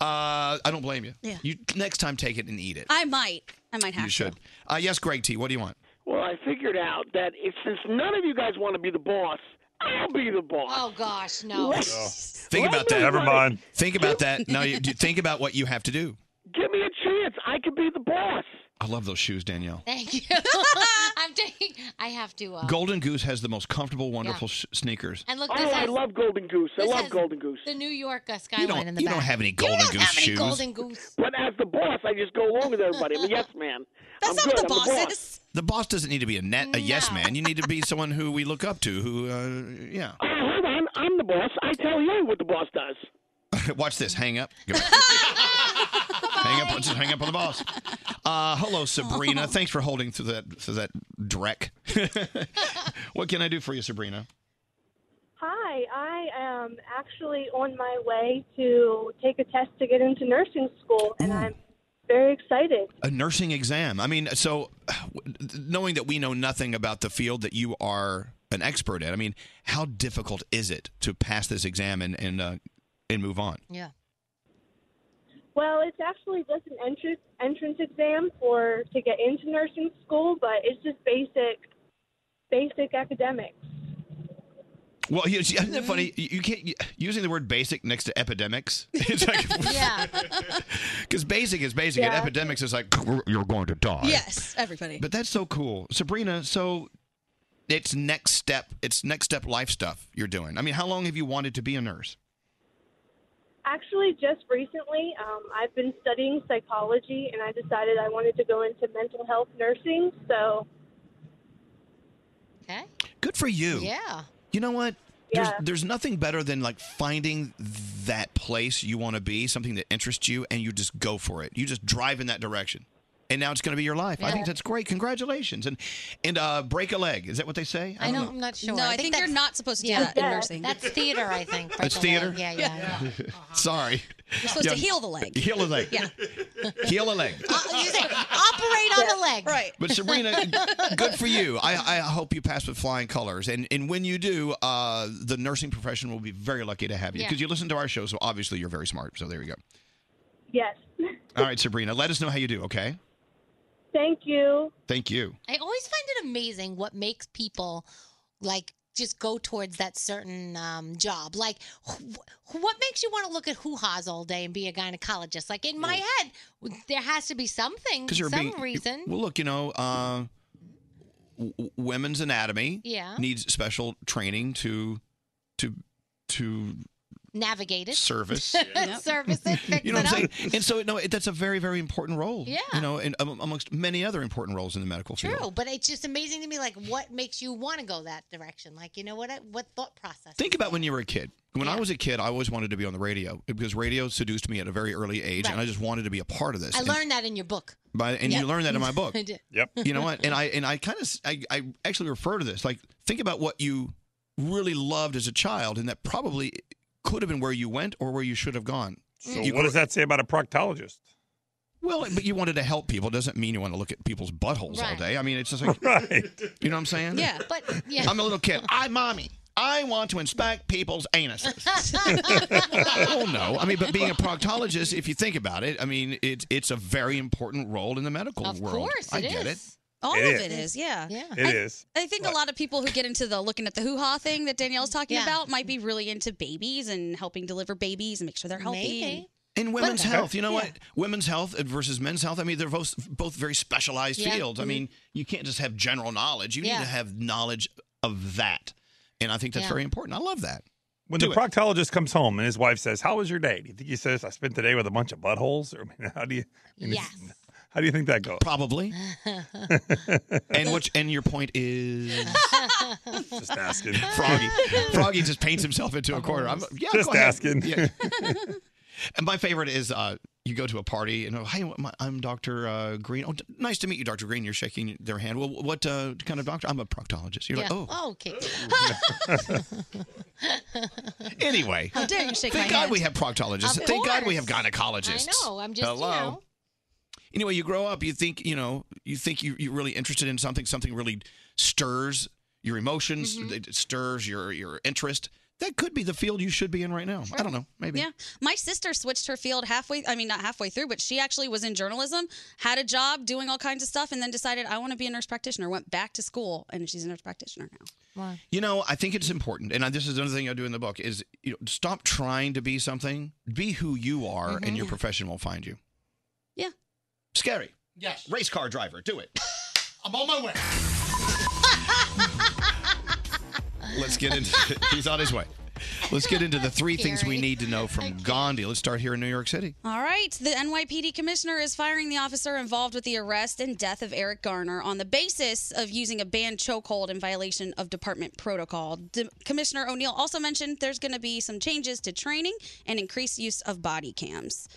Speaker 1: Uh, I don't blame you.
Speaker 7: Yeah.
Speaker 1: You next time take it and eat it.
Speaker 7: I might. I might have
Speaker 1: you should. Uh, yes, Greg T. What do you want?
Speaker 2: Well, I figured out that if since none of you guys want to be the boss, I'll be the boss.
Speaker 11: Oh gosh, no.
Speaker 1: Think about that.
Speaker 14: Never mind.
Speaker 1: Think about that. No, you, you think about what you have to do.
Speaker 2: Give me a chance. I could be the boss.
Speaker 1: I love those shoes, Danielle.
Speaker 11: Thank you. I'm taking. I have to. Uh,
Speaker 1: Golden Goose has the most comfortable, wonderful sh- sneakers.
Speaker 11: And look,
Speaker 2: Oh,
Speaker 11: this
Speaker 2: I
Speaker 11: has
Speaker 2: love Golden Goose. I
Speaker 11: this
Speaker 2: love
Speaker 11: has
Speaker 2: Golden Goose.
Speaker 11: The New York uh, skyline
Speaker 1: You don't.
Speaker 11: in the
Speaker 1: You
Speaker 11: back.
Speaker 1: don't have any Golden
Speaker 11: you don't
Speaker 1: Goose
Speaker 11: have any
Speaker 1: shoes.
Speaker 11: Golden Goose.
Speaker 2: But as the boss, I just go along with everybody. I'm a yes man. I'm
Speaker 7: not
Speaker 2: good.
Speaker 7: what
Speaker 2: I'm
Speaker 7: the
Speaker 2: the
Speaker 7: boss
Speaker 2: boss.
Speaker 1: The boss doesn't need to be a net, a yes man. You need to be someone who we look up to. Who, uh, yeah.
Speaker 2: Oh, hold on. I'm the boss. I tell you what the boss does.
Speaker 1: uh, Watch this. Hang up. Go back. hang up. Just hang up on the boss. Uh, hello, Sabrina. Thanks for holding through that through that dreck. what can I do for you, Sabrina?
Speaker 29: Hi, I am actually on my way to take a test to get into nursing school, and I'm very excited.
Speaker 1: A nursing exam. I mean, so w- knowing that we know nothing about the field that you are an expert in, I mean, how difficult is it to pass this exam and and uh, and move on?
Speaker 29: Yeah. Well, it's actually just an entrance entrance exam for to get into nursing school, but it's just basic basic academics.
Speaker 1: Well, you- isn't it funny?
Speaker 29: Mm-hmm.
Speaker 1: You you can't using the word basic next to epidemics. It's like
Speaker 29: Yeah.
Speaker 1: because basic is basic, and
Speaker 7: Yeah.
Speaker 1: epidemics is like you're going to die.
Speaker 7: Yes, everybody.
Speaker 1: But that's so cool, Sabrina. So it's next step. It's next step life stuff you're doing. I mean, how long have you wanted to be a nurse?
Speaker 29: Actually, just recently, um, I've been studying psychology, and I decided I wanted to go into mental health nursing. So
Speaker 1: Good for you.
Speaker 29: yeah,
Speaker 1: You know what?
Speaker 29: Yeah.
Speaker 1: There's, there's nothing better than like finding that place you want to be, something that interests you, and you just go for it. You just drive in that direction. and now it's going to be your life. I think that's great. Congratulations, and and uh, break a leg. Is that what they say?
Speaker 11: I know. I'm not sure.
Speaker 7: No, I think you're
Speaker 11: that's-
Speaker 7: not supposed to do
Speaker 11: Yeah.
Speaker 7: that in nursing.
Speaker 11: That's theater, I think.
Speaker 1: It's
Speaker 11: break a
Speaker 1: theater.
Speaker 11: leg. Yeah, yeah. Uh-huh.
Speaker 1: Sorry.
Speaker 7: You're supposed to heal the leg.
Speaker 1: Heal a leg.
Speaker 7: Yeah.
Speaker 1: Heal a leg.
Speaker 11: Uh, You say, operate on the leg. Right.
Speaker 1: But Sabrina, good for you. I, I hope you pass with flying colors. And and when you do, uh, the nursing profession will be very lucky to have you
Speaker 18: Yeah.
Speaker 1: because you listen to our show. So obviously you're very smart. So there you go.
Speaker 18: Yes.
Speaker 1: All right, Sabrina, let us know how you do. Okay.
Speaker 18: Thank you.
Speaker 1: Thank you.
Speaker 11: I always find it amazing what makes people like just go towards that certain um, job. Like, wh- what makes you want to look at hoo ha's all day and be a gynecologist? Like in my head, there has to be something,
Speaker 1: Because you're
Speaker 11: Mm, some
Speaker 1: being
Speaker 11: reason.
Speaker 1: Well, look, you know, uh, w- w- women's anatomy
Speaker 11: Yeah.
Speaker 1: needs special training to to to
Speaker 11: Navigate it.
Speaker 1: Service.
Speaker 11: Service it. Fix
Speaker 1: you know
Speaker 11: it
Speaker 1: what
Speaker 11: up.
Speaker 1: I'm saying? And so, no, it- that's a very, very important role.
Speaker 11: Yeah.
Speaker 1: You know, and am- amongst many other important roles in the medical field.
Speaker 11: True, but it's just amazing to me, like what makes you want to go that direction? Like, you know what? What thought process?
Speaker 1: Think about when you were a kid. When I was a kid, I always wanted to be on the radio because radio seduced me at a very early age, and
Speaker 11: Right.
Speaker 1: I just wanted to be a part of this.
Speaker 11: I
Speaker 1: And-
Speaker 11: learned that in your book.
Speaker 1: By, and
Speaker 11: Yeah.
Speaker 1: you learned that in my book.
Speaker 11: I did.
Speaker 14: Yep.
Speaker 1: You know what? And I and I kind of I, I actually refer to this. Like think about what you really loved as a child, and that probably could have been where you went or where you should have gone.
Speaker 14: So what does that say about a proctologist?
Speaker 1: Well, but you wanted to help people. Doesn't mean you want to look at people's buttholes all
Speaker 14: Right.
Speaker 1: day. I mean, it's just like, you know what I'm saying?
Speaker 11: Yeah, but yeah.
Speaker 1: I'm a little kid. I, mommy, I want to inspect people's anuses. well, no. I mean, but being a proctologist, if you think about it, I mean, it's it's a very important role in the medical
Speaker 7: Of
Speaker 1: world.
Speaker 7: course
Speaker 1: I
Speaker 7: it
Speaker 1: get
Speaker 7: is.
Speaker 1: it.
Speaker 7: All of it is, yeah.
Speaker 1: It
Speaker 7: I,
Speaker 1: is.
Speaker 7: I think a lot of people who get into the looking at the hoo ha thing that Danielle's talking
Speaker 11: Yeah.
Speaker 7: about might be really into babies and helping deliver babies and make sure they're healthy.
Speaker 11: Maybe.
Speaker 7: and-
Speaker 1: In women's
Speaker 7: Whatever.
Speaker 1: health, you know
Speaker 7: Yeah.
Speaker 1: what? Women's health versus men's health. I mean, they're both both very specialized
Speaker 7: Yeah.
Speaker 1: fields. I
Speaker 7: Mhm.
Speaker 1: mean, you can't just have general knowledge. You
Speaker 14: Yeah.
Speaker 1: need to have knowledge of that, and I think that's
Speaker 14: Yeah.
Speaker 1: very important. I love that.
Speaker 14: When
Speaker 1: Do
Speaker 14: the
Speaker 1: it.
Speaker 14: proctologist comes home and his wife says, "How was your day?" Do you think he says, "I spent the day with a bunch of buttholes"? Or I mean, how do you? I mean, it's- How do you think that goes?
Speaker 1: Probably. and which and your point is
Speaker 14: just asking.
Speaker 1: Froggy, Froggy just paints himself into a corner. I'm yeah,
Speaker 14: Just
Speaker 1: go ahead.
Speaker 14: asking.
Speaker 1: Yeah. and my favorite is uh, you go to a party and oh, hi, my- I'm Doctor uh, Green. Oh, d- nice to meet you, Doctor Green. You're shaking their hand. Well, what uh, kind of doctor? I'm a proctologist. You're
Speaker 11: yeah.
Speaker 1: like oh.
Speaker 11: okay.
Speaker 1: Anyway,
Speaker 11: How dare you shake
Speaker 1: thank
Speaker 11: my
Speaker 1: God
Speaker 11: hand.
Speaker 1: we have proctologists.
Speaker 11: Of
Speaker 1: Thank God we have
Speaker 11: course.
Speaker 1: gynecologists.
Speaker 11: I know, I'm just, you
Speaker 1: hello.
Speaker 11: know.
Speaker 1: Anyway, you grow up. You think you know. You think you, you're really interested in something. Something really stirs your emotions.
Speaker 11: Mm-hmm.
Speaker 1: It stirs your your interest. That could be the field you should be in right now. I don't know. Maybe.
Speaker 7: Yeah. My sister switched her field halfway, I mean, not halfway through, but she actually was in journalism, had a job doing all kinds of stuff, and then decided, I want to be a nurse practitioner, went back to school, and she's a nurse practitioner now.
Speaker 1: You know, I think it's important, and I, this is another thing I do in the book is you know stop trying to be something. Be who you are,
Speaker 11: Mm-hmm.
Speaker 1: and your profession will find you.
Speaker 7: Yeah.
Speaker 1: Scary.
Speaker 26: Yes.
Speaker 1: Race car driver. Do it.
Speaker 26: I'm on my way.
Speaker 1: Let's get into. he's on his way. Let's get into the three things we
Speaker 7: Scary.
Speaker 1: need to know from Gandhi. Let's start here in New York City.
Speaker 7: All right. The NYPD commissioner is firing the officer involved with the arrest and death of Eric Garner on the basis of using a banned chokehold in violation of department protocol. D- commissioner O'Neill also mentioned there's going to be some changes to training and increased use of body cams.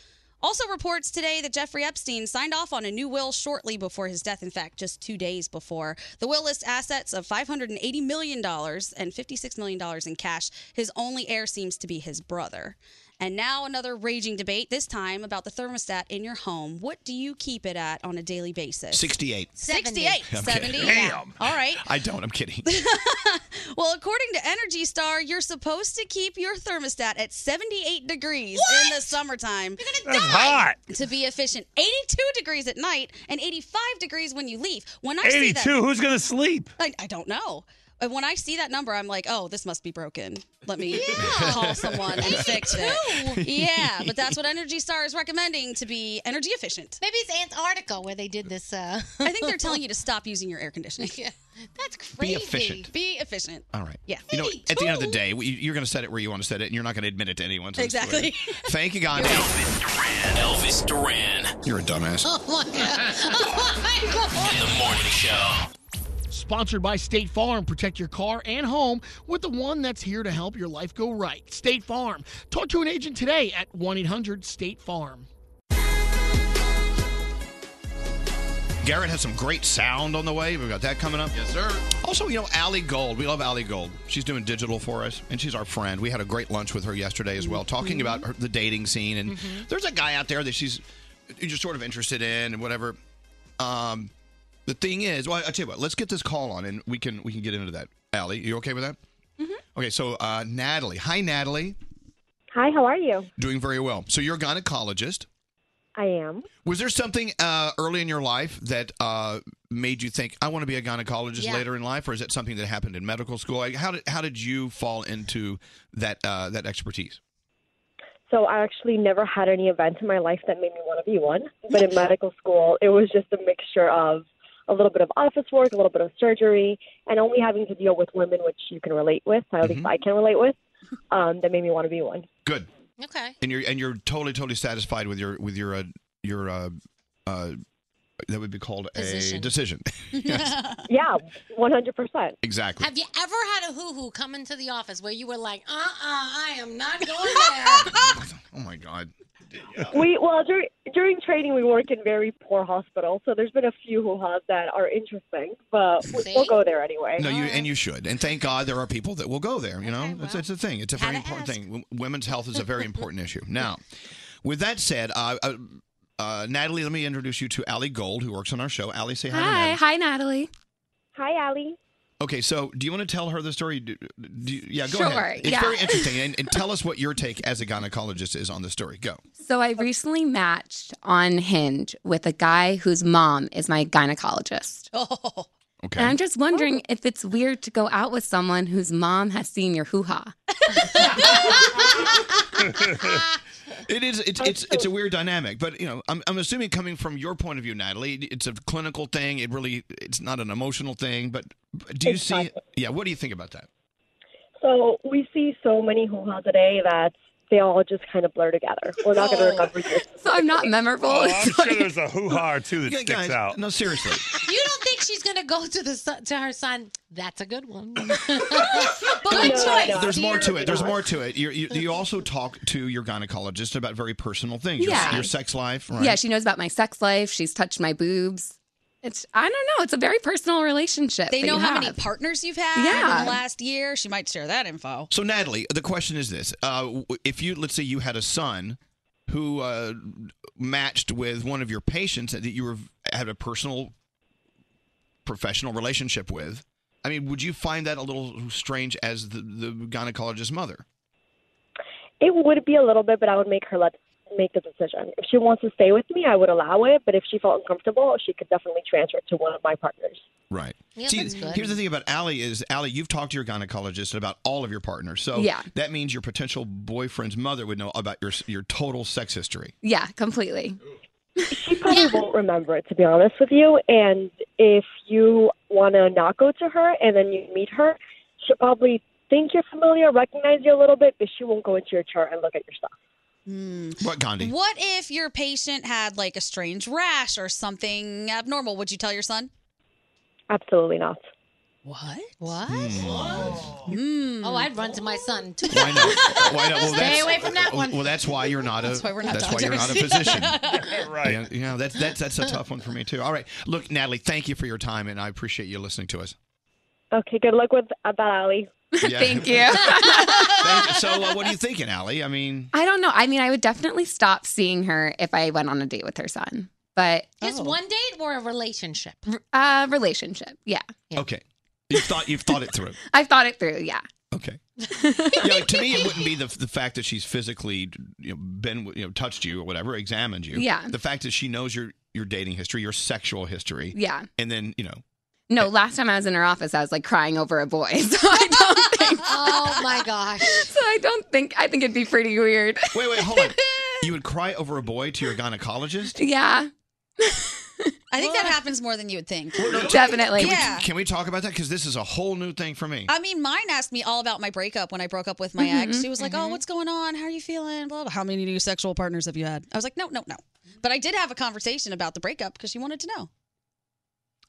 Speaker 7: Also reports today that Jeffrey Epstein signed off on a new will shortly before his death. In fact, just two days before. The will lists assets of $580 million and $56 million in cash. His only heir seems to be his brother. And now another raging debate, this time about the thermostat in your home. What do you keep it at on a daily basis?
Speaker 1: 68.
Speaker 7: 68.
Speaker 1: I'm
Speaker 7: 70.
Speaker 1: kidding.
Speaker 7: yeah.
Speaker 1: Damn.
Speaker 7: All right.
Speaker 1: I don't. I'm kidding.
Speaker 7: Well, according to Energy Star, you're supposed to keep your thermostat at 78 degrees in the summertime. You're
Speaker 14: gonna That's die. hot.
Speaker 7: To be efficient, 82 degrees at night and 85 degrees when you leave. When I see that,
Speaker 14: Eighty-two. Who's gonna sleep?
Speaker 7: I, I don't know. And When I see that number, I'm like, oh, this must be broken. Let me call someone and fix it. Yeah, but that's what Energy Star is recommending to be energy efficient.
Speaker 11: Maybe it's Antarctica where they did this. Uh...
Speaker 7: I think they're telling you to stop using your air conditioning. Yeah,
Speaker 11: that's
Speaker 1: Be efficient.
Speaker 7: Be efficient.
Speaker 1: All right.
Speaker 7: Yeah.
Speaker 1: You know, at the end of the day, we- you're going to set it where you want to set it, and you're not going to admit it to anyone. so it's
Speaker 7: Exactly.
Speaker 1: whatever. Thank you, Gandhi.
Speaker 9: Elvis Duran.
Speaker 1: You're a dumbass.
Speaker 11: Oh my god. Oh
Speaker 9: The morning show.
Speaker 15: Sponsored by State Farm. Protect your car and home with the one that's here to help your life go right. State Farm. Talk to an agent today at 1 800 State Farm.
Speaker 1: Garrett has some great sound on the way. We've got that coming up. Yes, sir. Also, you know, Allie Gold. We love Allie Gold. She's doing digital for us, and she's our friend. We had a great lunch with her yesterday as well, talking
Speaker 27: Mhm.
Speaker 1: about her, the dating scene. And there's a guy out there that she's you're just sort of interested in and whatever. Um, the thing is, well, I will tell you what. Let's get this call on, and we can we can get into that. Allie, you okay with that? Okay, so uh, Natalie. Hi, Natalie.
Speaker 22: Hi, how are you?
Speaker 1: Doing very well. So you're a gynecologist.
Speaker 22: I am.
Speaker 1: Was there something uh, early in your life that uh, made you think I want to be a gynecologist
Speaker 22: Yeah.
Speaker 1: later in life, or is it something that happened in medical school? Like, how did how did you fall into that uh, that expertise?
Speaker 22: So I actually never had any event in my life that made me want to be one. But in medical school, it was just a mixture of a little bit of office work, a little bit of surgery, and only having to deal with women, which you can relate with, at least I can relate with, um, that made me want to be one.
Speaker 1: Good,
Speaker 11: Okay.
Speaker 1: and you're and you're totally totally satisfied with your with your uh, your uh, uh, that would be called a
Speaker 11: Position.
Speaker 1: decision.
Speaker 22: yeah, 100%.
Speaker 1: exactly.
Speaker 11: Have you ever had a hoo hoo come into the office where you were like, uh uh I am not going there?
Speaker 1: Oh my god.
Speaker 22: We well during during training we work in very poor hospitals, so there's been a few hoo ha's that are interesting, but we, we'll go there anyway.
Speaker 1: No, you
Speaker 24: Uh,
Speaker 1: and you should, and thank God there are people that will go there. You know, it's, it's a thing. It's a very important thing. W- Women's health is a very important issue. Now, with that said, uh, uh, uh, Natalie, let me introduce you to Allie Gold, who works on our show. Allie, say hi. to
Speaker 24: Hi, hi,
Speaker 1: Natalie.
Speaker 24: Natalie.
Speaker 22: Hi, Allie.
Speaker 1: Okay, so do you want to tell her the story? Do, do you- yeah, go
Speaker 24: Sure,
Speaker 1: ahead. It's
Speaker 24: yeah.
Speaker 1: very interesting, and, and tell us what your take as a gynecologist is on the story. Go.
Speaker 24: So I recently matched on Hinge with a guy whose mom is my gynecologist.
Speaker 11: Oh.
Speaker 1: Okay.
Speaker 24: And I'm just wondering if it's weird to go out with someone whose mom has seen your hoo ha.
Speaker 1: it is. It's it's it's a weird dynamic, but you know, I'm I'm assuming coming from your point of view, Natalie, it's a clinical thing. It really, it's not an emotional thing. But but do you see? Yeah. What do you think about that?
Speaker 22: So we see so many hoo ha's a day that they all just kind of blur together. We're not going to remember yours.
Speaker 24: So I'm not memorable.
Speaker 14: Oh, I'm sure there's a hoo ha or two that
Speaker 1: Yeah,
Speaker 14: sticks
Speaker 1: guys,
Speaker 14: out.
Speaker 1: No, seriously.
Speaker 11: You don't think she's gonna go to the son, to her son? That's a good one. but
Speaker 1: There's more to it. There's more to it. You're, you you also talk to your gynecologist about very personal things. Your-
Speaker 24: Yeah.
Speaker 1: Your, sex life. Right?
Speaker 24: Yeah, she knows about my sex life. She's touched my boobs. It's I don't know. It's a very personal relationship.
Speaker 7: They
Speaker 24: that
Speaker 7: know
Speaker 24: you
Speaker 7: how many
Speaker 24: have.
Speaker 7: partners you've had
Speaker 24: Yeah.
Speaker 7: in the last year. She might share that info.
Speaker 1: So Natalie, the question is this: uh, w- If you let's say you had a son who uh, matched with one of your patients that you were had a personal, professional relationship with, I mean, would you find that a little strange as the, the gynecologist's mother?
Speaker 22: It would be a little bit, but I would make her let make the decision. If she wants to stay with me, I would allow it. But if she felt uncomfortable, she could definitely transfer to one of my partners.
Speaker 1: Right.
Speaker 22: Yeah,
Speaker 1: See,
Speaker 22: that's good.
Speaker 1: here's the thing about Allie is Allie, you've talked to your gynecologist about all of your partners, so
Speaker 24: Yeah.
Speaker 1: that means your potential boyfriend's mother would know about your your total sex history.
Speaker 24: Yeah, completely.
Speaker 22: She probably won't remember it, to be honest with you. And if you want to not go to her and then you meet her, she'll probably think you're familiar, recognize you a little bit, but she won't go into your chart and look at your stuff.
Speaker 1: What Gandhi?
Speaker 7: What if your patient had like a strange rash or something abnormal? Would you tell your son?
Speaker 22: Absolutely not.
Speaker 11: What? What?
Speaker 7: Mm.
Speaker 11: Oh, I'd run to my son. Too.
Speaker 1: Why not? Why not? Well,
Speaker 11: Stay
Speaker 1: that's-
Speaker 11: away from that
Speaker 1: well,
Speaker 11: one.
Speaker 1: Well, that's why you're not a. That's why,
Speaker 11: we're not
Speaker 1: you're not a
Speaker 11: doctors.
Speaker 1: physician. right. Yeah, yeah, that's that's that's a tough one for me too. All right, look, Natalie, thank you for your time, and I appreciate you listening to us.
Speaker 22: Okay, good luck with that, Allie.
Speaker 1: Yeah. Thank
Speaker 24: you.
Speaker 1: Thank you. So, uh, what are you thinking, Allie? I mean,
Speaker 24: I don't know. I mean, I would definitely stop seeing her if I went on a date with her son. But
Speaker 11: Just
Speaker 7: Oh.
Speaker 11: one date or a relationship?
Speaker 24: uh relationship. Yeah.
Speaker 1: okay, you've thought you've thought it through.
Speaker 24: I've thought it through, yeah.
Speaker 1: Okay. Yeah, like, to me, it wouldn't be the the fact that she's physically you know, been you know touched you or whatever, examined you.
Speaker 24: Yeah.
Speaker 1: The fact that she knows your your dating history, your sexual history.
Speaker 24: Yeah.
Speaker 1: And then you know.
Speaker 24: No, last time I was in her office, I was like crying over a boy. So I don't think.
Speaker 11: oh my gosh.
Speaker 24: So I don't think. I think it'd be pretty weird.
Speaker 1: Wait, wait, hold on. You would cry over a boy to your gynecologist?
Speaker 24: Yeah.
Speaker 7: I think that happens more than you would think.
Speaker 24: Definitely.
Speaker 1: Can,
Speaker 7: yeah.
Speaker 1: we, can we talk about that? Because this is a whole new thing for me.
Speaker 7: I mean, mine asked me all about my breakup when I broke up with my
Speaker 24: Mm-hmm,
Speaker 7: ex. She was like, "Oh, what's going on? How are you feeling? Blah blah. How many new sexual partners have you had?" I was like, "No, no, no." But I did have a conversation about the breakup because she wanted to know.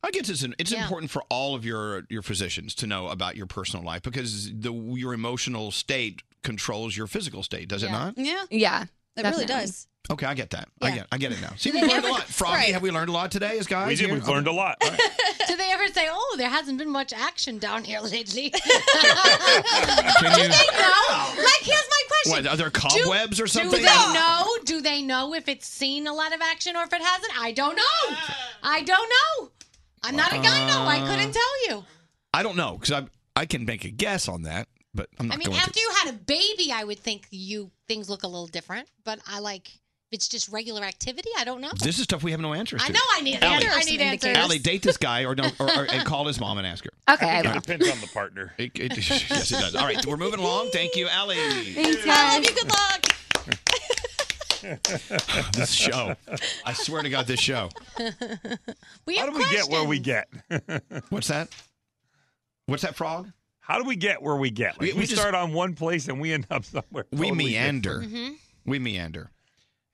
Speaker 1: I guess it's an, it's
Speaker 7: Yeah.
Speaker 1: important for all of your your physicians to know about your personal life because the your emotional state controls your physical state, does it not?
Speaker 24: Yeah. Yeah.
Speaker 7: It really
Speaker 1: Definitely.
Speaker 7: does.
Speaker 1: Okay, I get that. I
Speaker 11: Yeah.
Speaker 1: get I get it now. See, we've learned a lot. Froggy,
Speaker 11: Right.
Speaker 1: have we learned a lot today as guys?
Speaker 14: We did.
Speaker 1: here?
Speaker 14: We've learned a lot.
Speaker 11: Do they ever say, "Oh, there hasn't been much action down here lately"?
Speaker 1: Can
Speaker 11: do
Speaker 1: you-
Speaker 11: they know? Like, here's my question:
Speaker 1: What, are there
Speaker 11: Do-
Speaker 1: cobwebs or something?
Speaker 11: Do they know? Do they know if it's seen a lot of action or if it hasn't? I don't know. I don't know. I'm not a gyno.
Speaker 1: Uh,
Speaker 11: I couldn't tell you.
Speaker 1: I don't know because I I can make a guess on that, but I'm
Speaker 11: I
Speaker 1: not
Speaker 11: mean,
Speaker 1: going
Speaker 11: after
Speaker 1: to.
Speaker 11: you had a baby, I would think you things look a little different. But I like if it's just regular activity. I don't know.
Speaker 1: This is stuff we have no answers
Speaker 11: I
Speaker 1: to.
Speaker 11: know I need an
Speaker 1: Allie,
Speaker 11: answer. I need answers.
Speaker 1: Allie, date this guy or no, or, or and call his mom and ask her.
Speaker 35: Okay, I will.
Speaker 14: depends on the partner.
Speaker 1: It, it- yes, it does. All right, we're moving along. Thank you, Allie.
Speaker 7: Thanks, I love you. Good luck.
Speaker 1: this show, I swear to God, this show.
Speaker 11: we
Speaker 14: How do we get where we get?
Speaker 1: What's that? What's that frog?
Speaker 14: How do we get where we get? Like, we
Speaker 1: We- we just-
Speaker 14: start on one place and we end up somewhere.
Speaker 1: We
Speaker 14: totally
Speaker 1: meander.
Speaker 14: different.
Speaker 11: Mm-hmm.
Speaker 1: We meander.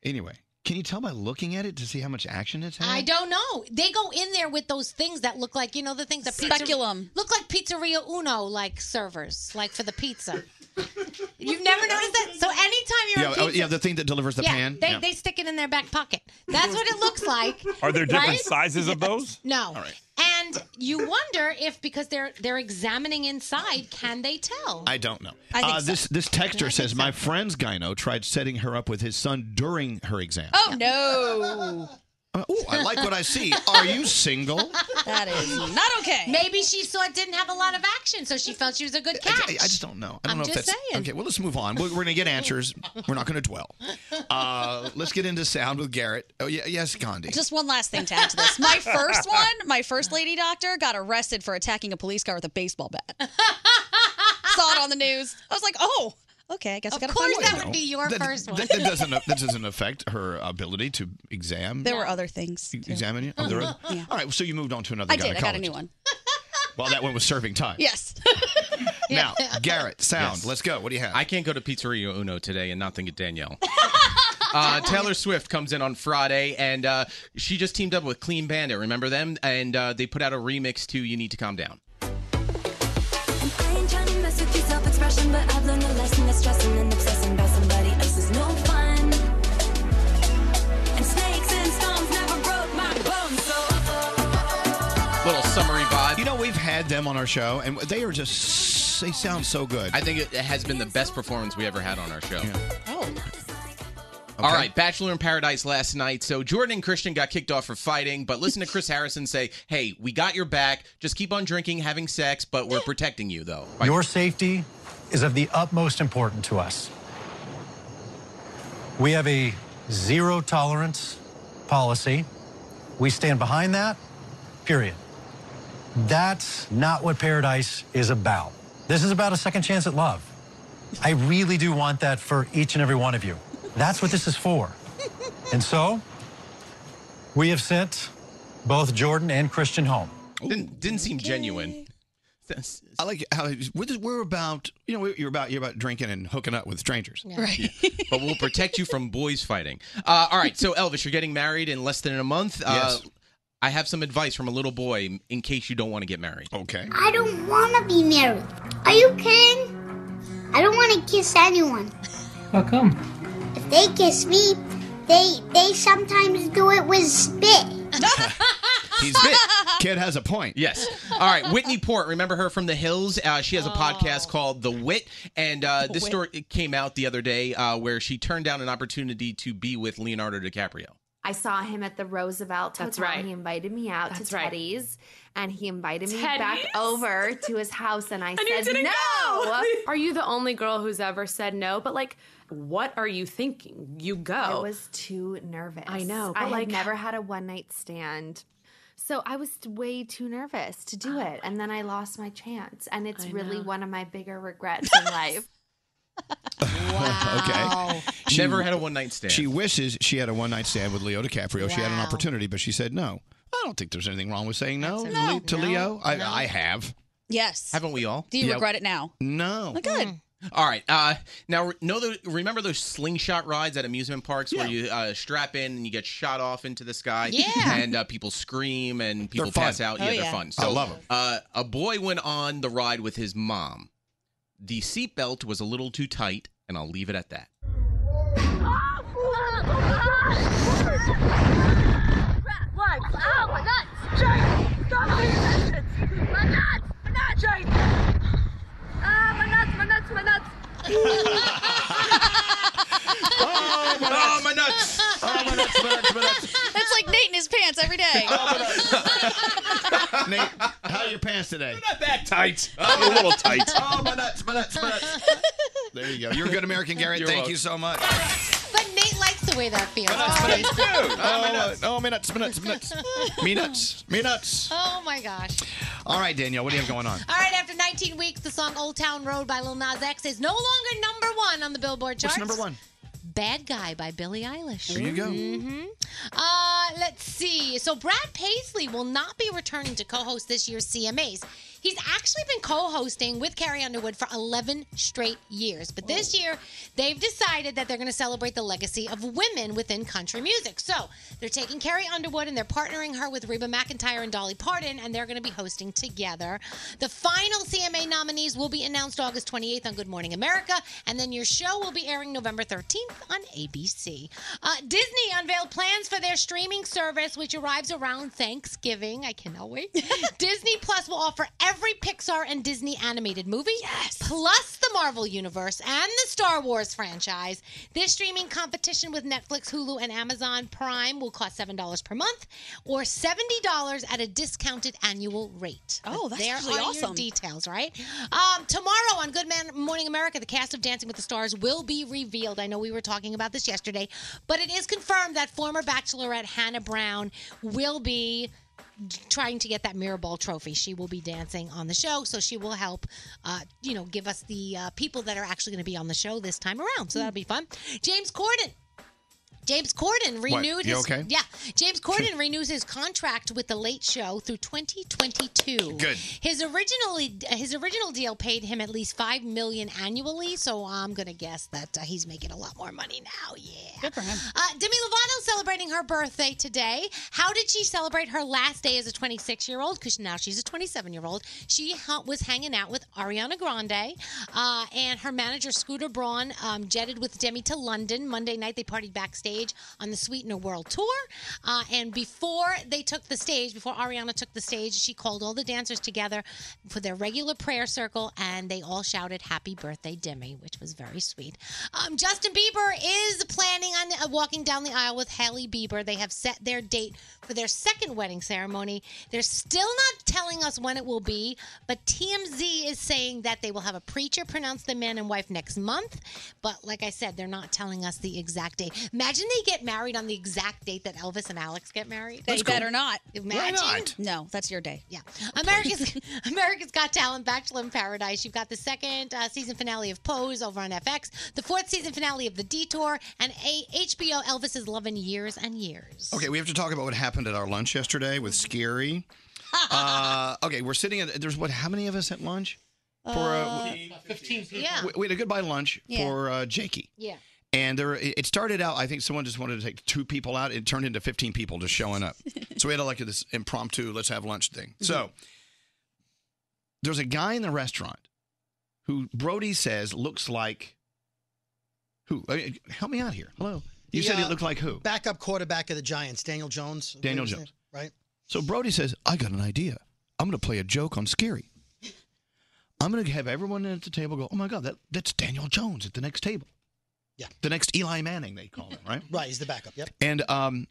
Speaker 1: Anyway, can you tell by looking at it to see how much action it's had?
Speaker 11: I don't know. They go in there with those things that look like you know the things that speculum look like pizzeria Uno like servers, like for the pizza. You've never noticed that. So anytime you're
Speaker 1: Yeah,
Speaker 11: on
Speaker 1: oh,
Speaker 11: pizza,
Speaker 1: yeah, the thing that delivers the
Speaker 11: yeah,
Speaker 1: pan.
Speaker 11: They,
Speaker 1: Yeah.
Speaker 11: they stick it in their back pocket. That's what it looks like.
Speaker 14: Are there different
Speaker 11: right?
Speaker 14: sizes of those?
Speaker 11: No.
Speaker 1: All right.
Speaker 11: And you wonder if because they're they're examining inside, can they tell?
Speaker 1: I don't know.
Speaker 11: I think
Speaker 1: uh,
Speaker 11: so.
Speaker 1: This this texter says my friend's gyno tried setting her up with his son during her exam.
Speaker 7: Oh no.
Speaker 1: Oh, I like what I see. Are you single?
Speaker 7: That is not okay.
Speaker 11: Maybe she saw it didn't have a lot of action, so she felt she was a good catch.
Speaker 1: I just don't know. I don't
Speaker 11: I'm
Speaker 1: know if
Speaker 11: just
Speaker 1: that's
Speaker 11: saying.
Speaker 1: okay. Well, let's move on. We're, we're gonna get answers. We're not gonna dwell. Uh, let's get into sound with Garrett. Oh yeah, yes, Gandhi.
Speaker 7: Just one last thing to add to this. My first one, my first lady doctor got arrested for attacking a police car with a baseball bat. Saw it on the news. I was like, oh, okay, I guess I got to find
Speaker 11: course
Speaker 7: one.
Speaker 11: that would be your
Speaker 1: that,
Speaker 11: first one.
Speaker 1: That, that doesn't that doesn't affect her ability to exam.
Speaker 7: There were other things. too. Uh-huh.
Speaker 1: examine you. Oh, there are- All right. So you moved on to another.
Speaker 7: I did. I got a
Speaker 1: gynecologist.
Speaker 7: new one.
Speaker 1: Well, that one was serving time.
Speaker 7: Yes.
Speaker 1: Now, Garrett, sound. Let's go. What do you have?
Speaker 27: I can't go to Pizzeria Uno today and not think of Danielle. Uh, Taylor Swift comes in on Friday, and uh, she just teamed up with Clean Bandit. Remember them? And uh, they put out a remix to "You Need to Calm Down."
Speaker 15: I ain't trying to mess with your self-expression, but I've learned a lesson that stressing and obsessing about somebody else is no fun. And snakes and stones never broke my bones, so
Speaker 27: Little summery vibe.
Speaker 1: You know, we've had them on our show, and they are just they sound so good.
Speaker 27: I think it it has been the best performance we ever had on our show.
Speaker 7: Oh.
Speaker 27: All right, Bachelor in Paradise last night. So Jordan and Christian got kicked off for fighting, but listen to Chris Harrison say, "Hey, we got your back. Just keep on drinking, having sex, but we're protecting you though."
Speaker 36: Your safety is of the utmost importance to us. We have a zero tolerance policy. We stand behind that, period. That's not what paradise is about. This is about a second chance at love. I really do want that for each and every one of you. That's what this is for. And so, we have sent both Jordan and Christian home.
Speaker 27: Didn't didn't seem genuine.
Speaker 1: I like how we're, just- we're about. You know, you're about you're about drinking and hooking up with strangers.
Speaker 27: Right. but we'll protect you from boys fighting. Uh, all right, so Elvis, you're getting married in less than a month. Uh,
Speaker 1: Yes.
Speaker 27: I have some advice from a little boy in case you don't want to get married.
Speaker 1: Okay.
Speaker 37: I don't want to be married. Are you kidding? I don't want to kiss anyone.
Speaker 29: How come?
Speaker 37: If they kiss me, they they sometimes do it with spit.
Speaker 1: He's big. Kid has a point.
Speaker 27: Yes. All right. Whitney Port, remember her from The Hills? Uh, she has a
Speaker 7: Oh.
Speaker 27: podcast called The Wit, and uh,
Speaker 1: The
Speaker 27: this
Speaker 1: Wit.
Speaker 27: story came out the other day uh, where she turned down an opportunity to be with Leonardo DiCaprio.
Speaker 21: I saw him at the Roosevelt
Speaker 29: That's
Speaker 21: Hotel.
Speaker 29: right.
Speaker 21: He invited me out
Speaker 29: That's
Speaker 21: to
Speaker 29: right.
Speaker 21: Teddy's, and he invited me back
Speaker 29: Teddy's?
Speaker 21: over to his house, and I
Speaker 29: And you
Speaker 21: said
Speaker 29: didn't
Speaker 21: no.
Speaker 29: go. Are you the only girl who's ever said no? But like, what are you thinking? You go.
Speaker 21: I was too nervous.
Speaker 29: I know,
Speaker 21: I
Speaker 29: but,
Speaker 21: had
Speaker 29: like-
Speaker 21: never had a one night stand. So I was way too nervous to do it. And then I lost my chance. And it's
Speaker 29: Oh I
Speaker 21: really
Speaker 29: know.
Speaker 21: one of my bigger regrets in life.
Speaker 1: okay.
Speaker 27: Never had a one night stand.
Speaker 1: She wishes she had a one night stand with Leo DiCaprio. She had an
Speaker 27: Wow.
Speaker 1: opportunity, but she said no. I don't think there's anything wrong with saying no,
Speaker 7: Absolutely.
Speaker 1: Le- to
Speaker 7: No,
Speaker 1: Leo. I,
Speaker 7: no.
Speaker 1: I have.
Speaker 7: Yes.
Speaker 27: Haven't we all?
Speaker 7: Do you regret it now?
Speaker 1: Oh, No.
Speaker 7: Oh, good.
Speaker 11: Mm.
Speaker 27: All right. Uh, now, re- know the, remember those slingshot rides at amusement parks where you uh, strap in and you get shot off into the sky?
Speaker 1: Yeah.
Speaker 27: And uh, people scream and people
Speaker 1: fun.
Speaker 27: pass out.
Speaker 1: Oh,
Speaker 27: yeah, they're
Speaker 1: yeah.
Speaker 27: fun.
Speaker 1: I love 'em.
Speaker 27: Uh, a boy went on the ride with his mom. The seatbelt was a little too tight, and I'll leave it at that.
Speaker 37: Oh,
Speaker 38: Like, ow, my nuts! Jake, stop being nuts! My nuts! My nuts! Jake! Ah, my nuts, my nuts, my nuts!
Speaker 1: oh, my nuts! Oh, my nuts! Oh, my nuts, my nuts, my Oh, nuts.
Speaker 7: That's like Nate in his pants every day.
Speaker 1: Nate, how are your pants today? They're not
Speaker 27: that tight.
Speaker 1: Oh, a little tight. Oh, my nuts, my nuts, my nuts. There you go. You're a good American, Garrett.
Speaker 11: You're
Speaker 1: Thank
Speaker 11: welcome.
Speaker 1: you so much.
Speaker 11: But Nate likes the way that feels.
Speaker 1: Oh, my nuts. Oh, my nuts, my nuts, my nuts. Me nuts. Me nuts.
Speaker 11: Oh my gosh.
Speaker 1: All right, Danielle, what do you have going on?
Speaker 11: All right, after 19 weeks, the song Old Town Road by Lil Nas X is no longer number one on the Billboard charts.
Speaker 1: What's number one?
Speaker 11: Bad Guy by Billie Eilish.
Speaker 1: There you go.
Speaker 11: hmm Uh, let's see. So Brad Paisley will not be returning to co-host this year's CMAs. He's actually been co-hosting with Carrie Underwood for 11 straight years, but this year they've decided that they're going to celebrate the legacy of women within country music. So they're taking Carrie Underwood and they're partnering her with Reba McIntyre and Dolly Parton, and they're going to be hosting together. The final CMA nominees will be announced August 28th on Good Morning America, and then your show will be airing November 13th on ABC. Uh, Disney unveiled plans for their streaming service, which arrives around Thanksgiving. I cannot wait. Disney Plus will offer every Pixar and Disney animated movie, plus the Marvel Universe and the Star Wars franchise. This streaming competition with Netflix, Hulu, and Amazon Prime will cost $7 per month or $70 at a discounted annual rate.
Speaker 7: Oh, that's
Speaker 11: there
Speaker 7: actually
Speaker 11: are your
Speaker 7: awesome.
Speaker 11: details, right? Um, tomorrow on Good Man- Morning America, the cast of Dancing with the Stars will be revealed. I know we were talking about this yesterday, but it is confirmed that former Bachelorette Hannah Brown will be trying to get that Mirrorball trophy. She will be dancing on the show, so she will help, uh, you know, give us the uh, people that are actually going to be on the show this time around. So that'll be fun. James Corden. James Corden
Speaker 8: What?
Speaker 11: renewed
Speaker 8: You
Speaker 11: his
Speaker 8: okay?
Speaker 11: yeah. James Corden renews his contract with the Late Show through 2022.
Speaker 8: Good.
Speaker 11: His originally his original deal paid him at least five million annually, so I'm gonna guess that uh, he's making a lot more money now. Yeah. Good for him. Uh, Demi Lovato's celebrating her birthday today. How did she celebrate her last day as a 26 year old? Because now she's a 27 year old. She ha- was hanging out with Ariana Grande, uh, and her manager Scooter Braun um, jetted with Demi to London Monday night. They partied backstage on the Sweetener World Tour, uh, and before they took the stage, before Ariana took the stage, she called all the dancers together for their regular prayer circle, and they all shouted "Happy Birthday, Demi," which was very sweet. Um, Justin Bieber is planning on uh, walking down the aisle with Haley Bieber. They have set their date for their second wedding ceremony. They're still not telling us when it will be, but TMZ is saying that they will have a preacher pronounce the man and wife next month. But like I said, they're not telling us the exact date. Imagine they get married on the exact date that Elvis and Alex get married.
Speaker 7: They better not.
Speaker 11: Imagine.
Speaker 7: No, that's your day.
Speaker 11: Yeah. America's America's Got Talent, Bachelor in Paradise. You've got the second uh, season finale of Pose over on FX, the fourth season finale of The Detour, and a- HBO Elvis's Love in Years and Years.
Speaker 1: Okay, we have to talk about what happened at our lunch yesterday with Scary. Uh, okay, we're sitting at there's what? How many of us at lunch? For uh, we-
Speaker 26: 15 people.
Speaker 1: we, we had a goodbye lunch
Speaker 26: Yeah.
Speaker 1: for uh, Jakey.
Speaker 11: Yeah.
Speaker 1: And there, it it started out. I think someone just wanted to take two people out. It turned into fifteen people just showing up. so we had like this impromptu "let's have lunch" thing. So there's a guy in the restaurant who Brody says looks like who? I mean, help me out here. Hello. You
Speaker 23: The,
Speaker 1: said
Speaker 23: uh,
Speaker 1: it looked like who?
Speaker 23: Backup quarterback of the Giants, Daniel Jones.
Speaker 1: Daniel
Speaker 23: What is his
Speaker 1: Jones.
Speaker 23: name? Right.
Speaker 1: So Brody says, I got an idea. I'm going to play a joke on Scary. I'm going to have everyone at the table go, oh my God, that, that's Daniel Jones at the next table.
Speaker 23: Yeah.
Speaker 1: The next Eli Manning, they call him, right?
Speaker 23: Right. He's the backup. Yep.
Speaker 1: And, um,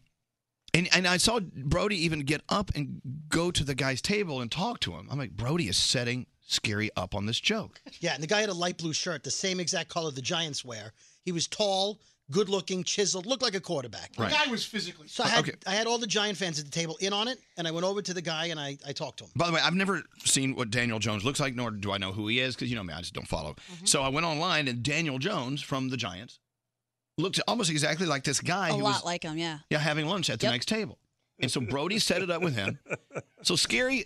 Speaker 1: and, and I saw Brody even get up and go to the guy's table and talk to him. I'm like, Brody is setting Scary up on this joke.
Speaker 23: Yeah. And the guy had a light blue shirt, the same exact color the Giants wear. He was tall, good looking, chiseled, looked like a quarterback.
Speaker 26: The guy was physically.
Speaker 23: So I had, I had all the Giant fans at the table in on it, and I went over to the guy and I, I talked to him.
Speaker 1: By the way, I've never seen what Daniel Jones looks like, nor do I know who he is because you know me, I just don't follow.
Speaker 7: Mm-hmm.
Speaker 1: So I went online and Daniel Jones from the Giants looked almost exactly like this guy.
Speaker 7: A
Speaker 1: who
Speaker 7: lot
Speaker 1: was,
Speaker 7: like him, yeah.
Speaker 1: Yeah, having lunch at the
Speaker 7: Yep.
Speaker 1: next table. And so Brody set it up with him. So scary,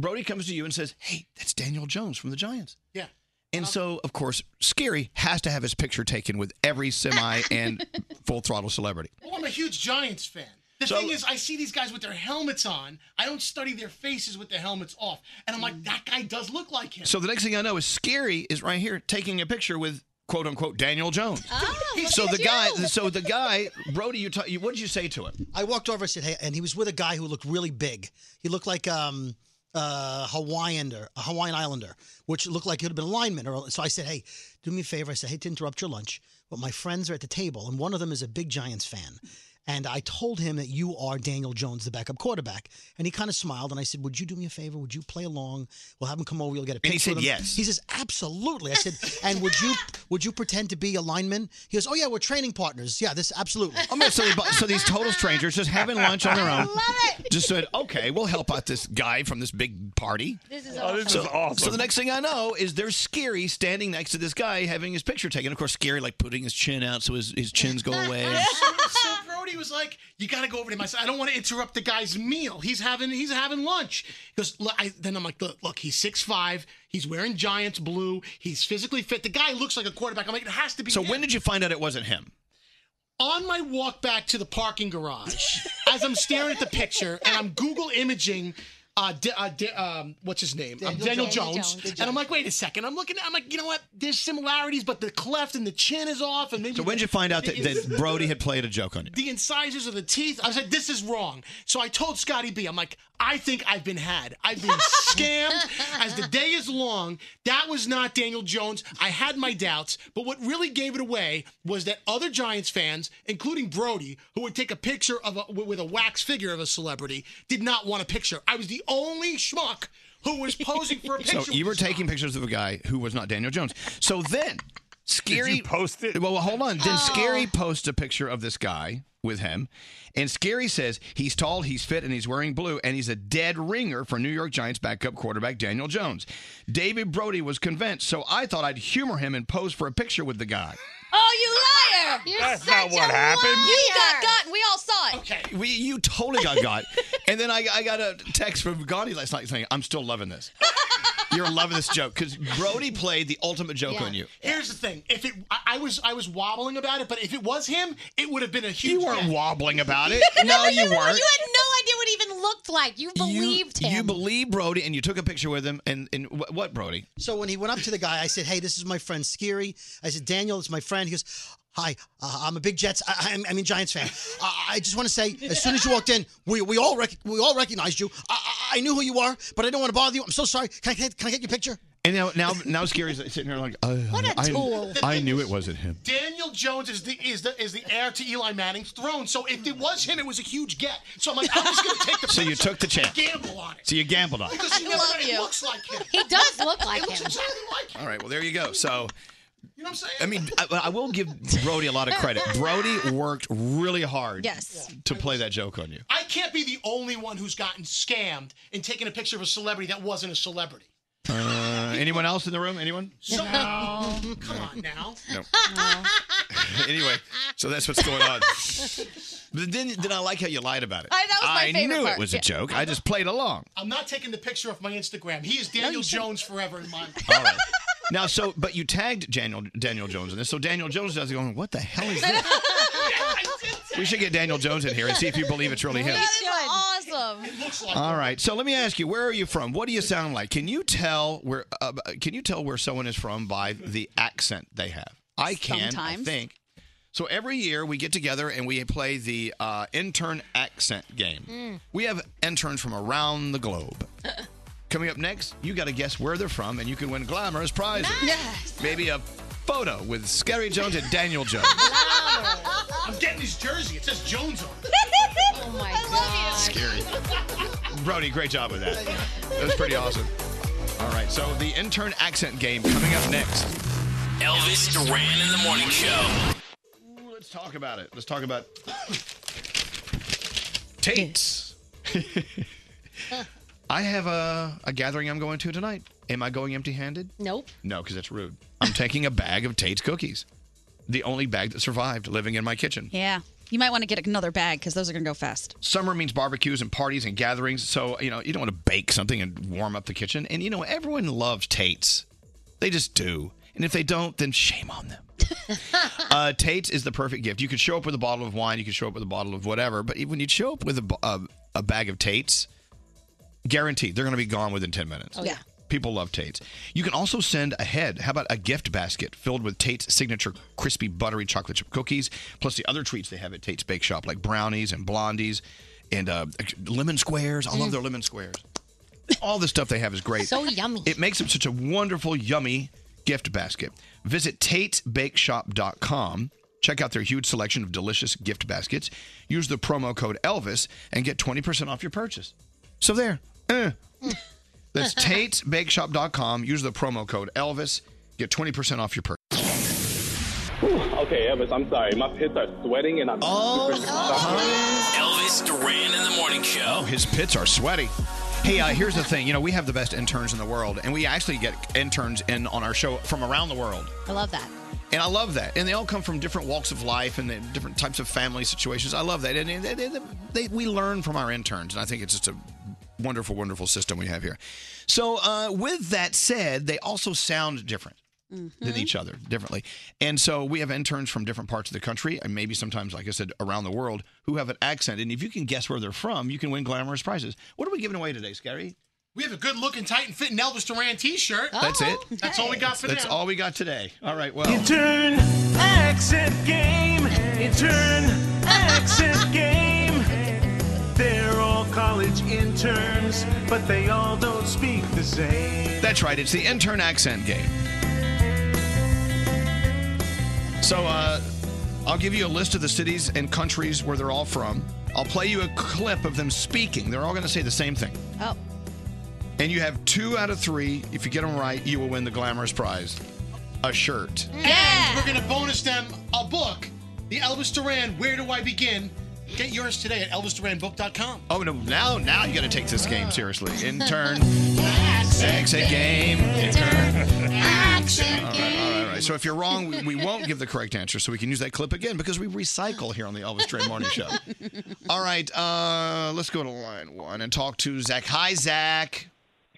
Speaker 1: Brody comes to you and says, Hey, that's Daniel Jones from the Giants.
Speaker 26: Yeah.
Speaker 1: And so, of course, Scary has to have his picture taken with every semi and full throttle celebrity.
Speaker 26: Well, Oh, I'm a huge Giants fan. The
Speaker 1: So-
Speaker 26: thing is, I see these guys with their helmets on. I don't study their faces with their helmets off, and I'm like, that guy does look like him.
Speaker 1: So the next thing I know is Scary is right here taking a picture with quote unquote Daniel Jones.
Speaker 14: Oh,
Speaker 23: look
Speaker 1: so
Speaker 23: at
Speaker 1: the guy,
Speaker 23: you.
Speaker 1: so the guy, Brody, you, ta- you what did you say to him?
Speaker 23: I walked over and said, "Hey," and he was with a guy who looked really big. He looked like um, uh, Hawaiianer, a Hawaiian Islander, which looked like he would have been a lineman. Or, so I said, "Hey, do me a favor." I said, "Hate to interrupt your lunch, but my friends are at the table, and one of them is a big Giants fan." And I told him that you are Daniel Jones, the backup quarterback. And he kind of smiled. And I said, Would you do me a favor? Would you play along? We'll have him come over. You'll get a
Speaker 1: And
Speaker 23: picture
Speaker 1: he
Speaker 23: with
Speaker 1: said
Speaker 23: him."
Speaker 1: yes.
Speaker 23: He says, Absolutely. I said, And would you would you pretend to be a lineman? He goes, Oh, yeah, we're training partners. Yeah, this absolutely.
Speaker 1: Oh, man, so, they, bu- so these total strangers just having lunch on their own. Just said, okay, we'll help out this guy from this big party.
Speaker 11: This
Speaker 14: is Oh, this
Speaker 1: so,
Speaker 14: is awesome.
Speaker 1: So the next thing I know is there's Scary standing next to this guy having his picture taken. Of course, Scary like putting his chin out so his, his chins go away.
Speaker 26: so, so Brody was like, "You got to go over to my side. I don't want to interrupt the guy's meal. He's having he's having lunch." He goes, "Look," I, then I'm like, "Look, look, he's six five. He's wearing Giants blue. He's physically fit. The guy looks like a quarterback. I'm like, it has to be."
Speaker 1: So
Speaker 26: him."
Speaker 1: when did you find out it wasn't him?
Speaker 26: on my walk back to the parking garage, as I'm staring at the picture and I'm Google imaging, uh, Da- uh, Da- um, what's his name? Um,
Speaker 8: Daniel
Speaker 26: Daniel,
Speaker 8: Jones.
Speaker 26: Jones.
Speaker 8: Daniel Jones.
Speaker 26: And I'm like, wait a second. I'm looking. I'm like, you know what? There's similarities, but the cleft and the chin is off. And maybe
Speaker 1: So when did you find out that,
Speaker 26: the-
Speaker 1: that Brody had played a joke on you?
Speaker 26: the incisors of the teeth. I was like, this is wrong. So I told Scotty B, I'm like, I think I've been had. I've been scammed as the day is long. That was not Daniel Jones. I had my doubts. But what really gave it away was that other Giants fans, including Brody, who would take a picture of a, with a wax figure of a celebrity, did not want a picture. I was the only schmuck who was posing for a picture.
Speaker 1: So
Speaker 26: with
Speaker 1: you were
Speaker 26: this guy.
Speaker 1: taking pictures of a guy who was not Daniel Jones. So then, Scary
Speaker 14: posted.
Speaker 1: Well, well, hold on. Then
Speaker 26: Oh.
Speaker 1: Scary posts a picture of this guy with him, and Scary says he's tall, he's fit, and he's wearing blue, and he's a dead ringer for New York Giants backup quarterback Daniel Jones. David Brody was convinced, so I thought I'd humor him and pose for a picture with the guy.
Speaker 17: Oh, you liar! You're
Speaker 1: That's not such what a happened. liar.
Speaker 17: You got got, and we all saw it.
Speaker 26: Okay.
Speaker 1: We, you totally got got. and then I, I got a text from Gandhi last night saying, "I'm still loving this. You're loving this joke because Brody played the ultimate joke on you."
Speaker 26: Here's the thing: if it, I, I was, I was wobbling about it, but if it was him, it would have been a huge. You
Speaker 1: weren't wobbling about it. No, you weren't.
Speaker 11: You had no idea what he even looked like. You believed him.
Speaker 1: You believe Brody, and you took a picture with him. And, and wh- what, Brody?
Speaker 23: So when he went up to the guy, I said, "Hey, this is my friend Scary." I said, "Daniel, it's my friend." He goes, "Hi, uh, I'm a big Jets. I, I'm, I mean Giants fan. Uh, I just want to say, as soon as you walked in, we, we all rec- we all recognized you. I, I, I knew who you are, but I don't want to bother you. I'm so sorry. Can I get, can I get your picture?"
Speaker 1: And now, now, now, Scary's sitting here like, oh,
Speaker 23: What a
Speaker 1: I,
Speaker 23: tool.
Speaker 1: I knew it wasn't him.
Speaker 26: Daniel Jones is the is the is the heir to Eli Manning's throne. So if it was him, it was a huge get. So I'm like, I'm just gonna take the
Speaker 1: So you
Speaker 26: picture
Speaker 1: took the
Speaker 26: and
Speaker 1: chance.
Speaker 26: gamble on it.
Speaker 1: So you gambled on. it.
Speaker 26: Because you never know, it looks like him.
Speaker 11: He does look like
Speaker 26: it looks
Speaker 11: him.
Speaker 26: exactly like him.
Speaker 1: All right. Well, there you go. So.
Speaker 26: You know what I'm saying?
Speaker 1: I mean, I, I will give Brody a lot of credit. Brody worked really hard
Speaker 26: Yes.
Speaker 1: to play that joke on you.
Speaker 26: I can't be the only one who's gotten scammed in taking a picture of a celebrity that wasn't a celebrity.
Speaker 1: Uh, anyone else in the room? Anyone?
Speaker 26: So, come on now.
Speaker 1: No. anyway, so that's what's going on. But then, then I like how you lied about it.
Speaker 26: I- that was my
Speaker 1: I
Speaker 26: favorite
Speaker 1: knew it
Speaker 26: part.
Speaker 1: was a
Speaker 26: Yeah.
Speaker 1: joke. I just played along.
Speaker 26: I'm not taking the picture off my Instagram. He is Daniel Jones forever in my mind.
Speaker 1: All right. Now, so but you tagged Daniel Daniel Jones in this, so Daniel Jones does going, what the hell is this? We should get Daniel Jones in here and see if you believe it's really him.
Speaker 17: That is awesome.
Speaker 1: All right. So let me ask you, where are you from? What do you sound like? Can you tell where uh, can you tell where someone is from by the accent they have? I can, I
Speaker 7: Sometimes.
Speaker 1: think. So every year we get together and we play the uh, intern accent game.
Speaker 7: Mm.
Speaker 1: We have interns from around the globe. Coming up next, you got to guess where they're from, and you can win glamorous prizes. Maybe a photo with Scary Jones and Daniel Jones.
Speaker 26: I'm getting his jersey. It says Jones on it.
Speaker 11: oh my
Speaker 1: Scary. Brody, great job with that. That was pretty awesome. All right, so the intern accent game coming up next.
Speaker 9: Elvis Duran in the Morning Show.
Speaker 1: Ooh, let's talk about it. Let's talk about Tate's. I have a, a gathering I'm going to tonight. Am I going empty handed?
Speaker 11: Nope.
Speaker 1: No, because that's rude. I'm taking a bag of Tate's cookies, the only bag that survived living in my kitchen.
Speaker 7: Yeah. You might want to get another bag because those are going to go fast.
Speaker 1: Summer means barbecues and parties and gatherings. So, you know, you don't want to bake something and warm up the kitchen. And, you know, everyone loves Tate's. They just do. And if they don't, then shame on them. uh, Tate's is the perfect gift. You could show up with a bottle of wine, you could show up with a bottle of whatever, but when you uh, show up with a, bo- a, a bag of Tate's, guaranteed they're going to be gone within 10 minutes.
Speaker 7: yeah.
Speaker 1: People love Tate's. You can also send ahead. How about a gift basket filled with Tate's signature crispy buttery chocolate chip cookies, plus the other treats they have at Tate's Bake Shop, like brownies and blondies and uh, lemon squares. I love their lemon squares. All the stuff they have is great.
Speaker 11: So yummy.
Speaker 1: It makes them such a wonderful, yummy gift basket. Visit Tate'sBakeShop.com. Check out their huge selection of delicious gift baskets. Use the promo code Elvis and get 20% off your purchase. So there. Eh. That's Tate'sBakeShop.com. Use the promo code Elvis. Get 20% off your purchase.
Speaker 39: Okay, Elvis, I'm sorry. My pits are sweating and I'm super
Speaker 9: oh. Elvis Duran in the morning show.
Speaker 1: Oh, his pits are sweaty. Hey, uh, here's the thing. You know, we have the best interns in the world, and we actually get interns in on our show from around the world.
Speaker 7: I love that.
Speaker 1: And I love that. And they all come from different walks of life and they- different types of family situations. I love that. And they, they, they, they- we learn from our interns. And I think it's just a wonderful, wonderful system we have here. So, uh, with that said, they also sound different
Speaker 33: Mm-hmm.
Speaker 1: than each other differently. And so we have interns from different parts of the country and maybe sometimes, like I said, around the world who have an accent. And if you can guess where they're from, you can win glamorous prizes. What are we giving away today, Scary?
Speaker 26: We have a good looking, tight and fitting Elvis Duran t shirt.
Speaker 1: That's it.
Speaker 26: That's all we got for
Speaker 1: That's
Speaker 26: now.
Speaker 1: all we got today. All right. Well,
Speaker 40: Intern accent game. Intern accent game. They're all college interns, but they all don't speak the same.
Speaker 1: That's right. It's the intern accent game. So uh, I'll give you a list of the cities and countries where they're all from. I'll play you a clip of them speaking. They're all going to say the same thing.
Speaker 7: Oh.
Speaker 1: And you have two out of three. If you get them right, you will win the glamorous prize a shirt.
Speaker 26: And we're going to bonus them a book, The Elvis Duran Where Do I Begin? Get yours today at elvisduranbook.com.
Speaker 1: Oh, no. Now, now you got to take this game seriously. Intern accent game. Intern
Speaker 26: accent
Speaker 1: All right, all right, all right. So if you're wrong, we, we won't give the correct answer, so we can use that clip again because we recycle here on the Elvis Duran Morning Show. All right, uh, let's go to line one and talk to Zach. Hi, Zach.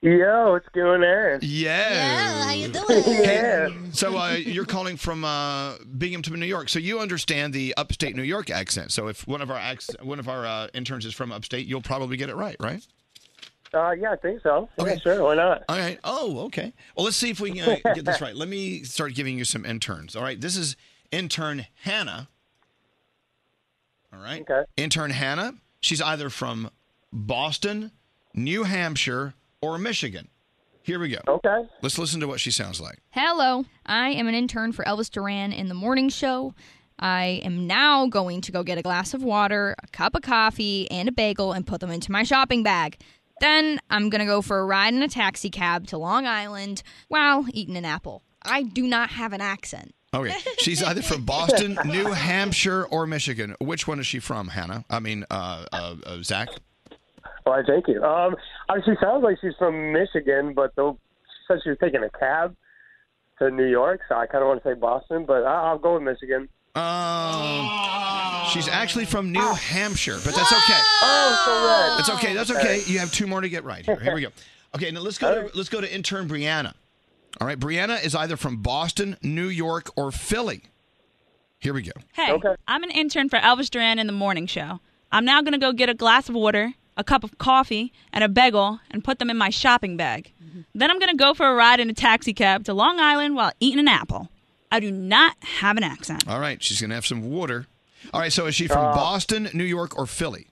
Speaker 2: Yo, what's going on?
Speaker 1: Yeah.
Speaker 2: how you doing? yeah.
Speaker 1: So uh, you're calling from uh, Binghamton, New York. So you understand the upstate New York accent. So if one of our acc- one of our uh, interns is from upstate, you'll probably get it right, right?
Speaker 2: Uh, yeah, I think so. Okay, sure. Why not?
Speaker 1: All right. Oh, okay. Well, let's see if we can uh, get this right. Let me start giving you some interns. All right. This is intern Hannah. All right. Okay. Intern Hannah. She's either from Boston, New Hampshire, or Michigan. Here we go.
Speaker 2: Okay.
Speaker 1: Let's listen to what she sounds like.
Speaker 16: Hello, I am an intern for Elvis Duran in the morning show. I am now going to go get a glass of water, a cup of coffee, and a bagel and put them into my shopping bag. Then I'm going to go for a ride in a taxi cab to Long Island while eating an apple. I do not have an accent.
Speaker 1: Okay. She's either from Boston, New Hampshire, or Michigan. Which one is she from, Hannah? I mean, uh, uh, uh, Zach?
Speaker 2: All right, thank you. Um, uh, she sounds like she's from Michigan, but the, she said she was taking a cab to New York, so I kind of want to say Boston, but I, I'll go with Michigan.
Speaker 1: Um, she's actually from New Hampshire, but that's okay.
Speaker 2: Ah. Oh, so red.
Speaker 1: That's okay. That's okay. You have two more to get right here. Here we go. Okay, now let's go. To, let's go to intern Brianna. All right, Brianna is either from Boston, New York, or Philly. Here we go.
Speaker 41: Hey, I'm an intern for Elvis Duran in the morning show. I'm now going to go get a glass of water, a cup of coffee, and a bagel and put them in my shopping bag. Then I'm going to go for a ride in a taxi cab to Long Island while eating an apple. I do not have an accent.
Speaker 1: All right, she's gonna have some water. All right, so is she from
Speaker 2: Oh.
Speaker 1: Boston, New York, or Philly?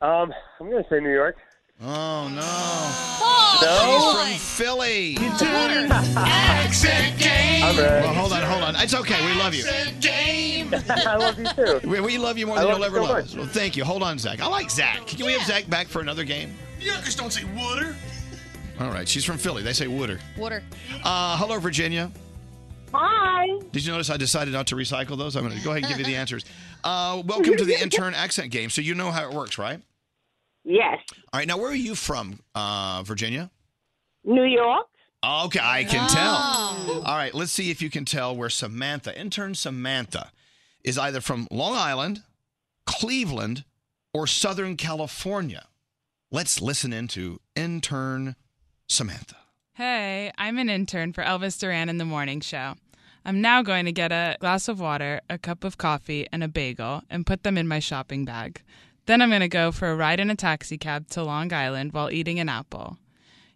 Speaker 2: Um, I'm going to say New York.
Speaker 1: Oh, no.
Speaker 2: no?
Speaker 1: She's from Philly.
Speaker 2: accent game. All right.
Speaker 1: Well, hold on, hold on. It's okay. We love you.
Speaker 2: I love you too.
Speaker 1: We, we love you more
Speaker 2: I
Speaker 1: than
Speaker 2: love
Speaker 1: you'll
Speaker 2: you
Speaker 1: ever
Speaker 2: so
Speaker 1: love
Speaker 2: much.
Speaker 1: us. Well, thank you. Hold on, Zach. I like Zach. Can we have Zach back for another game?
Speaker 26: Yuckers don't say water.
Speaker 1: All right, she's from Philly. They say Wooder.
Speaker 16: Water.
Speaker 1: Uh, hello, Virginia.
Speaker 2: Hi.
Speaker 1: Did you notice I decided not to recycle those? I'm going to go ahead and give you the answers. Uh, welcome to the intern accent game. So you know how it works, right?
Speaker 42: Yes.
Speaker 1: All right, now where are you from, uh, Virginia?
Speaker 42: New York.
Speaker 1: Okay, I can tell. All right, let's see if you can tell where Samantha, intern Samantha, is either from Long Island, Cleveland, or Southern California. Let's listen into intern Samantha.
Speaker 43: Hey, I'm an intern for Elvis Duran in the Morning Show. I'm now going to get a glass of water, a cup of coffee, and a bagel and put them in my shopping bag. Then I'm going to go for a ride in a taxi cab to Long Island while eating an apple.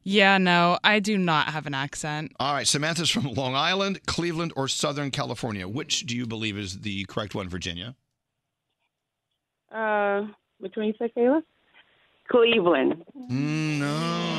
Speaker 43: Yeah, no, I do not have an accent.
Speaker 1: All right, Samantha's from Long Island, Cleveland, or Southern California. Which do you believe is the correct one, Virginia?
Speaker 2: Uh, which one you said, Kayla? Cleveland.
Speaker 1: Mm, no.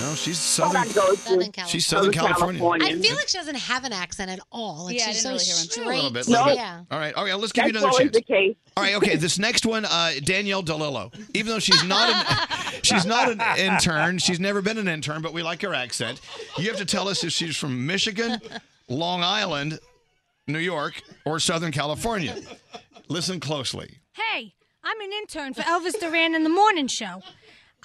Speaker 1: No, she's
Speaker 2: Thought
Speaker 1: Southern.
Speaker 2: I'd go to
Speaker 1: She's Southern California.
Speaker 11: I feel like she doesn't have an accent at all. Like
Speaker 7: Yeah, I
Speaker 11: she's so
Speaker 7: didn't
Speaker 11: straight.
Speaker 1: a little bit.
Speaker 11: yeah.
Speaker 1: little bit. All right. All right. Let's give you
Speaker 11: That's
Speaker 1: another
Speaker 11: always
Speaker 1: chance.
Speaker 11: the
Speaker 2: case.
Speaker 1: All right. Okay. This next one, uh, Danielle Delillo. Even though she's not an she's not an intern, she's never been an intern, but we like her accent. You have to tell us if she's from Michigan, Long Island, New York, or Southern California. Listen closely.
Speaker 13: Hey, I'm an intern for Elvis Duran in the Morning Show.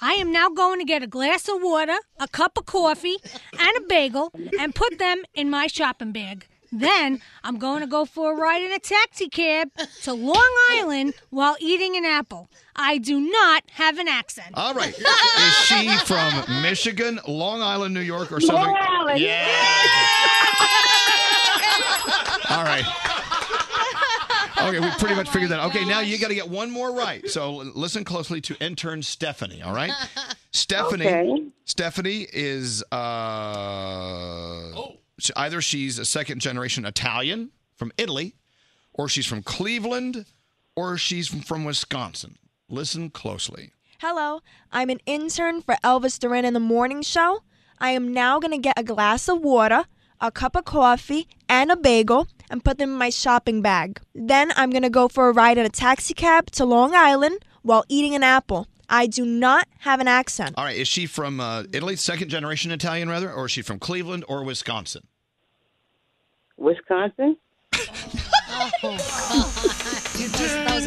Speaker 13: I am now going to get a glass of water, a cup of coffee, and a bagel and put them in my shopping bag. Then I'm going to go for a ride in a taxi cab to Long Island while eating an apple. I do not have an accent.
Speaker 1: All right. Is she from Michigan, Long Island, New York, or Southern?
Speaker 13: Long Island.
Speaker 1: All right. Okay, we pretty much figured that. out. Okay, now you got to get one more right. So l- listen closely to intern Stephanie. All right, Stephanie.
Speaker 2: Okay.
Speaker 1: Stephanie is uh, she- either she's a second generation Italian from Italy, or she's from Cleveland, or she's from, from Wisconsin. Listen closely.
Speaker 18: Hello, I'm an intern for Elvis Duran in the Morning Show. I am now going to get a glass of water, a cup of coffee, and a bagel and put them in my shopping bag. Then I'm going to go for a ride in a taxi cab to Long Island while eating an apple. I do not have an accent.
Speaker 1: All right, is she from uh, Italy, second generation Italian, rather, or is she from Cleveland or Wisconsin?
Speaker 2: Wisconsin.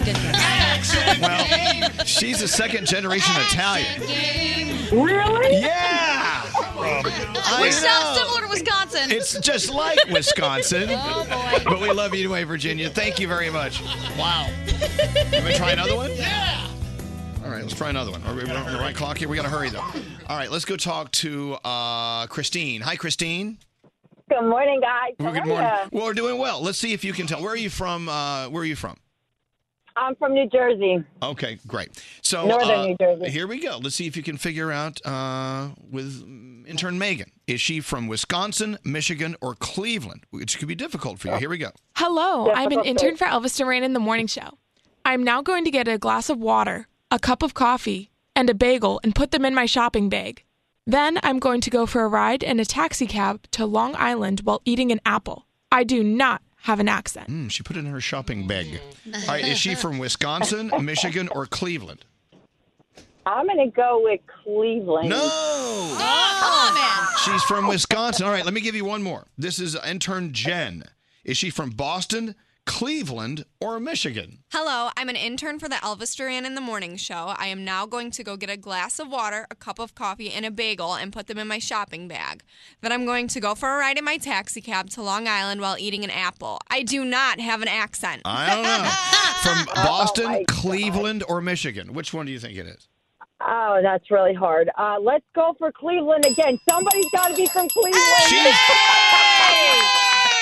Speaker 11: that was a good
Speaker 1: Well, she's a second generation Italian.
Speaker 2: Really?
Speaker 1: Yeah. I
Speaker 7: Which sounds
Speaker 1: know.
Speaker 7: similar to Wisconsin.
Speaker 1: It's just like Wisconsin.
Speaker 2: Oh,
Speaker 1: But we love you anyway, Virginia. Thank you very much. Wow. You want to try another one? Yeah. All right, let's try another one. Are we on the right clock here? We got to hurry, though. All right, let's go talk to uh, Christine. Hi, Christine.
Speaker 29: Good morning, guys.
Speaker 1: Well, good
Speaker 29: How
Speaker 1: morning.
Speaker 29: are ya?
Speaker 1: Well, we're doing well. Let's see if you can tell. Where are you from? Uh, where are you from?
Speaker 29: I'm from New Jersey.
Speaker 1: Okay, great. So
Speaker 29: Northern
Speaker 1: uh,
Speaker 29: New Jersey.
Speaker 1: Here we go. Let's see if you can figure out uh, with mm, intern Megan. Is she from Wisconsin, Michigan, or Cleveland? Which could be difficult for you. Here we go.
Speaker 44: Hello,
Speaker 1: Yeah,
Speaker 44: I'm an
Speaker 1: okay.
Speaker 44: intern for Elvis Duran in the morning show. I'm now going to get a glass of water, a cup of coffee, and a bagel and put them in my shopping bag. Then I'm going to go for a ride in a taxi cab to Long Island while eating an apple. I do not have an accent.
Speaker 1: Mm, she put it in her shopping bag. All right, is she from Wisconsin, Michigan, or Cleveland?
Speaker 29: I'm going to go with Cleveland.
Speaker 1: No.
Speaker 29: Oh,
Speaker 1: She's from Wisconsin. All right, let me give you one more. This is intern Jen. Is she from Boston, Cleveland, or Michigan?
Speaker 44: Hello, I'm an intern for the Elvis Duran in the Morning Show. I am now going to go get a glass of water, a cup of coffee, and a bagel and put them in my shopping bag. Then I'm going to go for a ride in my taxi cab to Long Island while eating an apple. I do not have an accent.
Speaker 1: I don't know. From Boston, Cleveland, or Michigan? Which one do you think it is?
Speaker 29: Oh, that's really hard. Uh, let's go for Cleveland again. Somebody's got to be from Cleveland.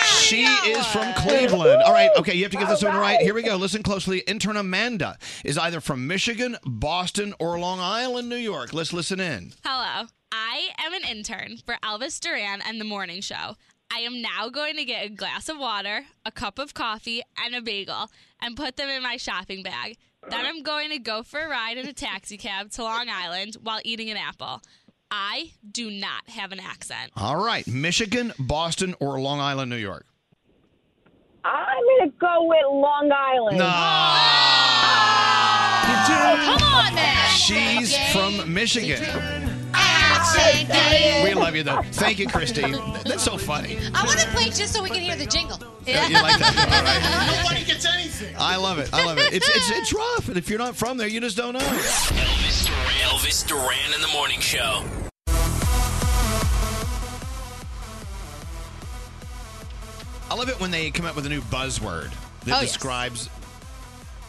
Speaker 1: She is from Cleveland. All right, okay, you have to get this one right. Here we go. Listen closely. Intern Amanda is either from Michigan, Boston, or Long Island, New York. Let's listen in.
Speaker 45: Hello, I am an intern for Elvis Duran and the Morning Show. I am now going to get a glass of water, a cup of coffee, and a bagel and put them in my shopping bag. Then I'm going to go for a ride in a taxi cab to Long Island while eating an apple. I do not have an accent.
Speaker 1: All right, Michigan, Boston, or Long Island, New York?
Speaker 29: I'm going to go with Long Island.
Speaker 1: Oh, Come
Speaker 45: on, man.
Speaker 1: She's from Michigan. We love you, though. Thank you, Christine. That's so funny.
Speaker 11: I want to play just so we can hear the jingle.
Speaker 1: You like that? All right.
Speaker 26: Nobody gets anything.
Speaker 1: I love it. I love it. It's, it's, it's rough. If you're not from there, you just don't know.
Speaker 9: Elvis Duran, Elvis Duran in the morning show.
Speaker 1: I love it when they come up with a new buzzword that
Speaker 7: Oh, yes.
Speaker 1: describes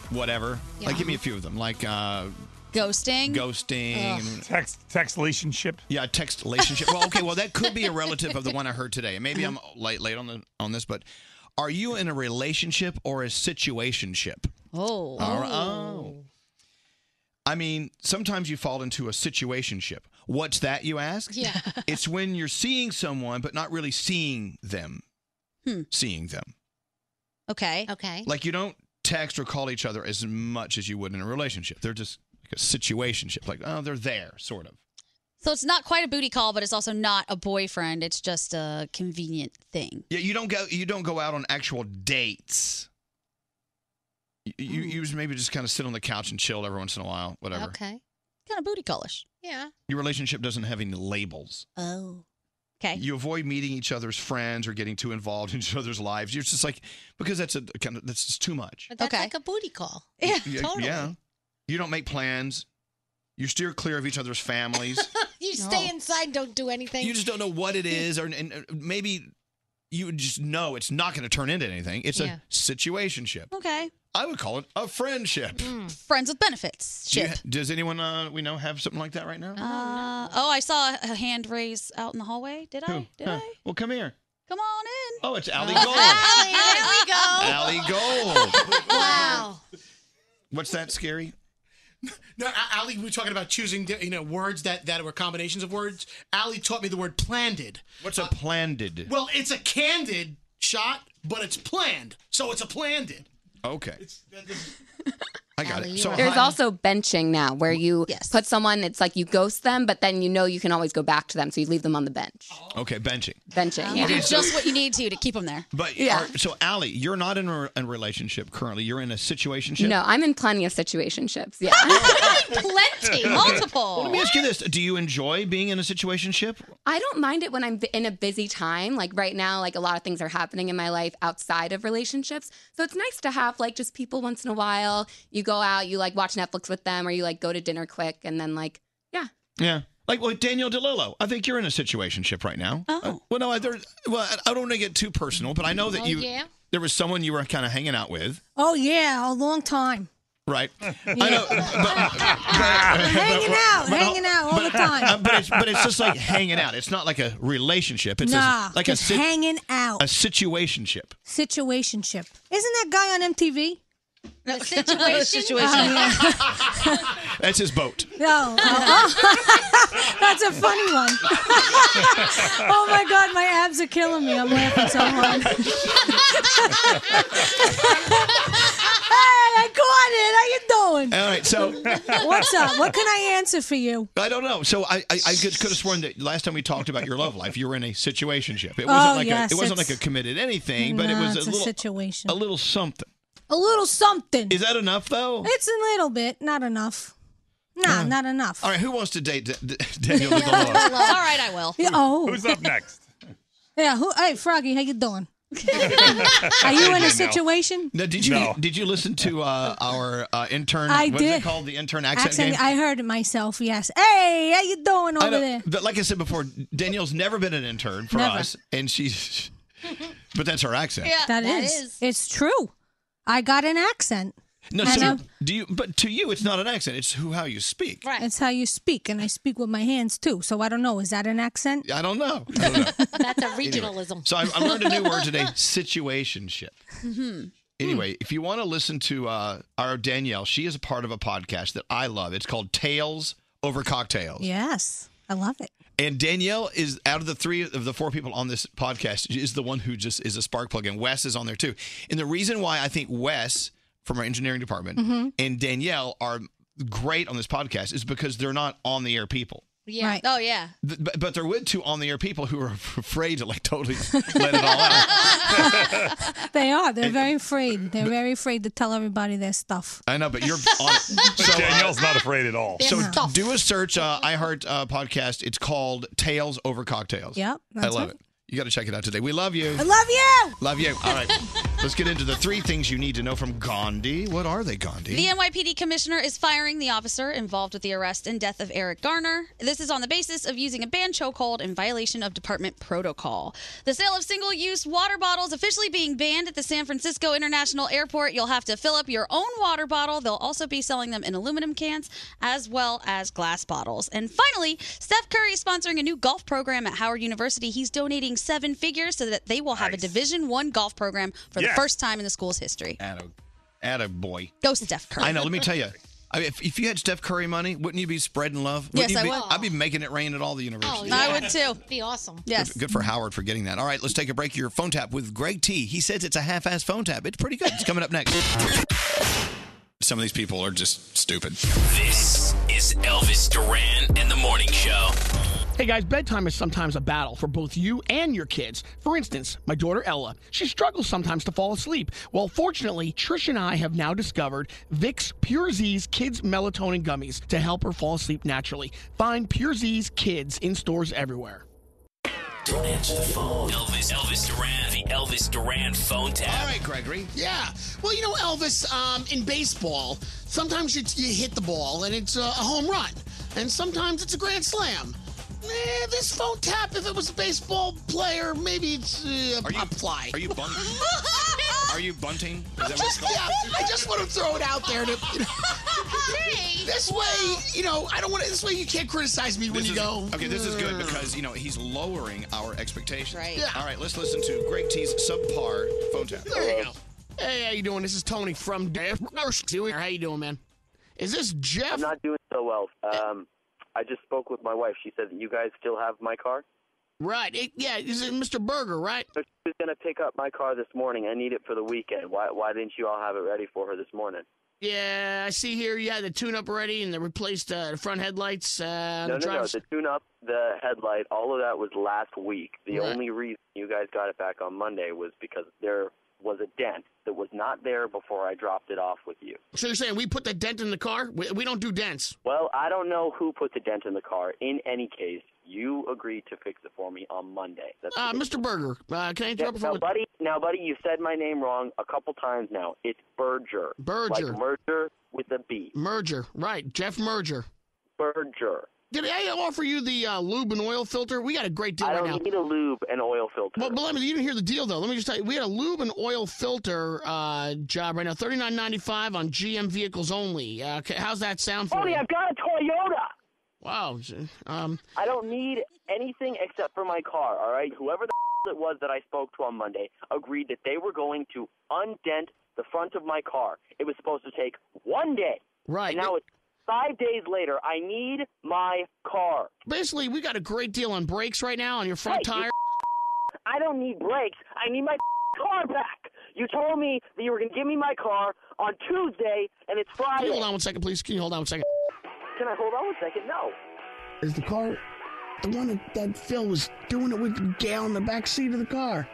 Speaker 1: whatever.
Speaker 7: Yeah.
Speaker 1: Like, give me a few of them. Like uh,
Speaker 7: Ghosting.
Speaker 1: ghosting,
Speaker 7: Ugh.
Speaker 1: text, text relationship. Yeah, text relationship. well, okay, well that could be a relative of the one I heard today. And Maybe I'm late late on the on this, but are you in a relationship or a situationship? All
Speaker 11: Oh.
Speaker 1: right. Oh. I mean, sometimes you fall into a situationship. What's that, you ask?
Speaker 11: Yeah.
Speaker 1: it's when you're seeing someone, but not really seeing them. Seeing them.
Speaker 7: Okay.
Speaker 11: Okay.
Speaker 1: Like you don't text or call each other as much as you would in a relationship. They're just like a situationship. Like, oh, they're there, sort of.
Speaker 7: So it's not quite a booty call, but it's also not a boyfriend. It's just a convenient thing.
Speaker 1: Yeah, you don't go you don't go out on actual dates. You, you, you just maybe just kind of sit on the couch and chill every once in a while, whatever.
Speaker 11: Okay.
Speaker 7: Kind of booty callish.
Speaker 11: Yeah.
Speaker 1: Your relationship doesn't have any labels.
Speaker 7: Oh. Okay.
Speaker 1: You avoid meeting each other's friends or getting too involved in each other's lives. You're just like because that's a kind of that's just too much.
Speaker 11: But that's like a booty call.
Speaker 1: Yeah,
Speaker 11: totally.
Speaker 1: yeah. You don't make plans. You steer clear of each other's families.
Speaker 11: you stay inside, don't do anything. Oh,
Speaker 1: you just don't know what it is, or and and maybe you just know it's not going to turn into anything. It's
Speaker 7: Yeah.
Speaker 1: a situationship.
Speaker 7: Okay.
Speaker 1: I would call it a friendship.
Speaker 11: Hmm.
Speaker 7: Friends with benefits.
Speaker 1: Do you
Speaker 7: Ship.
Speaker 1: ha- does anyone uh, we know have something like that right now?
Speaker 7: Uh, oh, I saw a hand raise out in the hallway. Did I?
Speaker 1: Who?
Speaker 7: Did
Speaker 1: Huh.
Speaker 7: I?
Speaker 1: Well, come here.
Speaker 7: Come on in.
Speaker 1: Oh, it's Allie
Speaker 7: Oh.
Speaker 1: Gold.
Speaker 7: Allie,
Speaker 11: there we
Speaker 7: uh,
Speaker 11: go.
Speaker 1: Allie Gold.
Speaker 11: wow.
Speaker 1: What's that scary?
Speaker 26: No, A- Ali, we were talking about choosing di- you know words that that were combinations of words. Ali taught me the word planned.
Speaker 1: What's a planned?
Speaker 26: Well, it's a candid shot, but it's planned, so it's a planned.
Speaker 1: Okay. I got it. So
Speaker 38: There's
Speaker 1: hi-
Speaker 38: also benching now where you put someone, it's like you ghost them, but then you know you can always go back to them. So you leave them on the bench.
Speaker 1: Okay, benching.
Speaker 38: Benching.
Speaker 1: You
Speaker 38: Yeah.
Speaker 1: do just
Speaker 7: what you need to to keep them there.
Speaker 1: But
Speaker 38: Yeah.
Speaker 1: are- so Allie, you're not in a, a relationship currently. You're in a situationship.
Speaker 38: No, I'm in plenty of situationships. Yeah.
Speaker 7: Plenty.
Speaker 1: Well, let me ask you this: Do you enjoy being in a situationship?
Speaker 38: I don't mind it when I'm bu- in a busy time. Like right now, like a lot of things are happening in my life outside of relationships. So it's nice to have like just people once in a while. You go out, you like watch Netflix with them, or you like go to dinner quick, and then like yeah.
Speaker 1: Yeah. Like well, Daniel DeLillo, I think you're in a situationship right now. Oh. well, no, I, there, well, I- I don't want to get too personal, but I know that
Speaker 13: Oh,
Speaker 1: you
Speaker 13: yeah?
Speaker 1: there was someone you were kind of hanging out with,
Speaker 13: Oh yeah, a long time.
Speaker 1: right? I know,
Speaker 13: hanging out, hanging out all the
Speaker 1: Uh,
Speaker 13: time.
Speaker 1: but it's but it's just like hanging out. It's not like a relationship. It's a-
Speaker 13: nah,
Speaker 1: like
Speaker 13: just
Speaker 1: a sit-
Speaker 13: hanging out.
Speaker 1: a situationship.
Speaker 13: Situationship. Isn't that guy on MTV?
Speaker 7: No, Uh-huh.
Speaker 13: situation.
Speaker 1: That's his boat.
Speaker 13: No.
Speaker 7: Uh-huh.
Speaker 13: Oh. That's a funny one. oh my god, my abs are killing me. I'm laughing so hard. hey, I caught it. How you doing?
Speaker 1: All right, so
Speaker 13: What's up? What can I answer for you?
Speaker 1: I don't know. So I, I, I could, could have sworn that last time we talked about your love life, you were in a situationship. It wasn't
Speaker 13: Oh,
Speaker 1: like
Speaker 13: yes,
Speaker 1: a, it wasn't
Speaker 13: it's-
Speaker 1: like a committed anything, but it
Speaker 13: Nah,
Speaker 1: was
Speaker 13: it's
Speaker 1: a little
Speaker 13: situation.
Speaker 1: a little something.
Speaker 13: A little something.
Speaker 1: Is that enough though?
Speaker 13: It's a little bit, not enough. Nah, not enough.
Speaker 1: All right, who wants to date D- D- Daniel DeLillo?
Speaker 7: All right, I will.
Speaker 13: Yeah, oh.
Speaker 14: Who's up next?
Speaker 13: Yeah, who hey Froggy, how you doing? Are you in a situation?
Speaker 1: No, did you did you listen to uh, our uh, intern?
Speaker 13: I
Speaker 1: what's
Speaker 13: did.
Speaker 1: it called? The intern accent, game.
Speaker 13: I heard it myself, yes. Hey, how you doing
Speaker 1: I
Speaker 13: over
Speaker 1: don't-
Speaker 13: there?
Speaker 1: But like I said before, Danielle's never been an intern for
Speaker 13: Never.
Speaker 1: us, and she's. But that's her accent.
Speaker 13: that is. It's true. I got an accent.
Speaker 1: No,
Speaker 13: And
Speaker 1: so
Speaker 13: I'm-
Speaker 1: do you? But to you, it's not an accent. It's who how you speak.
Speaker 13: It's how you speak, and I speak with my hands too. So I don't know. Is that an accent?
Speaker 1: I don't know. I don't know.
Speaker 11: That's a
Speaker 1: Anyway,
Speaker 11: regionalism.
Speaker 1: so I, I learned a new word today: situationship.
Speaker 11: hmm
Speaker 1: Anyway, if you want to listen to uh, our Danielle, she is a part of a podcast that I love. It's called Tales Over Cocktails.
Speaker 13: Yes, I love it.
Speaker 1: And Danielle is out of the three of the four people on this podcast she is the one who just is a spark plug, and Wes is on there too. And the reason why I think Wes from our engineering department
Speaker 7: Mhm.
Speaker 1: and Danielle are great on this podcast is because they're not on the air people.
Speaker 7: Yeah. Oh yeah.
Speaker 1: Th- But, but they're with two on the air people who are afraid to like totally let it all out.
Speaker 13: They are. They're very afraid. They're very afraid to tell everybody their stuff.
Speaker 1: I know, but you're on it. So, uh,
Speaker 14: Danielle's not afraid at all.
Speaker 1: So do a search, uh, iHeart uh, podcast. It's called Tales Over Cocktails.
Speaker 13: Yep,
Speaker 1: I
Speaker 13: that's
Speaker 1: love
Speaker 13: it.
Speaker 1: it. You got to check it out today. We love you.
Speaker 13: I love you.
Speaker 1: Love you. All right. Let's get into the three things you need to know from Gandhi. What are they, Gandhi?
Speaker 7: The NYPD commissioner is firing the officer involved with the arrest and death of Eric Garner. This is on the basis of using a banned chokehold in violation of department protocol. The sale of single use water bottles officially being banned at the San Francisco International Airport. You'll have to fill up your own water bottle. They'll also be selling them in aluminum cans as well as glass bottles. And finally, Steph Curry is sponsoring a new golf program at Howard University. He's donating seven figures so that they will have a Division One golf program for the
Speaker 1: Yes.
Speaker 7: first time in the school's history.
Speaker 1: Atta, atta boy.
Speaker 7: Go Steph Curry.
Speaker 1: I know. Let me tell you, I mean, if, if you had Steph Curry money, wouldn't you be spreading love?
Speaker 11: Yes,
Speaker 1: Wouldn't you
Speaker 11: I
Speaker 1: be-
Speaker 11: would.
Speaker 1: I'd be making it rain at all the universities.
Speaker 11: I would too. Be awesome.
Speaker 1: Good, good for Howard for getting that. All right, let's take a break. Your phone tap with Greg T. He says it's a half-ass phone tap. It's pretty good. It's coming up next. Some of these people are just stupid.
Speaker 9: This is Elvis Duran and the Morning Show.
Speaker 19: Hey guys, bedtime is sometimes a battle for both you and your kids. For instance, my daughter Ella, she struggles sometimes to fall asleep. Well, fortunately, Trish and I have now discovered Vicks Pure Z's Kids Melatonin Gummies to help her fall asleep naturally. Find Pure Z's Kids in stores everywhere.
Speaker 9: Don't answer the phone. Elvis, Elvis Duran, the Elvis Duran phone tap. All
Speaker 19: right,
Speaker 1: Gregory.
Speaker 19: Yeah.
Speaker 2: Well, you know, Elvis, um, in baseball, sometimes you, you hit the ball and it's a, a home run, and sometimes it's a grand slam. Eh, this phone tap, if it was a baseball player, maybe it's uh, a pop fly.
Speaker 1: Are you bunting? Are you bunting? Is that what it's
Speaker 2: Just,
Speaker 1: called?
Speaker 2: yeah, I just want to throw it out there to. You know, this way, you know, I don't want to. This way, you can't criticize me when
Speaker 1: This
Speaker 2: you
Speaker 1: is-
Speaker 2: go.
Speaker 1: Okay, this is good
Speaker 2: "Grr."
Speaker 1: because you know he's lowering our expectations.
Speaker 2: Right. Yeah.
Speaker 1: All right, let's listen to Greg T's subpar phone tap.
Speaker 19: There you go. Hey, how you doing? This is Tony from. How you doing, man? Is this Jeff?
Speaker 25: I'm not doing so well. Um, I just spoke with my wife. She said that you guys still have my car.
Speaker 19: Right. It, yeah, this is Mr. Berger, right?
Speaker 25: So she was going to pick up my car this morning. I need it for the weekend. Why, why didn't you all have it ready for her this morning?
Speaker 19: Yeah, I see here you had the tune up already and they replaced uh, the front headlights. Uh, on
Speaker 25: no,
Speaker 19: the
Speaker 25: no, no.
Speaker 19: driver's-
Speaker 25: The tune-up, the headlight, all of that was last week. The
Speaker 19: Right.
Speaker 25: only reason you guys got it back on Monday was because there was a dent that was not there before I dropped it off with you.
Speaker 19: So you're saying we put the dent in the car? We, we don't do dents.
Speaker 25: Well, I don't know who put the dent in the car. In any case, you agreed to fix it for me on Monday. That's
Speaker 19: Uh,
Speaker 25: the date.
Speaker 19: Mr. Berger, uh, can I
Speaker 25: Yeah,
Speaker 19: interrupt for
Speaker 25: now, buddy, now, buddy, you said my name wrong a couple times now. It's Berger.
Speaker 19: Berger.
Speaker 25: Like merger with a B.
Speaker 19: Merger, right? Jeff Merger.
Speaker 25: Berger.
Speaker 19: Did I offer you the uh, lube and oil filter? We got a great deal
Speaker 25: I
Speaker 19: right
Speaker 25: don't
Speaker 19: now.
Speaker 25: need a lube and oil filter.
Speaker 19: Well, but let me, you didn't hear the deal though. Let me just tell you, we had a lube and oil filter uh, job right now, thirty nine ninety five on GM vehicles only. Uh, okay, how's that sound for
Speaker 25: Tony,
Speaker 19: you?
Speaker 25: I've got a Toyota.
Speaker 19: Wow. j- Um,
Speaker 25: I don't need anything except for my car, all right? Whoever the it was that I spoke to on Monday agreed that they were going to undent the front of my car. It was supposed to take one day.
Speaker 19: Right.
Speaker 25: And now it's five days later. I need my car.
Speaker 19: basically, we got a great deal on brakes right now on your front
Speaker 25: Hey, you
Speaker 19: tire.
Speaker 25: I don't need brakes. I need my car back. You told me that you were going to give me my car on Tuesday, and it's
Speaker 19: Can
Speaker 25: Friday.
Speaker 19: you hold on one second, please? Can you hold on one second?
Speaker 25: Can I hold on one second? No.
Speaker 19: Is the car the one that, that Phil was doing it with Gail in the back seat of the car?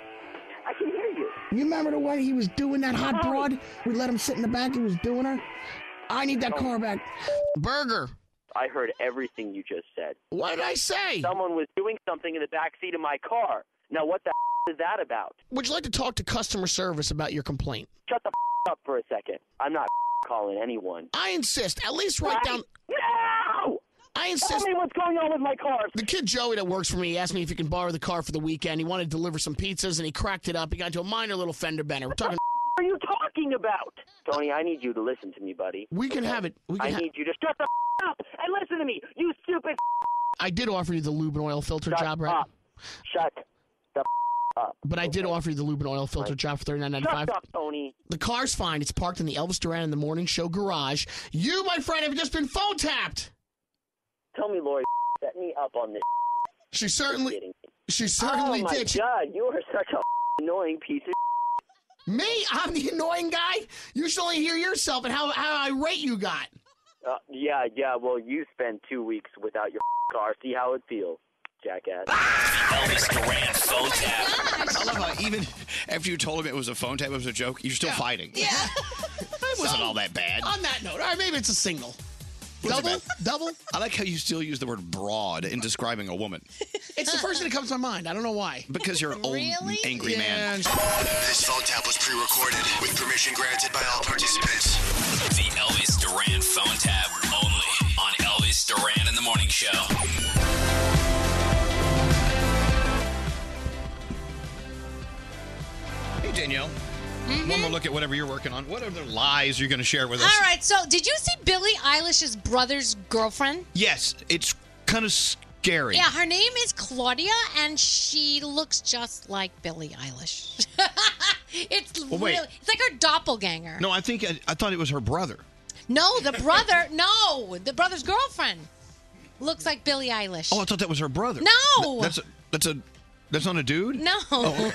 Speaker 25: I can hear you.
Speaker 19: You remember the way he was doing that hot broad? We let him sit in the back. He was doing her. I need
Speaker 25: Oh.
Speaker 19: that car back. Burger.
Speaker 25: I heard everything you just said.
Speaker 19: What did I say?
Speaker 25: Someone was doing something in the back seat of my car. Now, what the is that about?
Speaker 19: Would you like to talk to customer service about your complaint?
Speaker 25: Shut the up for a second. I'm not calling anyone.
Speaker 19: I insist. At least write
Speaker 25: Right.
Speaker 19: down.
Speaker 25: No!
Speaker 19: I insist.
Speaker 25: Tell me what's going on with my car.
Speaker 19: The kid Joey that works for me he asked me if he can borrow the car for the weekend. He wanted to deliver some pizzas and he cracked it up. He got into a minor little fender bender. We're talking.
Speaker 25: What are you talking about? Tony, I need you to listen to me, buddy.
Speaker 19: We can have it. We can
Speaker 25: I
Speaker 19: ha-
Speaker 25: need you to shut the up and listen to me, you stupid.
Speaker 19: I did offer you the lube and oil filter job, right?
Speaker 25: Shut the up.
Speaker 19: But I did offer you the lube and oil filter job for thirty nine ninety five.
Speaker 25: Shut up, Tony.
Speaker 19: The car's fine. It's parked in the Elvis Duran in the Morning Show garage. You, my friend, have just been phone tapped.
Speaker 25: Tell me, Lori, set me up on this.
Speaker 19: She certainly, she
Speaker 25: oh
Speaker 19: certainly
Speaker 25: my
Speaker 19: did. She-
Speaker 25: God, you are such a annoying piece of.
Speaker 19: me, I'm the annoying guy. You should only hear yourself and how how irate you got.
Speaker 25: Uh, yeah, yeah. Well, you spend two weeks without your car. See how it feels, jackass.
Speaker 9: Elvis Duran phone tap.
Speaker 1: I love how even after you told him it was a phone tap, it was a joke, you're still fighting. Yeah. it wasn't all that bad.
Speaker 19: On that note, all right, maybe it's a single.
Speaker 1: Double,
Speaker 19: double.
Speaker 1: I like how you still use the word broad in describing a woman
Speaker 19: It's the first thing that comes to my mind. I don't know why.
Speaker 1: because you're an old, angry man.
Speaker 46: This phone tap was pre-recorded with permission granted by all participants.
Speaker 9: The Elvis Duran phone tap only on Elvis Duran and the Morning Show.
Speaker 1: Hey, Danielle. One more look at whatever you're working on. What other lies you're going to share with us?
Speaker 11: Mm-hmm. All right, so did you see Billie Eilish's brother's girlfriend?
Speaker 1: Yes, it's kind of scary.
Speaker 11: Yeah, her name is Claudia, and she looks just like Billie Eilish. it's
Speaker 1: Well, Oh, wait.
Speaker 11: really, it's like her doppelganger.
Speaker 1: No, I think I, I thought it was her brother.
Speaker 11: No, the brother. no, the brother's girlfriend looks like Billie Eilish.
Speaker 2: Oh, I thought that was her brother.
Speaker 11: No!
Speaker 2: Th- that's a, that's a that's not a dude.
Speaker 11: No.
Speaker 2: Oh,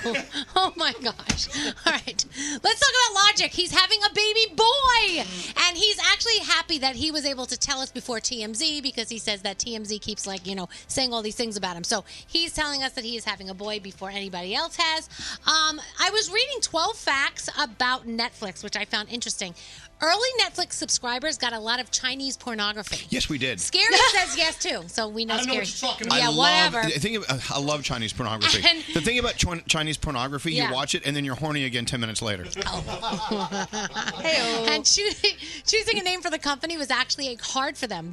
Speaker 11: Oh my gosh. All right. Let's talk about Logic. He's having a baby boy. And he's actually happy that he was able to tell us before TMZ because he says that TMZ keeps, like, you know, saying all these things about him. So he's telling us that he is having a boy before anybody else has. Um, I was reading 12 facts about Netflix, which I found interesting. Early Netflix subscribers got a lot of Chinese pornography.
Speaker 2: yes, we did.
Speaker 11: Scary says yes, too. So we know
Speaker 26: I don't know
Speaker 11: Scary.
Speaker 26: what you're talking
Speaker 2: I
Speaker 11: Yeah,
Speaker 2: love,
Speaker 11: whatever.
Speaker 2: The thing, of- I love Chinese pornography.
Speaker 11: And-
Speaker 2: the thing about Chin- Chinese pornography,
Speaker 11: Yeah.
Speaker 2: you watch it and then you're horny again ten minutes later.
Speaker 11: Oh. and choosing, choosing a name for the company was actually hard for them.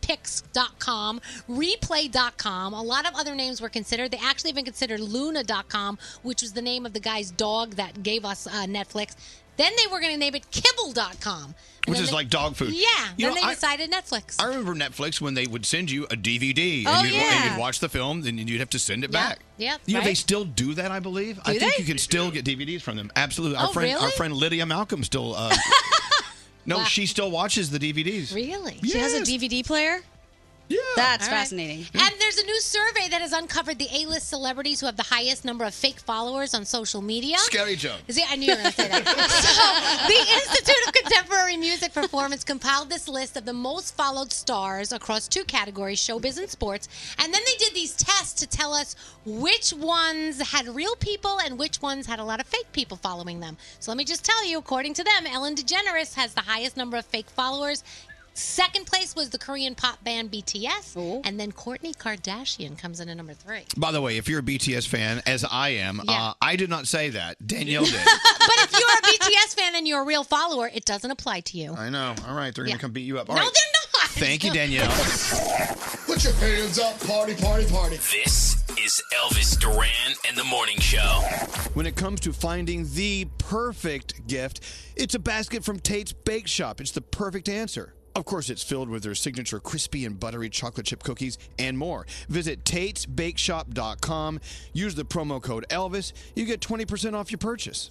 Speaker 11: DirectPitPicks.com, Replay.com, a lot of other names were considered. They actually even considered Luna.com, which was the name of the guy's dog that gave us uh, Netflix. Then they were going to name it Kibble.com.
Speaker 2: Which is like dog food.
Speaker 11: Yeah.
Speaker 2: You
Speaker 11: then
Speaker 2: know,
Speaker 11: they
Speaker 2: I-
Speaker 11: decided Netflix.
Speaker 2: I remember Netflix when they would send you a DVD
Speaker 11: Oh,
Speaker 2: and, you'd,
Speaker 11: yeah.
Speaker 2: and you'd watch the film and you'd have to send it back.
Speaker 11: Yeah.
Speaker 2: You know,
Speaker 11: right?
Speaker 2: they still do that, I believe. I
Speaker 11: Do
Speaker 2: think
Speaker 11: they?
Speaker 2: you can still get DVDs from them. Absolutely. Our
Speaker 11: Oh,
Speaker 2: friend our
Speaker 11: really?
Speaker 2: friend Lydia Malcolm still uh, No,
Speaker 7: Wow.
Speaker 2: she still watches the DVDs.
Speaker 11: Really?
Speaker 7: She has a DVD player?
Speaker 2: Yeah.
Speaker 7: That's
Speaker 11: All right.
Speaker 7: fascinating.
Speaker 11: And there's a new survey that has uncovered the A-list celebrities who have the highest number of fake followers on social media.
Speaker 2: Scary Joe.
Speaker 11: See, I knew you were going to say that. so, the Institute of Contemporary Music Performance compiled this list of the most followed stars across two categories, showbiz and sports. And then they did these tests to tell us which ones had real people and which ones had a lot of fake people following them. So, let me just tell you, according to them, Ellen DeGeneres has the highest number of fake followers. Second place was the Korean pop band BTS. And then Courtney Kardashian comes in at number three.
Speaker 2: By the way, if you're a BTS fan, as I am, uh, I did not say that. Danielle did.
Speaker 11: but if you're a BTS fan and you're a real follower, it doesn't apply to you.
Speaker 2: I know. All right, they're
Speaker 11: Yeah.
Speaker 2: going to come beat you up. All
Speaker 11: No,
Speaker 2: right.
Speaker 11: they're not.
Speaker 2: Thank you, Danielle.
Speaker 47: Put your hands up, party, party, party.
Speaker 9: This is Elvis Duran and the Morning Show.
Speaker 48: When it comes to finding the perfect gift, it's a basket from Tate's Bake Shop. It's the perfect answer. Of course, it's filled with their signature crispy and buttery chocolate chip cookies and more. Visit tatesbakeshop.com, use the promo code ELVIS, you get 20% off your purchase.